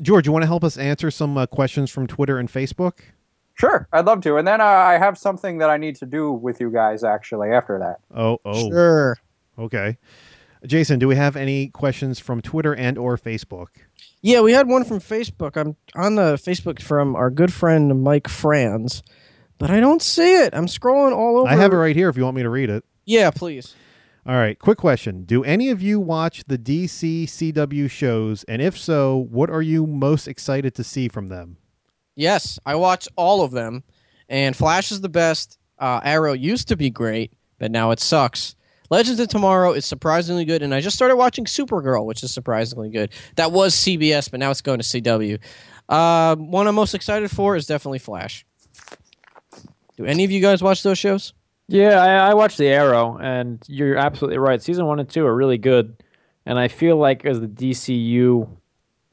Speaker 2: George, you want to help us answer some uh, questions from Twitter and Facebook?
Speaker 7: Sure, I'd love to. And then uh, I have something that I need to do with you guys actually after that.
Speaker 2: Oh, oh,
Speaker 1: Sure.
Speaker 2: okay. Jason, do we have any questions from Twitter and or Facebook?
Speaker 1: Yeah, we had one from Facebook. I'm on the Facebook from our good friend Mike Franz, but I don't see it. I'm scrolling all over.
Speaker 2: I have it right here if you want me to read it.
Speaker 1: Yeah, please.
Speaker 2: All right, quick question. Do any of you watch the DC CW shows? And if so, what are you most excited to see from them?
Speaker 1: Yes, I watch all of them, and Flash is the best. Uh, Arrow used to be great, but now it sucks. Legends of Tomorrow is surprisingly good, and I just started watching Supergirl, which is surprisingly good. That was CBS, but now it's going to CW. Uh, one I'm most excited for is definitely Flash. Do any of you guys watch those shows?
Speaker 4: Yeah, I, I watched The Arrow, and you're absolutely right. Season one and two are really good, and I feel like as the DCU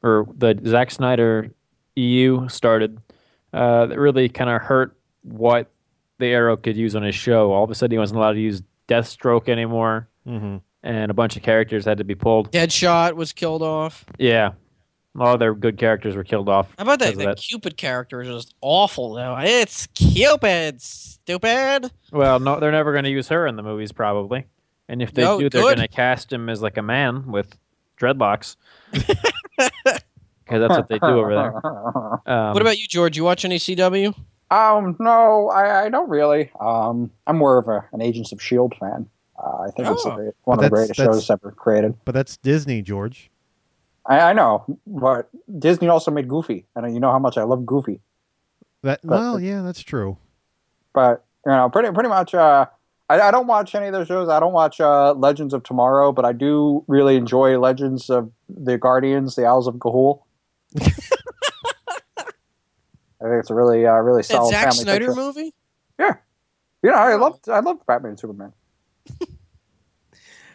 Speaker 4: or the Zack Snyder EU started, uh, that really kind of hurt what The Arrow could use on his show. All of a sudden, he wasn't allowed to use Deathstroke anymore,
Speaker 2: Mm-hmm.
Speaker 4: and a bunch of characters had to be pulled.
Speaker 1: Deadshot was killed off.
Speaker 4: Yeah, all their good characters were killed off.
Speaker 1: How about that?
Speaker 4: because
Speaker 1: That,
Speaker 4: of
Speaker 1: Cupid character is just awful, though. It's Cupid, stupid.
Speaker 4: Well, no, they're never going to use her in the movies, probably. And if they
Speaker 1: No,
Speaker 4: do, they're
Speaker 1: good.
Speaker 4: going to cast him as like a man with
Speaker 1: [LAUGHS]
Speaker 4: dreadlocks, because that's what they do over there. Um,
Speaker 1: What about you, George? You watch any CW?
Speaker 7: [LAUGHS] Um, no, I, I don't really. Um, I'm more of a, an Agents of Shield E fan. Uh, I think it's the
Speaker 1: Oh.
Speaker 7: great, one
Speaker 2: But that's-
Speaker 7: of the greatest
Speaker 2: that's-
Speaker 7: shows ever created.
Speaker 2: But that's Disney, George.
Speaker 7: I, I know, but Disney also made Goofy, and you know how much I love Goofy.
Speaker 2: That
Speaker 7: But-
Speaker 2: well, yeah, that's true.
Speaker 7: But you know, pretty pretty much. Uh, I, I don't watch any of those shows. I don't watch uh, Legends of Tomorrow, but I do really enjoy Legends of the Guardians, the Owls
Speaker 1: [LAUGHS]
Speaker 7: of Gahul. I think it's a really, uh, really
Speaker 1: That
Speaker 7: solid
Speaker 1: Zack
Speaker 7: family
Speaker 1: Snyder
Speaker 7: picture.
Speaker 1: movie?
Speaker 7: Yeah, you know, I loved, I loved Batman and Superman.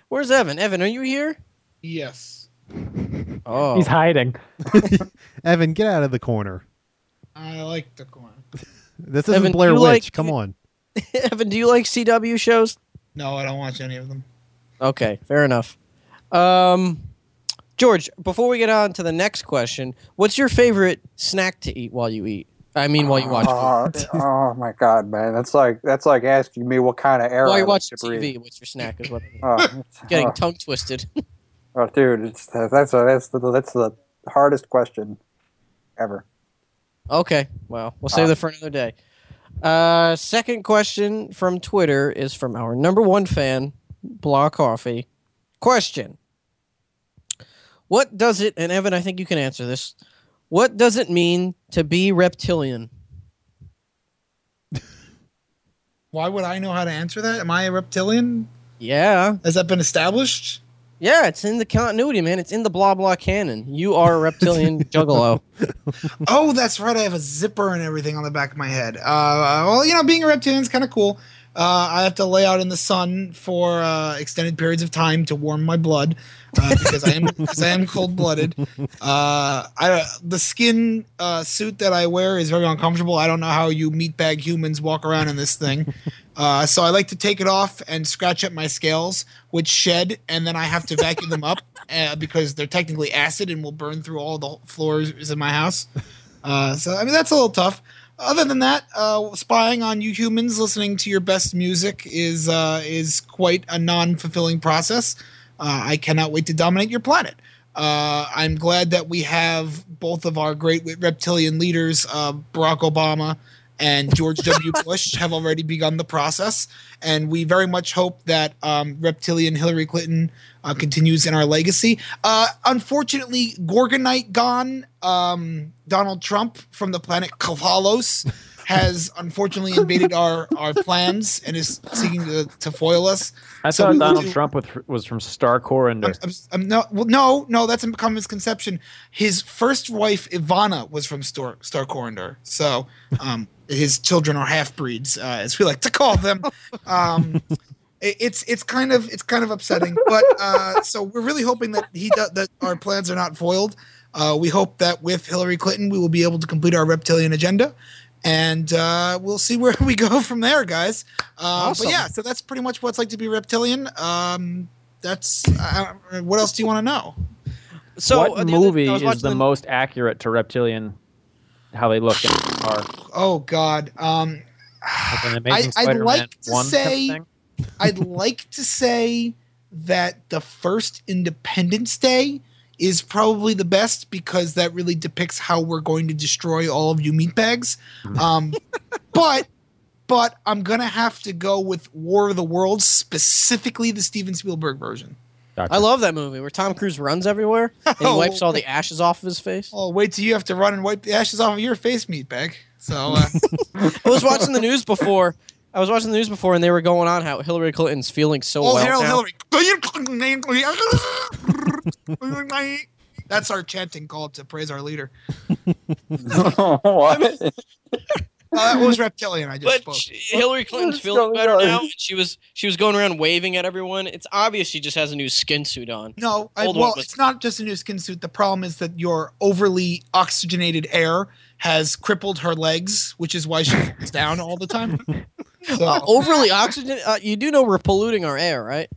Speaker 1: Where's Evan? Evan, are you here?
Speaker 3: Yes.
Speaker 1: Oh, [LAUGHS]
Speaker 4: He's hiding.
Speaker 2: Evan, get out of the corner.
Speaker 3: I like the corn.
Speaker 2: This isn't
Speaker 1: Evan,
Speaker 2: Blair
Speaker 1: you
Speaker 2: Witch.
Speaker 1: like-
Speaker 2: Come on.
Speaker 1: Evan, do you like CW shows?
Speaker 3: No, I don't watch any of them.
Speaker 1: Okay, fair enough. Um, George, before we get on to the next question, what's your favorite snack to eat while you eat? I mean, while you watch food.
Speaker 7: Oh, oh my god, man! That's like that's like asking me what kind of air
Speaker 1: While
Speaker 7: I
Speaker 1: you
Speaker 7: like
Speaker 1: watch
Speaker 7: to
Speaker 1: TV,
Speaker 7: breathe.
Speaker 1: what's your snack? Is what I'm
Speaker 7: Oh, it's-
Speaker 1: getting
Speaker 7: oh,
Speaker 1: tongue twisted.
Speaker 7: oh, dude, it's that's a, that's the that's the hardest question ever.
Speaker 1: Okay. Well, we'll save that for another day. Uh, second question from Twitter is from our number one fan, Blah Coffee. Question What does it, and Evan, I think you can answer this. What does it mean to be reptilian?
Speaker 3: Why would I know how to answer that? Am I a reptilian?
Speaker 1: Yeah.
Speaker 3: Has that been established?
Speaker 1: Yeah, it's in the continuity, man. It's in the blah blah canon. You are a [LAUGHS] reptilian juggalo.
Speaker 3: [LAUGHS] Oh, that's right. I have a zipper and everything on the back of my head. Uh, well, you know, being a reptilian is kind of cool. Uh, I have to lay out in the sun for uh, extended periods of time to warm my blood uh, because I am [LAUGHS] because I am cold blooded. Uh, I the skin uh, suit that I wear is very uncomfortable. I don't know how you meatbag humans walk around in this thing. Uh, so I like to take it off and scratch up my scales, which shed, and then I have to vacuum them up uh, because they're technically acid and will burn through all the floors in my house. Uh, so I mean that's a little tough. Other than that, uh, spying on you humans, listening to your best music is uh, is quite a non fulfilling process. Uh, I cannot wait to dominate your planet. Uh, I'm glad that we have both of our great reptilian leaders, uh, Barack Obama and George W. Bush, have already begun the process. And we very much hope that um, reptilian Hillary Clinton uh, continues in our legacy. Uh, unfortunately, Gorgonite gone, um, Donald Trump from the planet Kavalos. Has unfortunately invaded our, our plans and is seeking to, to foil us.
Speaker 4: I
Speaker 3: So
Speaker 4: thought
Speaker 3: we will
Speaker 4: Donald
Speaker 3: do-
Speaker 4: Trump was, was from Star Coriander.
Speaker 3: I'm, I'm no, well, no, no. That's a common misconception. His first wife Ivana was from Star, Star Coriander, so um, his children are half breeds, uh, as we like to call them. Um, it- it's it's kind of it's kind of upsetting, but uh, so we're really hoping that he do, that our plans are not foiled. Uh, we hope that with Hillary Clinton, we will be able to complete our reptilian agenda. And uh, we'll see where [LAUGHS] we go from there, guys. Uh,
Speaker 1: Awesome.
Speaker 3: But yeah, so that's pretty much what it's like to be reptilian. Um, that's I I- what else do you want to know?
Speaker 1: So uh, the
Speaker 4: what
Speaker 1: other-
Speaker 4: movie
Speaker 1: I was
Speaker 4: is
Speaker 1: watching
Speaker 4: the most accurate to reptilian? How they look in are
Speaker 3: Oh God, um,
Speaker 4: like an amazing
Speaker 3: I- I'd
Speaker 4: Spider-Man
Speaker 3: like to
Speaker 4: one type of
Speaker 3: say-
Speaker 4: thing?
Speaker 3: I'd like to say that the first Independence Day is probably the best because that really depicts how we're going to destroy all of you meatbags. Um, but but I'm gonna have to go with War of the Worlds, specifically the Steven Spielberg version.
Speaker 1: I love that movie where Tom Cruise runs everywhere and
Speaker 4: [LAUGHS]
Speaker 1: he wipes all
Speaker 4: Oh.
Speaker 1: the ashes off of his face.
Speaker 3: Oh, wait till you have to run and wipe the ashes off of your face, meatbag. So. Uh,
Speaker 1: I was watching the news before. I was watching the news before, and they were going on how Hillary Clinton's feeling so
Speaker 3: Oh,
Speaker 1: well
Speaker 3: Harold
Speaker 1: now.
Speaker 3: [LAUGHS] Hillary. That's our chanting call to praise our leader.
Speaker 7: What?
Speaker 3: Uh, that was reptilian. I just
Speaker 1: But
Speaker 3: spoke.
Speaker 1: she- Hillary Clinton's
Speaker 7: is
Speaker 1: feeling
Speaker 7: going
Speaker 1: better
Speaker 7: on?
Speaker 1: now. and She was she was going around waving at everyone. It's obvious she just has a new skin suit on.
Speaker 3: No, I,
Speaker 1: Old
Speaker 3: well,
Speaker 1: one was-
Speaker 3: it's not just a new skin suit. The problem is that your overly oxygenated air has crippled her legs, which is why she falls down all the time. So-
Speaker 1: Uh, overly oxygen. Uh, you do know we're polluting our air, right?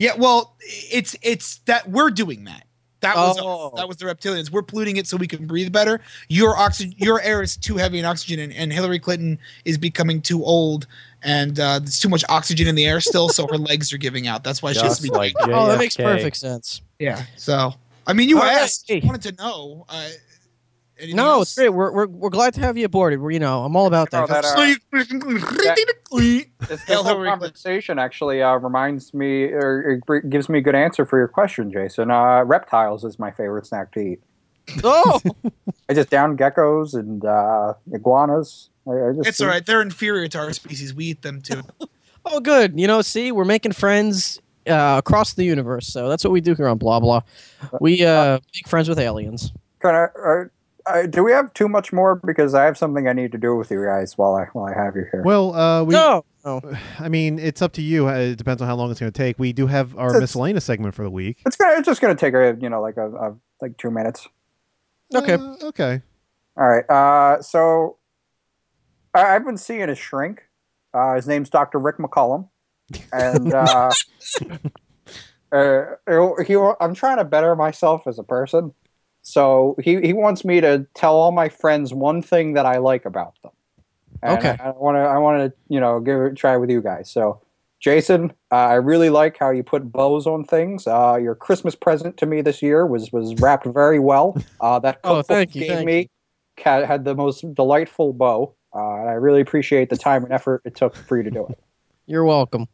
Speaker 3: yeah, well, it's it's that we're doing that. That was us.
Speaker 1: Oh.
Speaker 3: that was the reptilians. We're polluting it so we can breathe better. Your oxygen, your air is too heavy in oxygen, and, and Hillary Clinton is becoming too old, and uh, there's too much oxygen in the air still, so her [LAUGHS] legs are giving out. That's why she has to be
Speaker 4: Just like
Speaker 1: Oh, that makes
Speaker 4: JFK.
Speaker 1: perfect sense.
Speaker 3: Yeah. So, I mean, you
Speaker 1: All right.
Speaker 3: asked. You wanted to know. Uh, anything
Speaker 1: No,
Speaker 3: else?
Speaker 1: it's great. We're, we're, we're glad to have you aboard. We're, you know, I'm all about
Speaker 7: You know,
Speaker 1: that.
Speaker 7: that, uh, this, this
Speaker 3: Hillary
Speaker 7: whole
Speaker 3: Clinton.
Speaker 7: conversation actually uh, reminds me or, it br- gives me a good answer for your question, Jason. Uh, reptiles is my favorite snack to eat.
Speaker 1: [LAUGHS] oh,
Speaker 7: I just down geckos and uh, iguanas. I, I
Speaker 3: [LAUGHS]
Speaker 7: just
Speaker 3: It's all right. They're inferior to our species. We eat them too.
Speaker 1: oh, good. You know, see, we're making friends uh, across the universe. So that's what we do here on Blah Blah. We uh, make friends with aliens.
Speaker 7: Can I, are, uh, do we have too much more? Because I have something I need to do with you guys while I while I have you here.
Speaker 2: Well, uh, we.
Speaker 1: no, no.
Speaker 2: I mean, it's up to you. Uh, It depends on how long it's going to take. We do have our
Speaker 7: It's-
Speaker 2: miscellaneous segment for the week.
Speaker 7: It's gonna it's just gonna take a you know like a, a like two minutes.
Speaker 1: Okay.
Speaker 2: Uh, okay.
Speaker 7: All right. Uh, so I, I've been seeing a shrink. Uh, his name's Dr. Rick McCollum, and uh, uh, he'll- he, wa- I'm trying to better myself as a person. So he, he wants me to tell all my friends one thing that I like about them. And
Speaker 1: Okay.
Speaker 7: I want to I want to you know give it a try with you guys. So Jason, uh, I really like how you put bows on things. Uh, your Christmas present to me this year was was wrapped very well. Uh, that
Speaker 1: Oh,
Speaker 7: cookbook
Speaker 1: thank you,
Speaker 7: gave
Speaker 1: thank
Speaker 7: me ca had the most delightful bow, uh, and I really appreciate the time and effort it took for you to do
Speaker 1: [LAUGHS]
Speaker 7: it.
Speaker 1: You're welcome.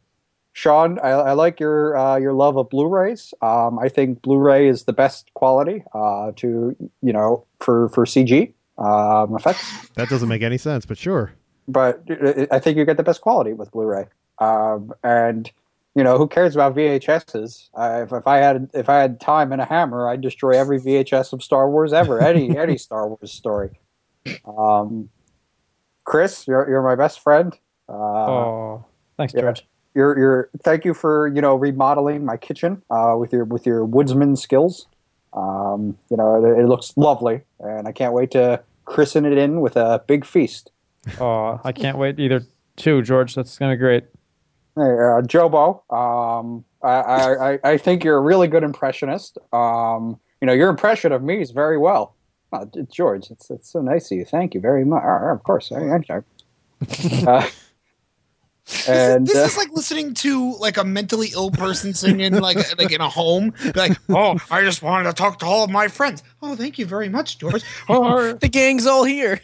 Speaker 7: Sean, I, I like your uh, your love of Blu-rays. Um, I think Blu-ray is the best quality uh, to you know for for CG um, effects
Speaker 2: That doesn't make any sense, but sure.
Speaker 7: but uh, I think you get the best quality with Blu-ray. Um, and you know, who cares about VHSs? Uh, if, if I had if I had time and a hammer, I'd destroy every VHS of Star Wars ever, any any Star Wars story. Um, Chris, you're you're my best friend. Uh,
Speaker 4: Oh, thanks,
Speaker 7: yeah.
Speaker 4: George.
Speaker 7: You're you're thank you for you know remodeling my kitchen uh, with your with your woodsman skills. Um, you know, it, it looks lovely, and I can't wait to christen it in with a big feast.
Speaker 4: Oh, I can't wait either. Too, George. That's gonna
Speaker 3: [LAUGHS]
Speaker 4: be great.
Speaker 7: Hey, uh, Jobo, um, I, I, I- I think you're a really good impressionist. Um, you know, your impression of me is very well. Oh, d- George, it's, Uh,
Speaker 3: [LAUGHS]
Speaker 7: it's so nice of you. Thank you very much. Ah, ah, Of course. I, I, I- uh,
Speaker 5: And
Speaker 3: this
Speaker 5: uh,
Speaker 3: is like listening to like a mentally ill person singing like [LAUGHS] like in a home. Like, oh, I just wanted to talk to all of my friends. Oh, thank you very much, George. Oh,
Speaker 1: The gang's all here.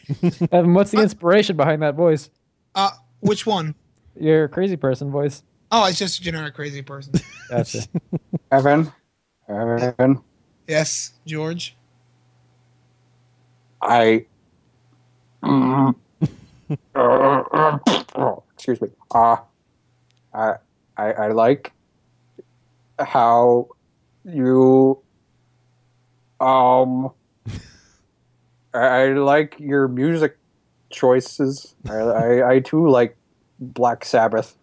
Speaker 4: Evan, what's the inspiration behind that voice?
Speaker 3: uh, which one?
Speaker 4: Your crazy person voice.
Speaker 3: Oh, it's just a generic crazy person.
Speaker 4: Gotcha.
Speaker 7: Evan, Evan,
Speaker 3: Yes, George.
Speaker 7: I. mm, [LAUGHS] excuse me. Uh, I, I, I like how you. Um, I, I like your music choices. I, I, I too like Black Sabbath.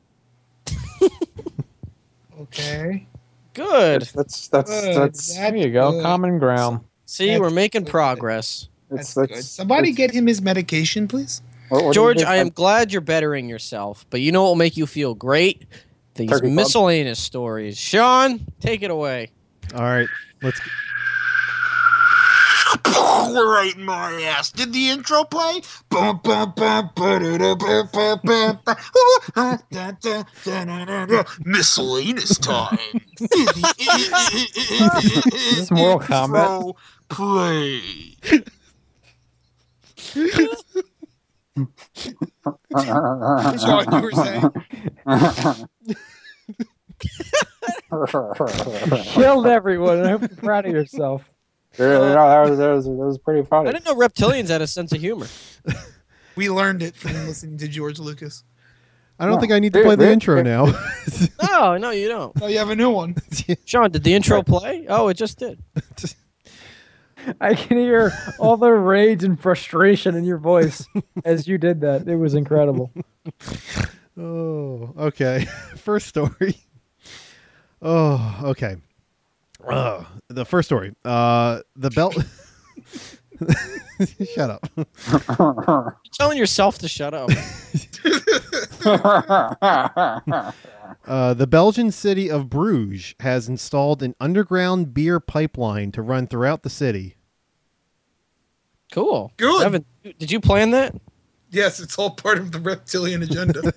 Speaker 3: Okay.
Speaker 1: Good.
Speaker 7: That's that's
Speaker 3: Good.
Speaker 7: that's
Speaker 3: That-
Speaker 4: [LAUGHS] There you go.
Speaker 3: Good. [LAUGHS]
Speaker 4: Common ground.
Speaker 1: See, we're making progress.
Speaker 3: That's
Speaker 7: that's,
Speaker 3: good.
Speaker 7: that's
Speaker 3: Somebody get him his medication, please.
Speaker 7: what- what do you
Speaker 1: George,
Speaker 7: think
Speaker 1: I am
Speaker 7: about-
Speaker 1: glad you're bettering yourself, but you know what will make you feel great? These
Speaker 7: Turkey club.
Speaker 1: miscellaneous stories. Sean, take it away.
Speaker 2: All right, let's.
Speaker 3: Right in my ass. Did the intro play? Bum, bum, bum, ba-da-da, bum, bum, bum, bum. Ooh, ah, da, da, da, da, da, da. Miscellaneous time. Is
Speaker 4: this Mortal Kombat?
Speaker 3: Play. Sean, you were saying?
Speaker 4: Killed everyone. I hope you're proud
Speaker 3: [LAUGHS]
Speaker 4: of yourself.
Speaker 7: Yeah, no, that was, that was that was pretty
Speaker 1: I
Speaker 7: funny.
Speaker 1: didn't know reptilians had a sense of
Speaker 7: [LAUGHS]
Speaker 1: humor.
Speaker 3: We learned it from listening to George Lucas.
Speaker 2: I don't
Speaker 7: No.
Speaker 2: think I need to
Speaker 7: Dude,
Speaker 2: play the
Speaker 7: dude,
Speaker 2: intro
Speaker 7: dude.
Speaker 2: now. [LAUGHS]
Speaker 1: No, no, you don't.
Speaker 3: Oh, you have a new one.
Speaker 1: Sean, did the intro play? Oh, it just did.
Speaker 4: I can hear all the rage and frustration in your voice as you did that. It was incredible.
Speaker 2: Oh, okay. [LAUGHS] First story. Oh, okay. Uh, the first story. Uh, the belt. [LAUGHS] Shut up.
Speaker 1: You're telling yourself to shut
Speaker 7: [LAUGHS]
Speaker 1: up.
Speaker 2: Uh, the Belgian city of Bruges has installed an underground beer pipeline to run throughout the city.
Speaker 1: Cool.
Speaker 3: Good.
Speaker 1: Evan, did you plan that?
Speaker 3: Yes, it's all part of the reptilian agenda.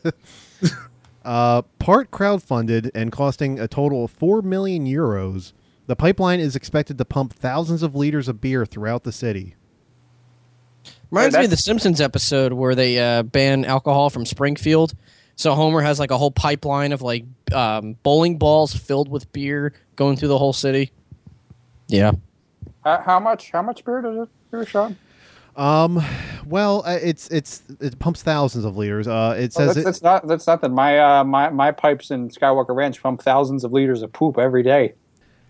Speaker 2: Uh, part crowdfunded and costing a total of 4 million euros, the pipeline is expected to pump thousands of liters of beer throughout the city.
Speaker 1: Reminds
Speaker 7: Yeah,
Speaker 1: me of the
Speaker 7: that's-
Speaker 1: Simpsons episode where they uh, ban alcohol from Springfield. So Homer has like a whole pipeline of like um, bowling balls filled with beer going through the whole city. Yeah.
Speaker 7: how, how much? How much beer does it? Beer, Sean?
Speaker 2: Um, well, uh, it's it's it pumps thousands of liters. Uh, it
Speaker 7: Oh,
Speaker 2: says
Speaker 7: that's,
Speaker 2: it,
Speaker 7: that's not that's nothing. My uh, my my pipes in Skywalker Ranch pump thousands of liters of poop every day.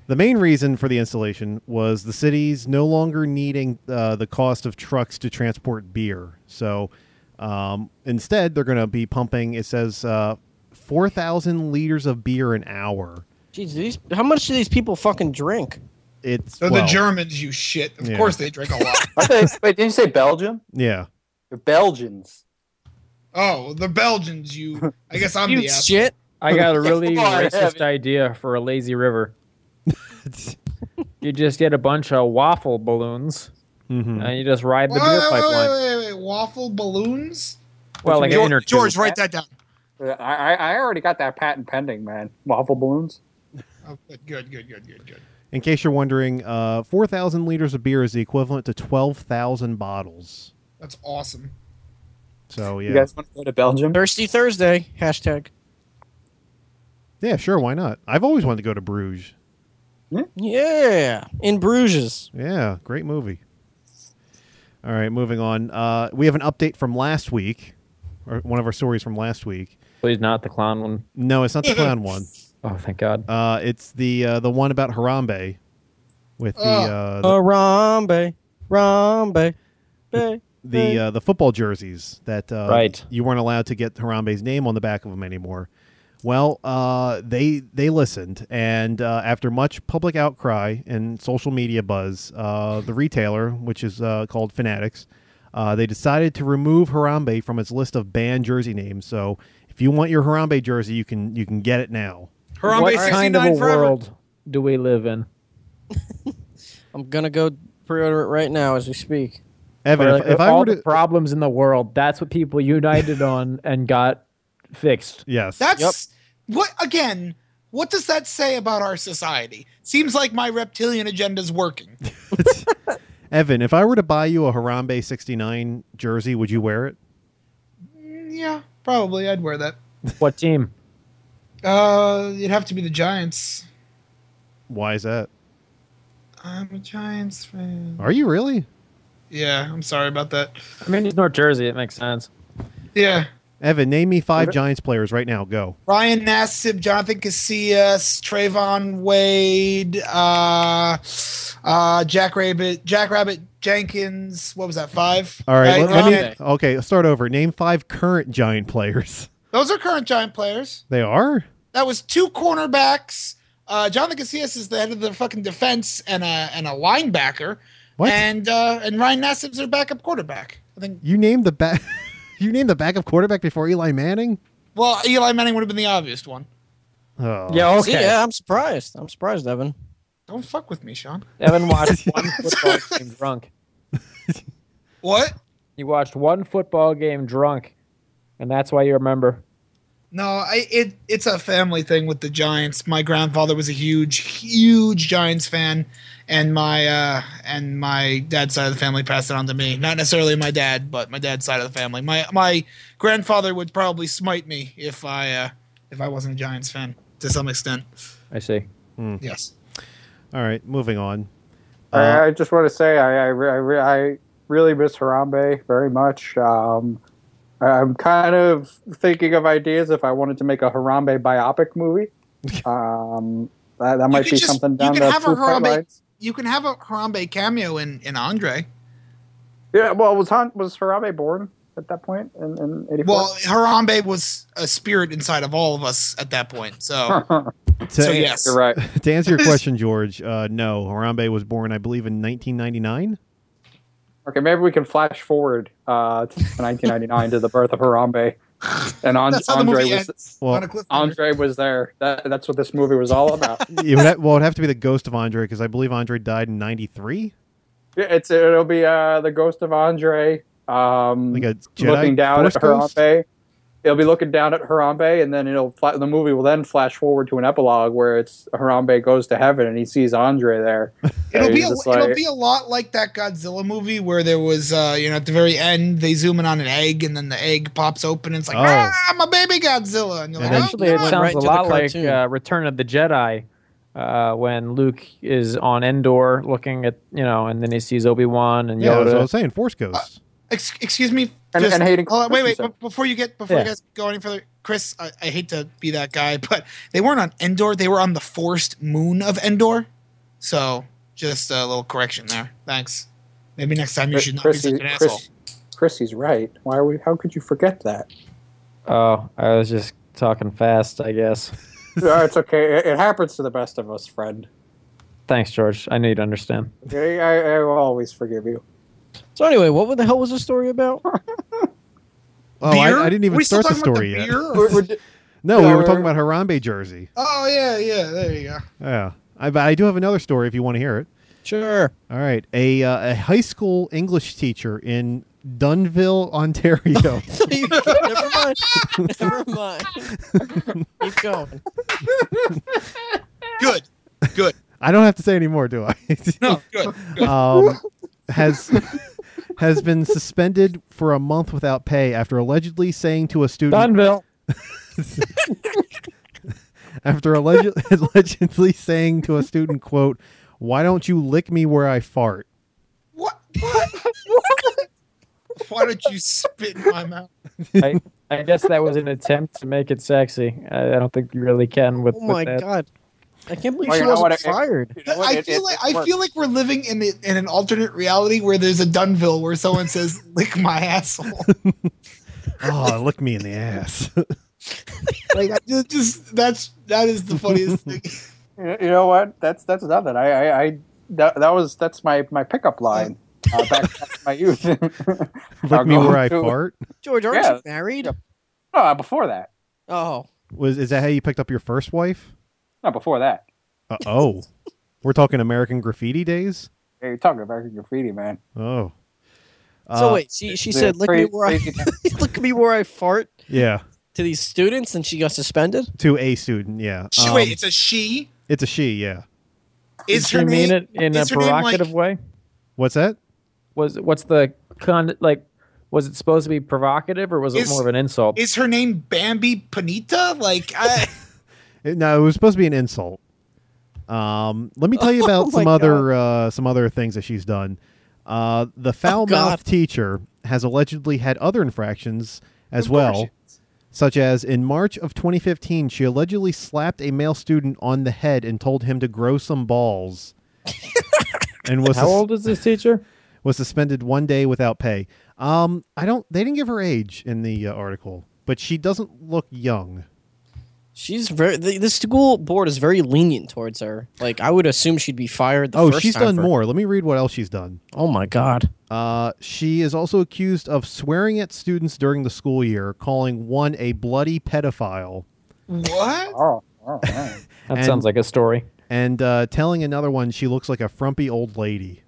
Speaker 2: The main reason for the installation was the city's no longer needing uh, the cost of trucks to transport beer. So um, instead, they're going to be pumping, it says, uh, 4,000 liters of beer an hour.
Speaker 1: Jeez, these, how much do these people fucking drink?
Speaker 2: It's
Speaker 3: [LAUGHS] So the
Speaker 2: well,
Speaker 3: Germans, you shit. Of
Speaker 2: Yeah.
Speaker 3: course they drink a lot.
Speaker 7: I thought- Wait, didn't you say Belgium?
Speaker 2: Yeah.
Speaker 7: They're Belgians.
Speaker 3: Oh, the Belgians, you. I guess
Speaker 4: [LAUGHS]
Speaker 3: I'm
Speaker 1: You
Speaker 3: the asshole.
Speaker 1: shit.
Speaker 4: I got
Speaker 3: [LAUGHS]
Speaker 4: a really
Speaker 7: Come on,
Speaker 4: racist
Speaker 7: Evan.
Speaker 4: idea for a lazy river. You just get a bunch of waffle balloons
Speaker 2: Mhm.
Speaker 4: and you just ride the
Speaker 3: Wait,
Speaker 4: beer
Speaker 3: wait, wait,
Speaker 4: pipeline.
Speaker 3: wait, wait, wait. Waffle balloons?
Speaker 4: Well, like an
Speaker 3: George,
Speaker 4: inner tube.
Speaker 3: George, write that down.
Speaker 7: I, I I already got that patent pending, man. Waffle balloons.
Speaker 3: Oh, good, good, good, good, good, good.
Speaker 2: In case you're wondering, uh, 4,000 liters of beer is the equivalent to 12,000 bottles.
Speaker 3: That's awesome.
Speaker 2: So, yeah.
Speaker 7: You guys want to go to Belgium?
Speaker 1: Thirsty Thursday. Hashtag.
Speaker 2: yeah, sure. Why not? I've always wanted to go to Bruges.
Speaker 1: Yeah. In Bruges.
Speaker 2: Yeah, great movie. All right, moving on. Uh, we have an update from last week, or one of our stories from last week.
Speaker 4: Please not the clown one.
Speaker 2: No, it's not the clown one.
Speaker 4: Oh, thank God.
Speaker 2: Uh, it's the uh, the one about Harambe with the uh, the
Speaker 1: Uh, Rambe. Rambe. Bay.
Speaker 2: the, uh, the football jerseys that uh,
Speaker 4: Right.
Speaker 2: you weren't allowed to get Harambe's name on the back of them anymore. Well, uh, they they listened, and uh, after much public outcry and social media buzz, uh, the retailer, which is uh, called Fanatics, uh, they decided to remove Harambe from its list of banned jersey names. So, if you want your Harambe jersey, you can you can get it now.
Speaker 3: Harambe
Speaker 4: what
Speaker 3: 69
Speaker 4: kind of a
Speaker 3: forever.
Speaker 4: world do we live in?
Speaker 1: I'm going to go pre order it right now as we speak.
Speaker 2: Evan,
Speaker 4: Where,
Speaker 2: if,
Speaker 4: like,
Speaker 2: if I
Speaker 4: all
Speaker 2: were
Speaker 4: the
Speaker 2: to
Speaker 4: [LAUGHS] problems in the world, that's what people united on and got fixed.
Speaker 2: Yes.
Speaker 3: That's what again. What does that say about our society? Seems like my reptilian agenda's working. [LAUGHS]
Speaker 2: Evan, if I were to buy you a Harambe 69 jersey, would you wear it?
Speaker 3: Mm, Yeah, probably I'd wear that.
Speaker 4: What team?
Speaker 3: Uh, it'd have to be the Giants.
Speaker 2: Why is that?
Speaker 3: I'm a Giants fan.
Speaker 2: Are you really?
Speaker 3: Yeah, I'm sorry about that.
Speaker 4: I mean, it's North Jersey. It makes sense.
Speaker 3: Yeah.
Speaker 2: Evan, name me five Giants players right now. Go.
Speaker 3: Ryan Nassib, Jonathan Casillas, Trayvon Wade, uh, uh, Jack Rabbit, Jack Rabbit Jenkins. What was that? Five.
Speaker 2: All right.
Speaker 3: Right,
Speaker 2: let- let me-
Speaker 3: Ryan.
Speaker 2: okay, I'll start over. Name five current Giant players. [LAUGHS]
Speaker 3: Those are current Giant players.
Speaker 2: They are?
Speaker 3: That was two cornerbacks. Uh, Jonathan Casillas is the head of the fucking defense and a and a linebacker.
Speaker 2: What?
Speaker 3: And uh, and Ryan Nassib's their backup quarterback. I think.
Speaker 2: You named the back. [LAUGHS] you named the backup quarterback before Eli Manning.
Speaker 3: Well, Eli Manning would have been the obvious one.
Speaker 2: Oh.
Speaker 4: Yeah.
Speaker 1: See,
Speaker 4: Okay.
Speaker 1: yeah, I'm surprised. I'm surprised, Evan.
Speaker 3: Don't fuck with me, Sean.
Speaker 4: [LAUGHS]
Speaker 1: [LAUGHS]
Speaker 4: Evan watched one football game drunk.
Speaker 3: What?
Speaker 4: You watched one football game drunk, and that's why you remember.
Speaker 3: No, I, it it's a family thing with the Giants. My grandfather was a huge, huge Giants fan, and my uh, and my dad's side of the family passed it on to me. Not necessarily my dad, but my dad's side of the family. My my grandfather would probably smite me if I uh, if I wasn't a Giants fan to some extent.
Speaker 4: I see.
Speaker 3: Yes.
Speaker 2: All right, moving on.
Speaker 3: Uh,
Speaker 7: I, I just want to say I I, re- I, re- I really miss Harambe very much. Um, I'm kind of thinking of ideas if I wanted to make a Harambe
Speaker 3: [LAUGHS]
Speaker 7: biopic movie. Um, that, that might
Speaker 3: could
Speaker 7: be
Speaker 3: just-
Speaker 7: something
Speaker 3: you
Speaker 7: down
Speaker 3: could
Speaker 7: the
Speaker 3: have a
Speaker 7: food pipe
Speaker 3: Harambe-
Speaker 7: lines.
Speaker 3: You can have a Harambe cameo in in Andre.
Speaker 7: Yeah, well, was Han, was Harambe born at that point in, in 84?
Speaker 3: Well, Harambe was a spirit inside of all of us at that point. So
Speaker 2: Uh, To,
Speaker 3: so yes.
Speaker 7: You're right.
Speaker 2: [LAUGHS] to
Speaker 3: [LAUGHS]
Speaker 2: answer your question, George, uh, no, Harambe was born, I believe, in 1999.
Speaker 7: [LAUGHS] Okay, maybe we can flash forward uh, to 1999 to the birth of Harambe, and
Speaker 3: [LAUGHS]
Speaker 7: An-
Speaker 3: That's how the
Speaker 7: Andre
Speaker 3: movie
Speaker 7: was
Speaker 3: ends.
Speaker 2: Well,
Speaker 3: on a cliffhanger.
Speaker 7: Andre was there. That, that's what this movie was
Speaker 3: [LAUGHS]
Speaker 7: all about.
Speaker 2: [LAUGHS] It would have, well, it'd have to be the ghost of Andre because I believe Andre died in 93.
Speaker 7: Yeah, it's it'll be uh, the ghost of Andre um,
Speaker 2: Like a Jedi
Speaker 7: looking down at
Speaker 2: Force ghost?
Speaker 7: Harambe. It'll be looking down at Harambe, and then it'll fla- the movie will then flash forward to an epilogue where it's Harambe goes to heaven and he sees Andre there.
Speaker 3: It'll
Speaker 7: And
Speaker 3: be
Speaker 7: he's
Speaker 3: a,
Speaker 7: just
Speaker 3: it'll
Speaker 7: like-
Speaker 3: be a lot like that Godzilla movie where there was uh, you know at the very end they zoom in on an egg and then the egg pops open and it's like
Speaker 2: Oh.
Speaker 3: ah I'm a baby Godzilla and you're
Speaker 2: And then-
Speaker 3: like oh,
Speaker 4: Actually, it
Speaker 1: Went
Speaker 4: sounds
Speaker 1: right
Speaker 4: a
Speaker 1: to the
Speaker 4: lot like
Speaker 1: cartoon.
Speaker 4: uh, Return of the Jedi, uh, when Luke is on Endor looking at you know, and then he sees Obi Wan and
Speaker 2: Yeah, that's what I
Speaker 4: Yoda.
Speaker 2: was saying. Force
Speaker 3: Uh,
Speaker 2: ghost.
Speaker 3: ex- excuse me
Speaker 7: And- and Hayden
Speaker 3: hold on, wait
Speaker 7: [LAUGHS]
Speaker 3: wait
Speaker 7: Christensen.
Speaker 3: be- before you get before
Speaker 4: Yeah.
Speaker 3: you guys go any further Chris I, I hate to be that guy but they weren't on Endor they were on the forced moon of Endor so just a little correction there thanks maybe next time you should not
Speaker 7: Chris,
Speaker 3: be
Speaker 7: is-
Speaker 3: such an asshole
Speaker 7: Chris, Chris, he's right. Why are we? How could you forget that?
Speaker 3: [LAUGHS]
Speaker 4: oh, I was just talking fast, I guess.
Speaker 7: Uh, it's okay. It, it happens to the best of us, friend.
Speaker 4: Thanks, George. I knew you'd understand.
Speaker 7: I, I, I will always forgive you.
Speaker 1: So anyway, what the hell was the story about?
Speaker 2: Oh,
Speaker 3: Beer?
Speaker 2: I, I didn't
Speaker 3: Are
Speaker 2: even
Speaker 3: we still
Speaker 2: start the
Speaker 3: talking about
Speaker 2: story yet.
Speaker 3: beer, or-
Speaker 7: We're- we're-
Speaker 2: No, we
Speaker 7: Yeah,
Speaker 2: were
Speaker 7: we're-
Speaker 2: talking about Harambe jersey.
Speaker 3: oh yeah yeah there you go
Speaker 2: Yeah, I, but I do have another story if you want to hear it.
Speaker 1: Sure.
Speaker 2: All right, a uh, a high school English teacher in Dunville, [LAUGHS] Ontario.
Speaker 1: You- [LAUGHS] Never mind. Never mind. Keep
Speaker 2: [LAUGHS]
Speaker 1: going.
Speaker 3: good good
Speaker 2: I don't have to say any more, do I? [LAUGHS]
Speaker 3: no good good
Speaker 2: um, has has been suspended for a month without pay after allegedly saying to a student
Speaker 4: Dunville.
Speaker 2: after alleged, [LAUGHS] allegedly saying to a student quote why don't you lick me where i fart
Speaker 3: What? What? Why don't you spit in my mouth?
Speaker 4: I, I guess that was an attempt to make it sexy. I, I don't think you really can with,
Speaker 1: Oh
Speaker 4: with
Speaker 1: my
Speaker 4: that.
Speaker 1: god. I can't believe
Speaker 7: Well,
Speaker 1: she
Speaker 7: you know
Speaker 1: wasn't
Speaker 7: what, it-
Speaker 1: fired.
Speaker 7: you know what?
Speaker 3: I
Speaker 7: It-
Speaker 3: feel
Speaker 7: it-
Speaker 3: like
Speaker 7: it
Speaker 3: I feel like we're living in the, in an alternate reality where there's a Dunville where someone says [LAUGHS] "lick my asshole."
Speaker 2: oh lick me in the ass [LAUGHS]
Speaker 3: like I just, just that's that is the funniest thing.
Speaker 7: You you know what? That's that's nothing. I, I, I that, that was that's my my pickup line uh, back, back to
Speaker 3: [LAUGHS]
Speaker 7: my youth. [LAUGHS]
Speaker 2: lick me where i
Speaker 7: Go to-
Speaker 2: fart
Speaker 1: George, aren't
Speaker 7: Yeah.
Speaker 1: you married?
Speaker 7: Yeah. no, before that,
Speaker 1: Oh.
Speaker 2: was is that how you picked up your first wife
Speaker 7: no, before that.
Speaker 2: uh, oh we're talking american graffiti days
Speaker 7: Hey, you're talking American graffiti, man.
Speaker 2: oh
Speaker 1: So
Speaker 2: Uh,
Speaker 1: wait, she she
Speaker 7: the
Speaker 1: said lick me
Speaker 7: crazy-
Speaker 1: where I [LAUGHS]
Speaker 7: crazy-
Speaker 1: lick me where I fart.
Speaker 2: yeah
Speaker 1: to these students and she got suspended?
Speaker 2: to a student. Yeah,
Speaker 3: She,
Speaker 2: Um,
Speaker 3: wait, it's a she.
Speaker 2: it's a she. Yeah,
Speaker 3: Is
Speaker 4: Did you
Speaker 3: her
Speaker 4: mean
Speaker 3: name
Speaker 4: it in a
Speaker 3: is her name, like-
Speaker 4: provocative way?
Speaker 2: what's that?
Speaker 4: Was what's the con like? Was it supposed to be provocative or was it
Speaker 3: Is-
Speaker 4: more of an insult?
Speaker 3: Is her name Bambi Panita? Like, I,
Speaker 2: It- no, it was supposed to be an insult. Um, let me tell
Speaker 3: [LAUGHS]
Speaker 2: you about
Speaker 1: Oh
Speaker 2: some
Speaker 1: my
Speaker 2: other uh, some other things that she's done. Uh,
Speaker 3: Oh,
Speaker 2: the foul mouthed teacher has allegedly had other infractions as
Speaker 3: Of course
Speaker 2: well,
Speaker 3: she is.
Speaker 2: such as in March of 2015, she allegedly slapped a male student on the head and told him to grow some
Speaker 3: [LAUGHS]
Speaker 2: balls, and was
Speaker 4: How
Speaker 2: sus-
Speaker 4: old is this teacher?
Speaker 2: was suspended one day without pay. Um, I don't. They didn't give her age in the uh, article, but she doesn't look young.
Speaker 1: She's very. The, the school board is very lenient towards her. Like I would assume she'd be fired. The
Speaker 2: Oh,
Speaker 1: first
Speaker 2: she's
Speaker 1: time
Speaker 2: done
Speaker 1: for-
Speaker 2: more. Let me read what else she's done.
Speaker 1: Oh my god.
Speaker 2: Uh, she is also accused of swearing at students during the school year, calling one a bloody pedophile,
Speaker 3: what?
Speaker 7: Oh, all right.
Speaker 4: That
Speaker 2: And-
Speaker 4: sounds like a story.
Speaker 2: and uh, telling another one she looks like a frumpy old lady.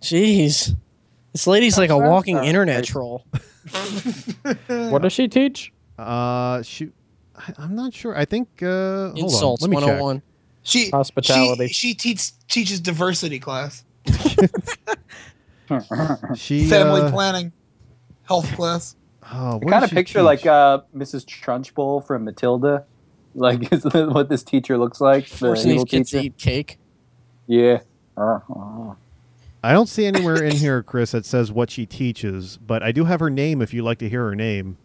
Speaker 1: Jeez. This lady's like a
Speaker 7: That's
Speaker 1: walking
Speaker 7: all right.
Speaker 1: internet troll.
Speaker 4: What does she teach?
Speaker 2: Uh, she, I, I'm not sure. I think uh, hold on.
Speaker 1: Insults
Speaker 2: Let me
Speaker 1: one oh
Speaker 2: check.
Speaker 1: one.
Speaker 3: She
Speaker 4: Hospitality.
Speaker 3: She, she teach, teaches diversity class,
Speaker 2: She
Speaker 3: family
Speaker 2: uh,
Speaker 3: planning, health class.
Speaker 2: oh, what
Speaker 7: I kind
Speaker 2: does
Speaker 7: of
Speaker 2: she
Speaker 7: picture
Speaker 2: teach?
Speaker 7: like uh, Mrs. Trunchbull from Matilda. Like [LAUGHS] is that what this teacher looks like? The
Speaker 1: Forcing these
Speaker 7: evil
Speaker 1: kids
Speaker 7: teacher.
Speaker 1: to eat cake.
Speaker 7: Yeah. Uh, uh.
Speaker 2: I don't see anywhere in here, Chris, that says what she teaches, but I do have her name if you'd like to hear her name.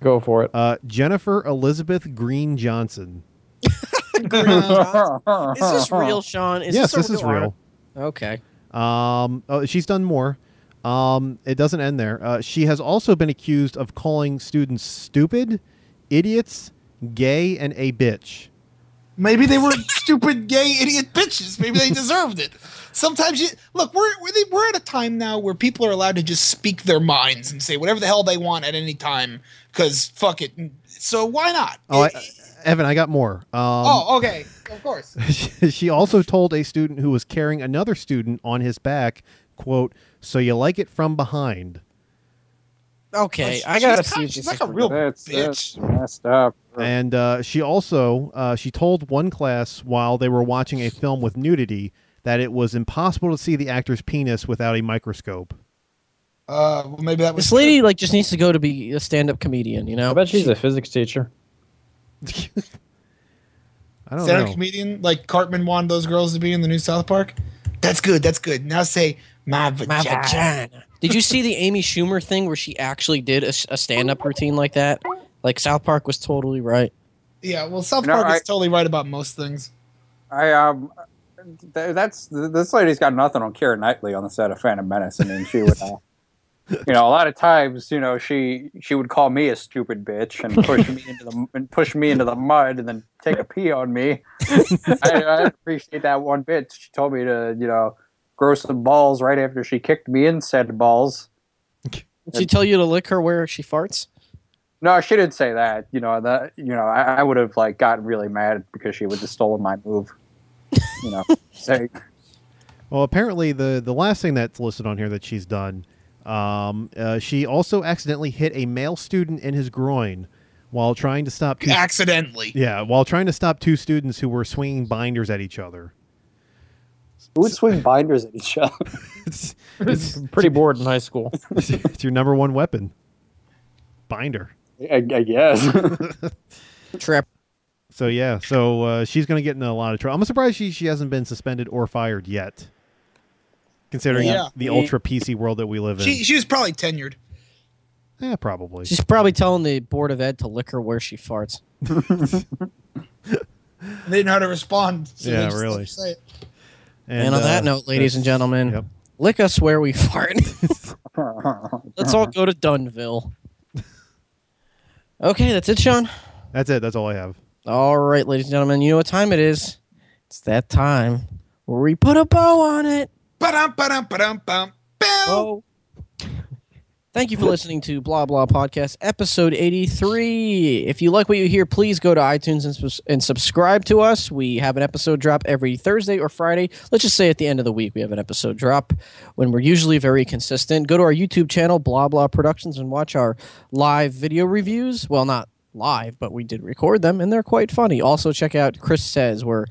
Speaker 4: Go for it.
Speaker 2: Uh, Jennifer Elizabeth Green Johnson.
Speaker 1: Is
Speaker 7: [LAUGHS]
Speaker 1: this real, Sean? Is
Speaker 2: Uh-huh. yes,
Speaker 1: a
Speaker 2: this is real.
Speaker 1: arti- Okay.
Speaker 2: Um, oh, she's done more. Um, it doesn't end there. Uh, she has also been accused of calling students stupid, idiots, gay, and a bitch.
Speaker 3: Maybe they were stupid, gay, [LAUGHS] idiot bitches. Maybe they deserved it. Sometimes you look. We're we're, the- we're at a time now where people are allowed to just speak their minds and say whatever the hell they want at any time. Because fuck it. So why not?
Speaker 2: Oh, I,
Speaker 3: It-
Speaker 2: Evan, I got more. Um,
Speaker 3: oh, okay. Of course.
Speaker 2: [LAUGHS] she also told a student who was carrying another student on his back, "quote So you like it from behind."
Speaker 1: Okay.
Speaker 3: She's
Speaker 1: I gotta
Speaker 3: kind-
Speaker 1: see if
Speaker 3: she's
Speaker 1: this
Speaker 3: like
Speaker 1: is
Speaker 3: a
Speaker 1: real.
Speaker 3: real
Speaker 7: That's,
Speaker 3: bitch.
Speaker 7: that's messed up.
Speaker 2: And uh, she also uh, she told one class while they were watching a film with nudity that it was impossible to see the actor's penis without a microscope.
Speaker 3: Uh, well, maybe that was
Speaker 1: This lady like just needs to go to be a stand-up comedian. You know.
Speaker 4: I bet she's a physics teacher.
Speaker 2: I don't
Speaker 3: stand-up
Speaker 2: know.
Speaker 3: comedian like Cartman wanted those girls to be in the new South Park. That's good. That's good. Now say my
Speaker 1: My
Speaker 3: vagina.
Speaker 1: vagina. Did you see the Amy Schumer thing where she actually did a, a stand-up routine like that? Like South Park was totally right.
Speaker 3: Yeah. Well, South
Speaker 7: No,
Speaker 3: Park
Speaker 7: I-
Speaker 3: is totally right about most things.
Speaker 7: I um, th- that's th- this lady's got nothing on Kira Knightley on the set of Phantom Menace. I mean, she would, uh, [LAUGHS] you know, a lot of times, you know, she she would call me a stupid bitch and push me into the and push me into the mud and then take a pee on me. I, I appreciate that one bit. She told me to, you know, grow some balls right after she kicked me in said balls.
Speaker 1: Did she tell you to lick her where she farts?
Speaker 7: No, she didn't say that. You know that. You know, I, I would have like gotten really mad because she would have stolen my move. You know, say
Speaker 2: Well, apparently the the last thing that's listed on here that she's done, um, uh, she also accidentally hit a male student in his groin while trying to stop two,
Speaker 3: Accidentally.
Speaker 2: yeah while trying to stop two students who were swinging binders at each other.
Speaker 7: who would swing binders at each other. [LAUGHS]
Speaker 2: It's, [LAUGHS]
Speaker 4: It's pretty bored in
Speaker 1: [LAUGHS]
Speaker 4: high school.
Speaker 2: it's your number one weapon, binder.
Speaker 7: I, I guess. [LAUGHS]
Speaker 1: Trap.
Speaker 2: So yeah, so uh, she's going to get in a lot of trouble. I'm surprised she she hasn't been suspended or fired yet, considering
Speaker 3: Yeah.
Speaker 2: the ultra PC world that we live in.
Speaker 3: She she was probably tenured.
Speaker 2: yeah, probably.
Speaker 1: She's probably telling the board of ed to lick her where she farts.
Speaker 3: They didn't know how to respond. so they
Speaker 2: Yeah,
Speaker 3: just let
Speaker 2: really.
Speaker 3: her say it.
Speaker 1: And, on
Speaker 2: uh,
Speaker 1: that note, ladies and
Speaker 2: that's-
Speaker 1: gentlemen,
Speaker 2: yep.
Speaker 1: lick us where we [LAUGHS] fart. Let's all go to
Speaker 2: [LAUGHS]
Speaker 1: Dunville. Okay, that's it, Sean.
Speaker 2: that's it. That's all I have.
Speaker 1: All right, ladies and gentlemen, you know what time it is. It's that time where we put a bow on it.
Speaker 3: Ba-dum, ba-dum, ba-dum, bum, bow.
Speaker 1: Thank you for listening to Blah Blah Podcast, episode 83. If you like what you hear, please go to iTunes and, subs- and subscribe to us. We have an episode drop every Thursday or Friday. Let's just say at the end of the week, we have an episode drop when we're usually very consistent. Go to our YouTube channel, Blah Blah Productions, and watch our live video reviews. Well, not live, but we did record them, and they're quite funny. Also, check out Chris Says, where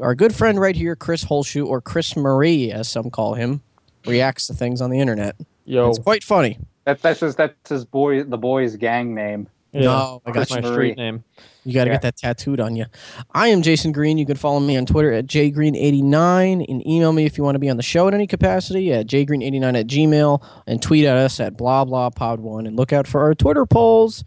Speaker 1: our good friend right here, Chris Holshoe, or Chris Marie, as some call him, reacts to things on the internet.
Speaker 4: Yo,
Speaker 1: It's quite funny.
Speaker 7: That, that's his that's his boy the boy's gang name.
Speaker 4: yeah,
Speaker 1: No, I
Speaker 4: that's
Speaker 1: got
Speaker 4: my
Speaker 1: you.
Speaker 7: Marie.
Speaker 4: street name.
Speaker 1: You got to
Speaker 7: Yeah.
Speaker 1: get that tattooed on you. I am Jason Green. You can follow me on Twitter at jgreen89 and email me if you want to be on the show in any capacity at jgreen89 at gmail and tweet at us at blah blah pod one and look out for our Twitter polls.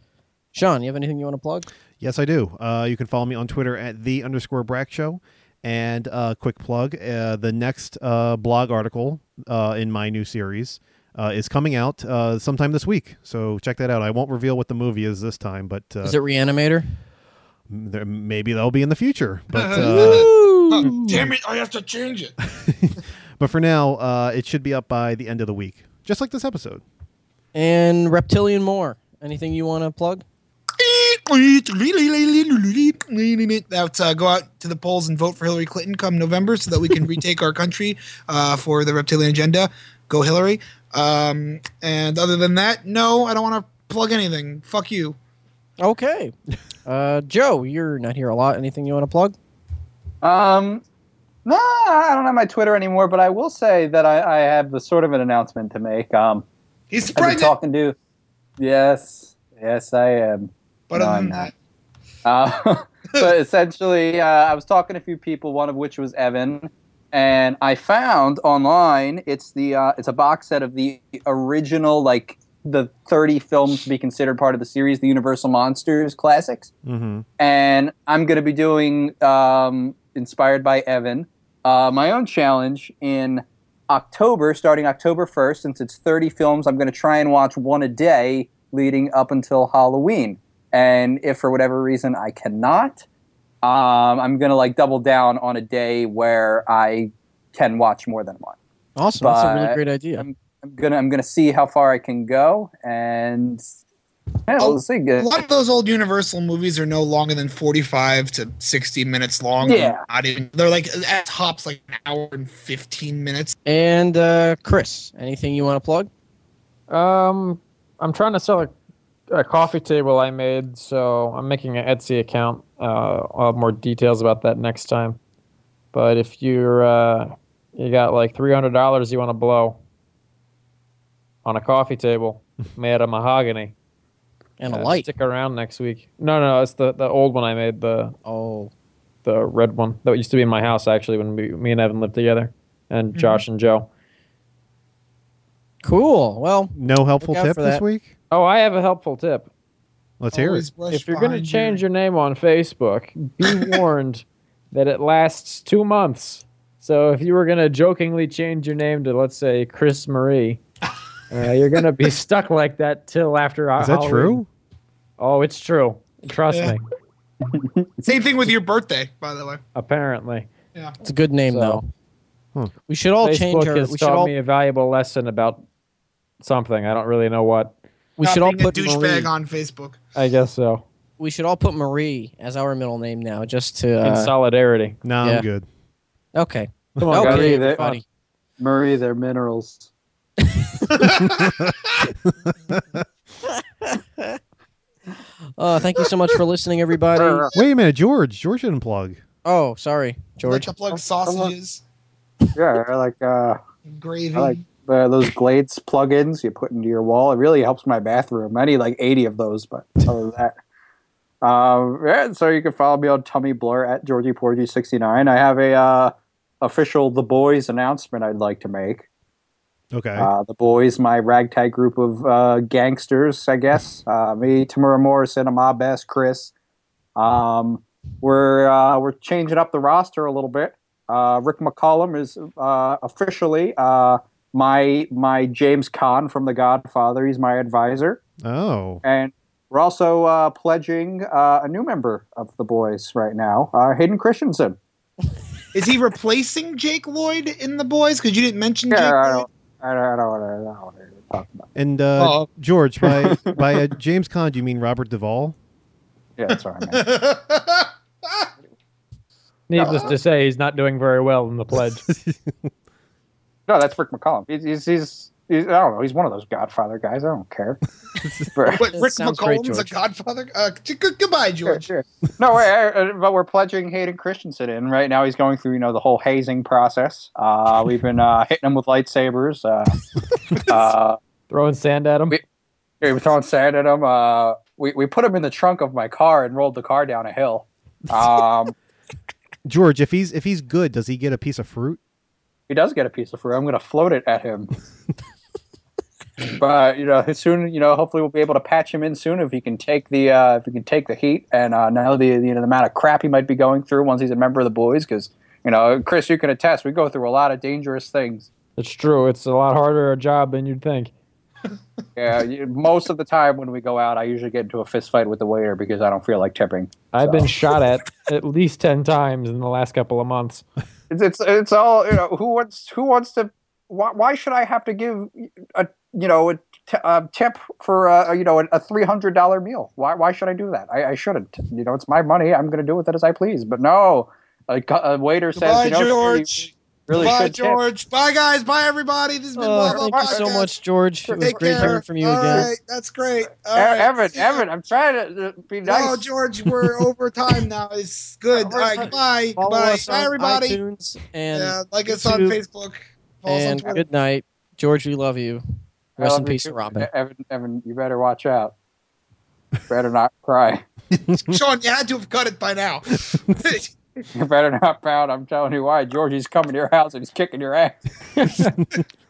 Speaker 1: Sean, you have anything you want to plug?
Speaker 2: Yes, I do. Uh, you can follow me on Twitter at the underscore Brack Show. And uh, quick plug: uh, the next uh, blog article uh, in my new series uh, is coming out uh, sometime this week. So check that out. I won't reveal what the movie is this time, but uh,
Speaker 1: Is it Reanimator?
Speaker 2: m- there, maybe that'll be in the future.
Speaker 1: [LAUGHS]
Speaker 2: But uh,
Speaker 3: Huh, damn it! I have to change it.
Speaker 2: but for now, uh, it should be up by the end of the week, just like this episode.
Speaker 1: And Reptilian More. Anything you want to plug?
Speaker 3: That's uh, go out to the polls and vote for Hillary Clinton come November so that we can retake our country uh, for the reptilian agenda. Go Hillary. Um, and other than that, no, I don't want to plug anything. Fuck you.
Speaker 1: Okay. [LAUGHS] Uh, Joe, you're not here a lot. Anything you want to plug?
Speaker 7: Um, no, I don't have my Twitter anymore, but I will say that I, I have the sort of an announcement to make. Um,
Speaker 3: He's
Speaker 7: I've been
Speaker 3: pregnant.
Speaker 7: talking to. Yes, yes, I am.
Speaker 3: But um,
Speaker 7: No,
Speaker 3: other than
Speaker 7: I'm not.
Speaker 3: that,
Speaker 7: Uh, [LAUGHS] but essentially, uh, I was talking to a few people, one of which was Evan, and I found online it's the uh, it's a box set of the original like the 30 films to be considered part of the series, the Universal Monsters classics,
Speaker 2: Mm-hmm.
Speaker 7: and I'm going to be doing um, inspired by Evan uh, my own challenge in October, starting October 1st, since it's 30 films, I'm going to try and watch one a day leading up until Halloween. And if for whatever reason I cannot, um, I'm going to like double down on a day where I can watch more than one.
Speaker 1: Awesome. That's a really
Speaker 7: But-
Speaker 1: great idea.
Speaker 7: I'm gonna I'm gonna see how far I can go, and yeah,
Speaker 3: Oh,
Speaker 7: we'll see.
Speaker 3: a lot of those old Universal movies are no longer than forty-five to sixty minutes long. They're
Speaker 7: Yeah.
Speaker 3: not even. They're like at tops like an hour and fifteen minutes.
Speaker 1: And uh, Chris, anything you want to plug?
Speaker 4: Um, I'm trying to sell a, a coffee table I made, so I'm making an Etsy account. Uh, I'll have more details about that next time. But if you're uh, you got like three hundred dollars you want to blow on a coffee
Speaker 1: [LAUGHS]
Speaker 4: table made of mahogany,
Speaker 1: And a
Speaker 4: uh,
Speaker 1: light.
Speaker 4: stick around next week. No, no, it's the the old one I made the
Speaker 1: Oh.
Speaker 4: the red one that used to be in my house actually when we, me and Evan lived together, and
Speaker 1: Mm-hmm.
Speaker 4: Josh and Joe.
Speaker 1: Cool. Well,
Speaker 2: No helpful
Speaker 1: Look out
Speaker 2: tip
Speaker 1: for
Speaker 2: this
Speaker 1: that.
Speaker 2: week.
Speaker 4: Oh, I have a helpful tip.
Speaker 2: Let's hear it.
Speaker 3: Always brush
Speaker 4: if you're going to
Speaker 3: behind
Speaker 4: change your name on Facebook, be warned that it lasts two months. So if you were going to jokingly change your name to, let's say, Chris Marie, uh, you're going to be stuck like that till after.
Speaker 2: Is that true?
Speaker 4: Oh, it's true. Trust
Speaker 3: Yeah.
Speaker 4: me.
Speaker 3: Same thing with your birthday, by the way.
Speaker 4: Apparently,
Speaker 1: it's a good name
Speaker 4: So-
Speaker 1: though.
Speaker 2: Hmm.
Speaker 1: We should all change
Speaker 4: Facebook
Speaker 1: our.
Speaker 4: has
Speaker 1: We should
Speaker 4: taught
Speaker 1: all.
Speaker 4: me a valuable lesson about something. I don't really know what.
Speaker 1: We
Speaker 3: Not
Speaker 1: should all
Speaker 3: being a
Speaker 1: put Marie.
Speaker 3: douchebag on Facebook.
Speaker 4: I guess so.
Speaker 1: We should all put Marie as our middle name now, just to.
Speaker 4: In
Speaker 1: Uh,
Speaker 4: solidarity.
Speaker 2: No,
Speaker 1: yeah.
Speaker 2: I'm good.
Speaker 1: okay.
Speaker 4: Come on,
Speaker 1: Okay,
Speaker 4: guys.
Speaker 7: Marie, they-
Speaker 1: everybody.
Speaker 7: Murray, they're minerals.
Speaker 1: Uh, thank you so much for listening,
Speaker 3: [LAUGHS]
Speaker 1: everybody.
Speaker 2: Wait a minute, George. George didn't plug.
Speaker 1: Oh, sorry,
Speaker 3: Like
Speaker 1: George.
Speaker 3: to plug sausages,
Speaker 7: Yeah, they're like uh,
Speaker 3: gravy.
Speaker 7: I like uh, those Glades plugins you put into your wall. It really helps my bathroom. I need like 80 of those, but other than that. Um, yeah, so you can follow me on Tummy Blur at Georgie Porgy 69. I have a uh, official The Boys announcement I'd like to make.
Speaker 2: Okay.
Speaker 7: Uh, the Boys, my ragtag group of uh, gangsters, I guess. Uh, me, Tamura Morrison, Amab Bass, Chris. Um, we're uh, we're changing up the roster a little bit. Uh, Rick McCollum is uh, officially uh, my my James Caan from The Godfather. He's my advisor,
Speaker 2: oh.
Speaker 7: and we're also uh, pledging uh, a new member of the Boys right now, uh, Hayden Christensen.
Speaker 3: Is he replacing Jake Lloyd in the boys? Because you didn't mention [LAUGHS]
Speaker 7: Yeah,
Speaker 3: Jake
Speaker 7: I
Speaker 3: Lloyd.
Speaker 7: don't, I don't, I don't, wanna- I don't want to talk about.
Speaker 2: And uh,
Speaker 3: Oh.
Speaker 2: George,
Speaker 1: [LAUGHS]
Speaker 2: by by uh, James Conn, do you mean Robert Duvall?
Speaker 7: Yeah, that's what I meant.
Speaker 4: Needless to say, he's not doing very well in the pledge.
Speaker 7: No, that's Rick McCollum. He's he's he's, he's, I don't know. He's one of those Godfather guys. I don't care. But-
Speaker 3: But
Speaker 1: That
Speaker 3: Rick
Speaker 1: sounds great,
Speaker 3: McCollum's a
Speaker 1: George.
Speaker 3: godfather? Uh, g- g- goodbye, George.
Speaker 7: Sure, sure. No, I- I- but we're pledging Hayden Christensen in right now. He's going through, you know, the whole hazing process. Uh, we've been uh, hitting him with lightsabers. Uh, uh,
Speaker 4: Throwing sand at him.
Speaker 7: We- we were throwing sand at him. Uh, we we put him in the trunk of my car and rolled the car down a hill. Um,
Speaker 2: George, if he's if he's good, does he get a piece of fruit?
Speaker 7: he does get a piece of fruit. I'm going to float it at him. but you know, soon, you know, hopefully we'll be able to patch him in soon if he can take the uh, if he can take the heat and uh, know the you know the amount of crap he might be going through once he's a member of the boys. Because you know, Chris, you can attest, we go through a lot of dangerous things.
Speaker 4: It's true. It's a lot harder a job than you'd think.
Speaker 7: Yeah, you- most of the time when we go out, I usually get into a fist fight with the waiter because I don't feel like tipping.
Speaker 4: I've
Speaker 7: So-
Speaker 4: been shot at at least ten times in the last couple of months.
Speaker 7: it's it's it's all you know who wants who wants to why, why should i have to give a you know a, t- a tip for a you know a $300 meal why why should i do that i, I shouldn't you know it's my money i'm going to do with it as i please but no a, gu- a waiter
Speaker 3: Goodbye,
Speaker 7: says you know,
Speaker 3: George.
Speaker 7: you really
Speaker 3: goodbye,
Speaker 7: should tip.
Speaker 3: George. Bye, guys. Bye, everybody. This has been
Speaker 1: Oh,
Speaker 3: Blah, Blah,
Speaker 1: thank you
Speaker 3: Blah,
Speaker 1: so
Speaker 3: guys.
Speaker 1: much, George. It
Speaker 3: Take
Speaker 1: was great
Speaker 3: care.
Speaker 1: hearing from you
Speaker 3: All
Speaker 1: again.
Speaker 3: right, that's great. All
Speaker 7: E-
Speaker 3: right.
Speaker 7: evan evan i'm trying to uh, be nice
Speaker 3: No, George, we're
Speaker 7: [LAUGHS]
Speaker 3: over time now. It's good. All right, goodbye.
Speaker 1: Follow
Speaker 3: goodbye.
Speaker 1: us
Speaker 3: Bye,
Speaker 1: on
Speaker 3: everybody.
Speaker 1: iTunes and
Speaker 3: yeah, like us on
Speaker 1: YouTube.
Speaker 3: Facebook. Follow us on
Speaker 1: and
Speaker 3: Twitter.
Speaker 1: good night, George. We love you.
Speaker 7: I
Speaker 1: Rest
Speaker 7: love
Speaker 1: in
Speaker 7: you
Speaker 1: peace,
Speaker 7: too.
Speaker 1: to Robin.
Speaker 7: E- evan evan you better watch out better not cry
Speaker 3: [LAUGHS]
Speaker 7: [LAUGHS]
Speaker 3: Sean, you had to have cut it
Speaker 1: [LAUGHS]
Speaker 3: by now.
Speaker 7: you better not pout i'm telling you why george he's coming to your house and he's kicking your ass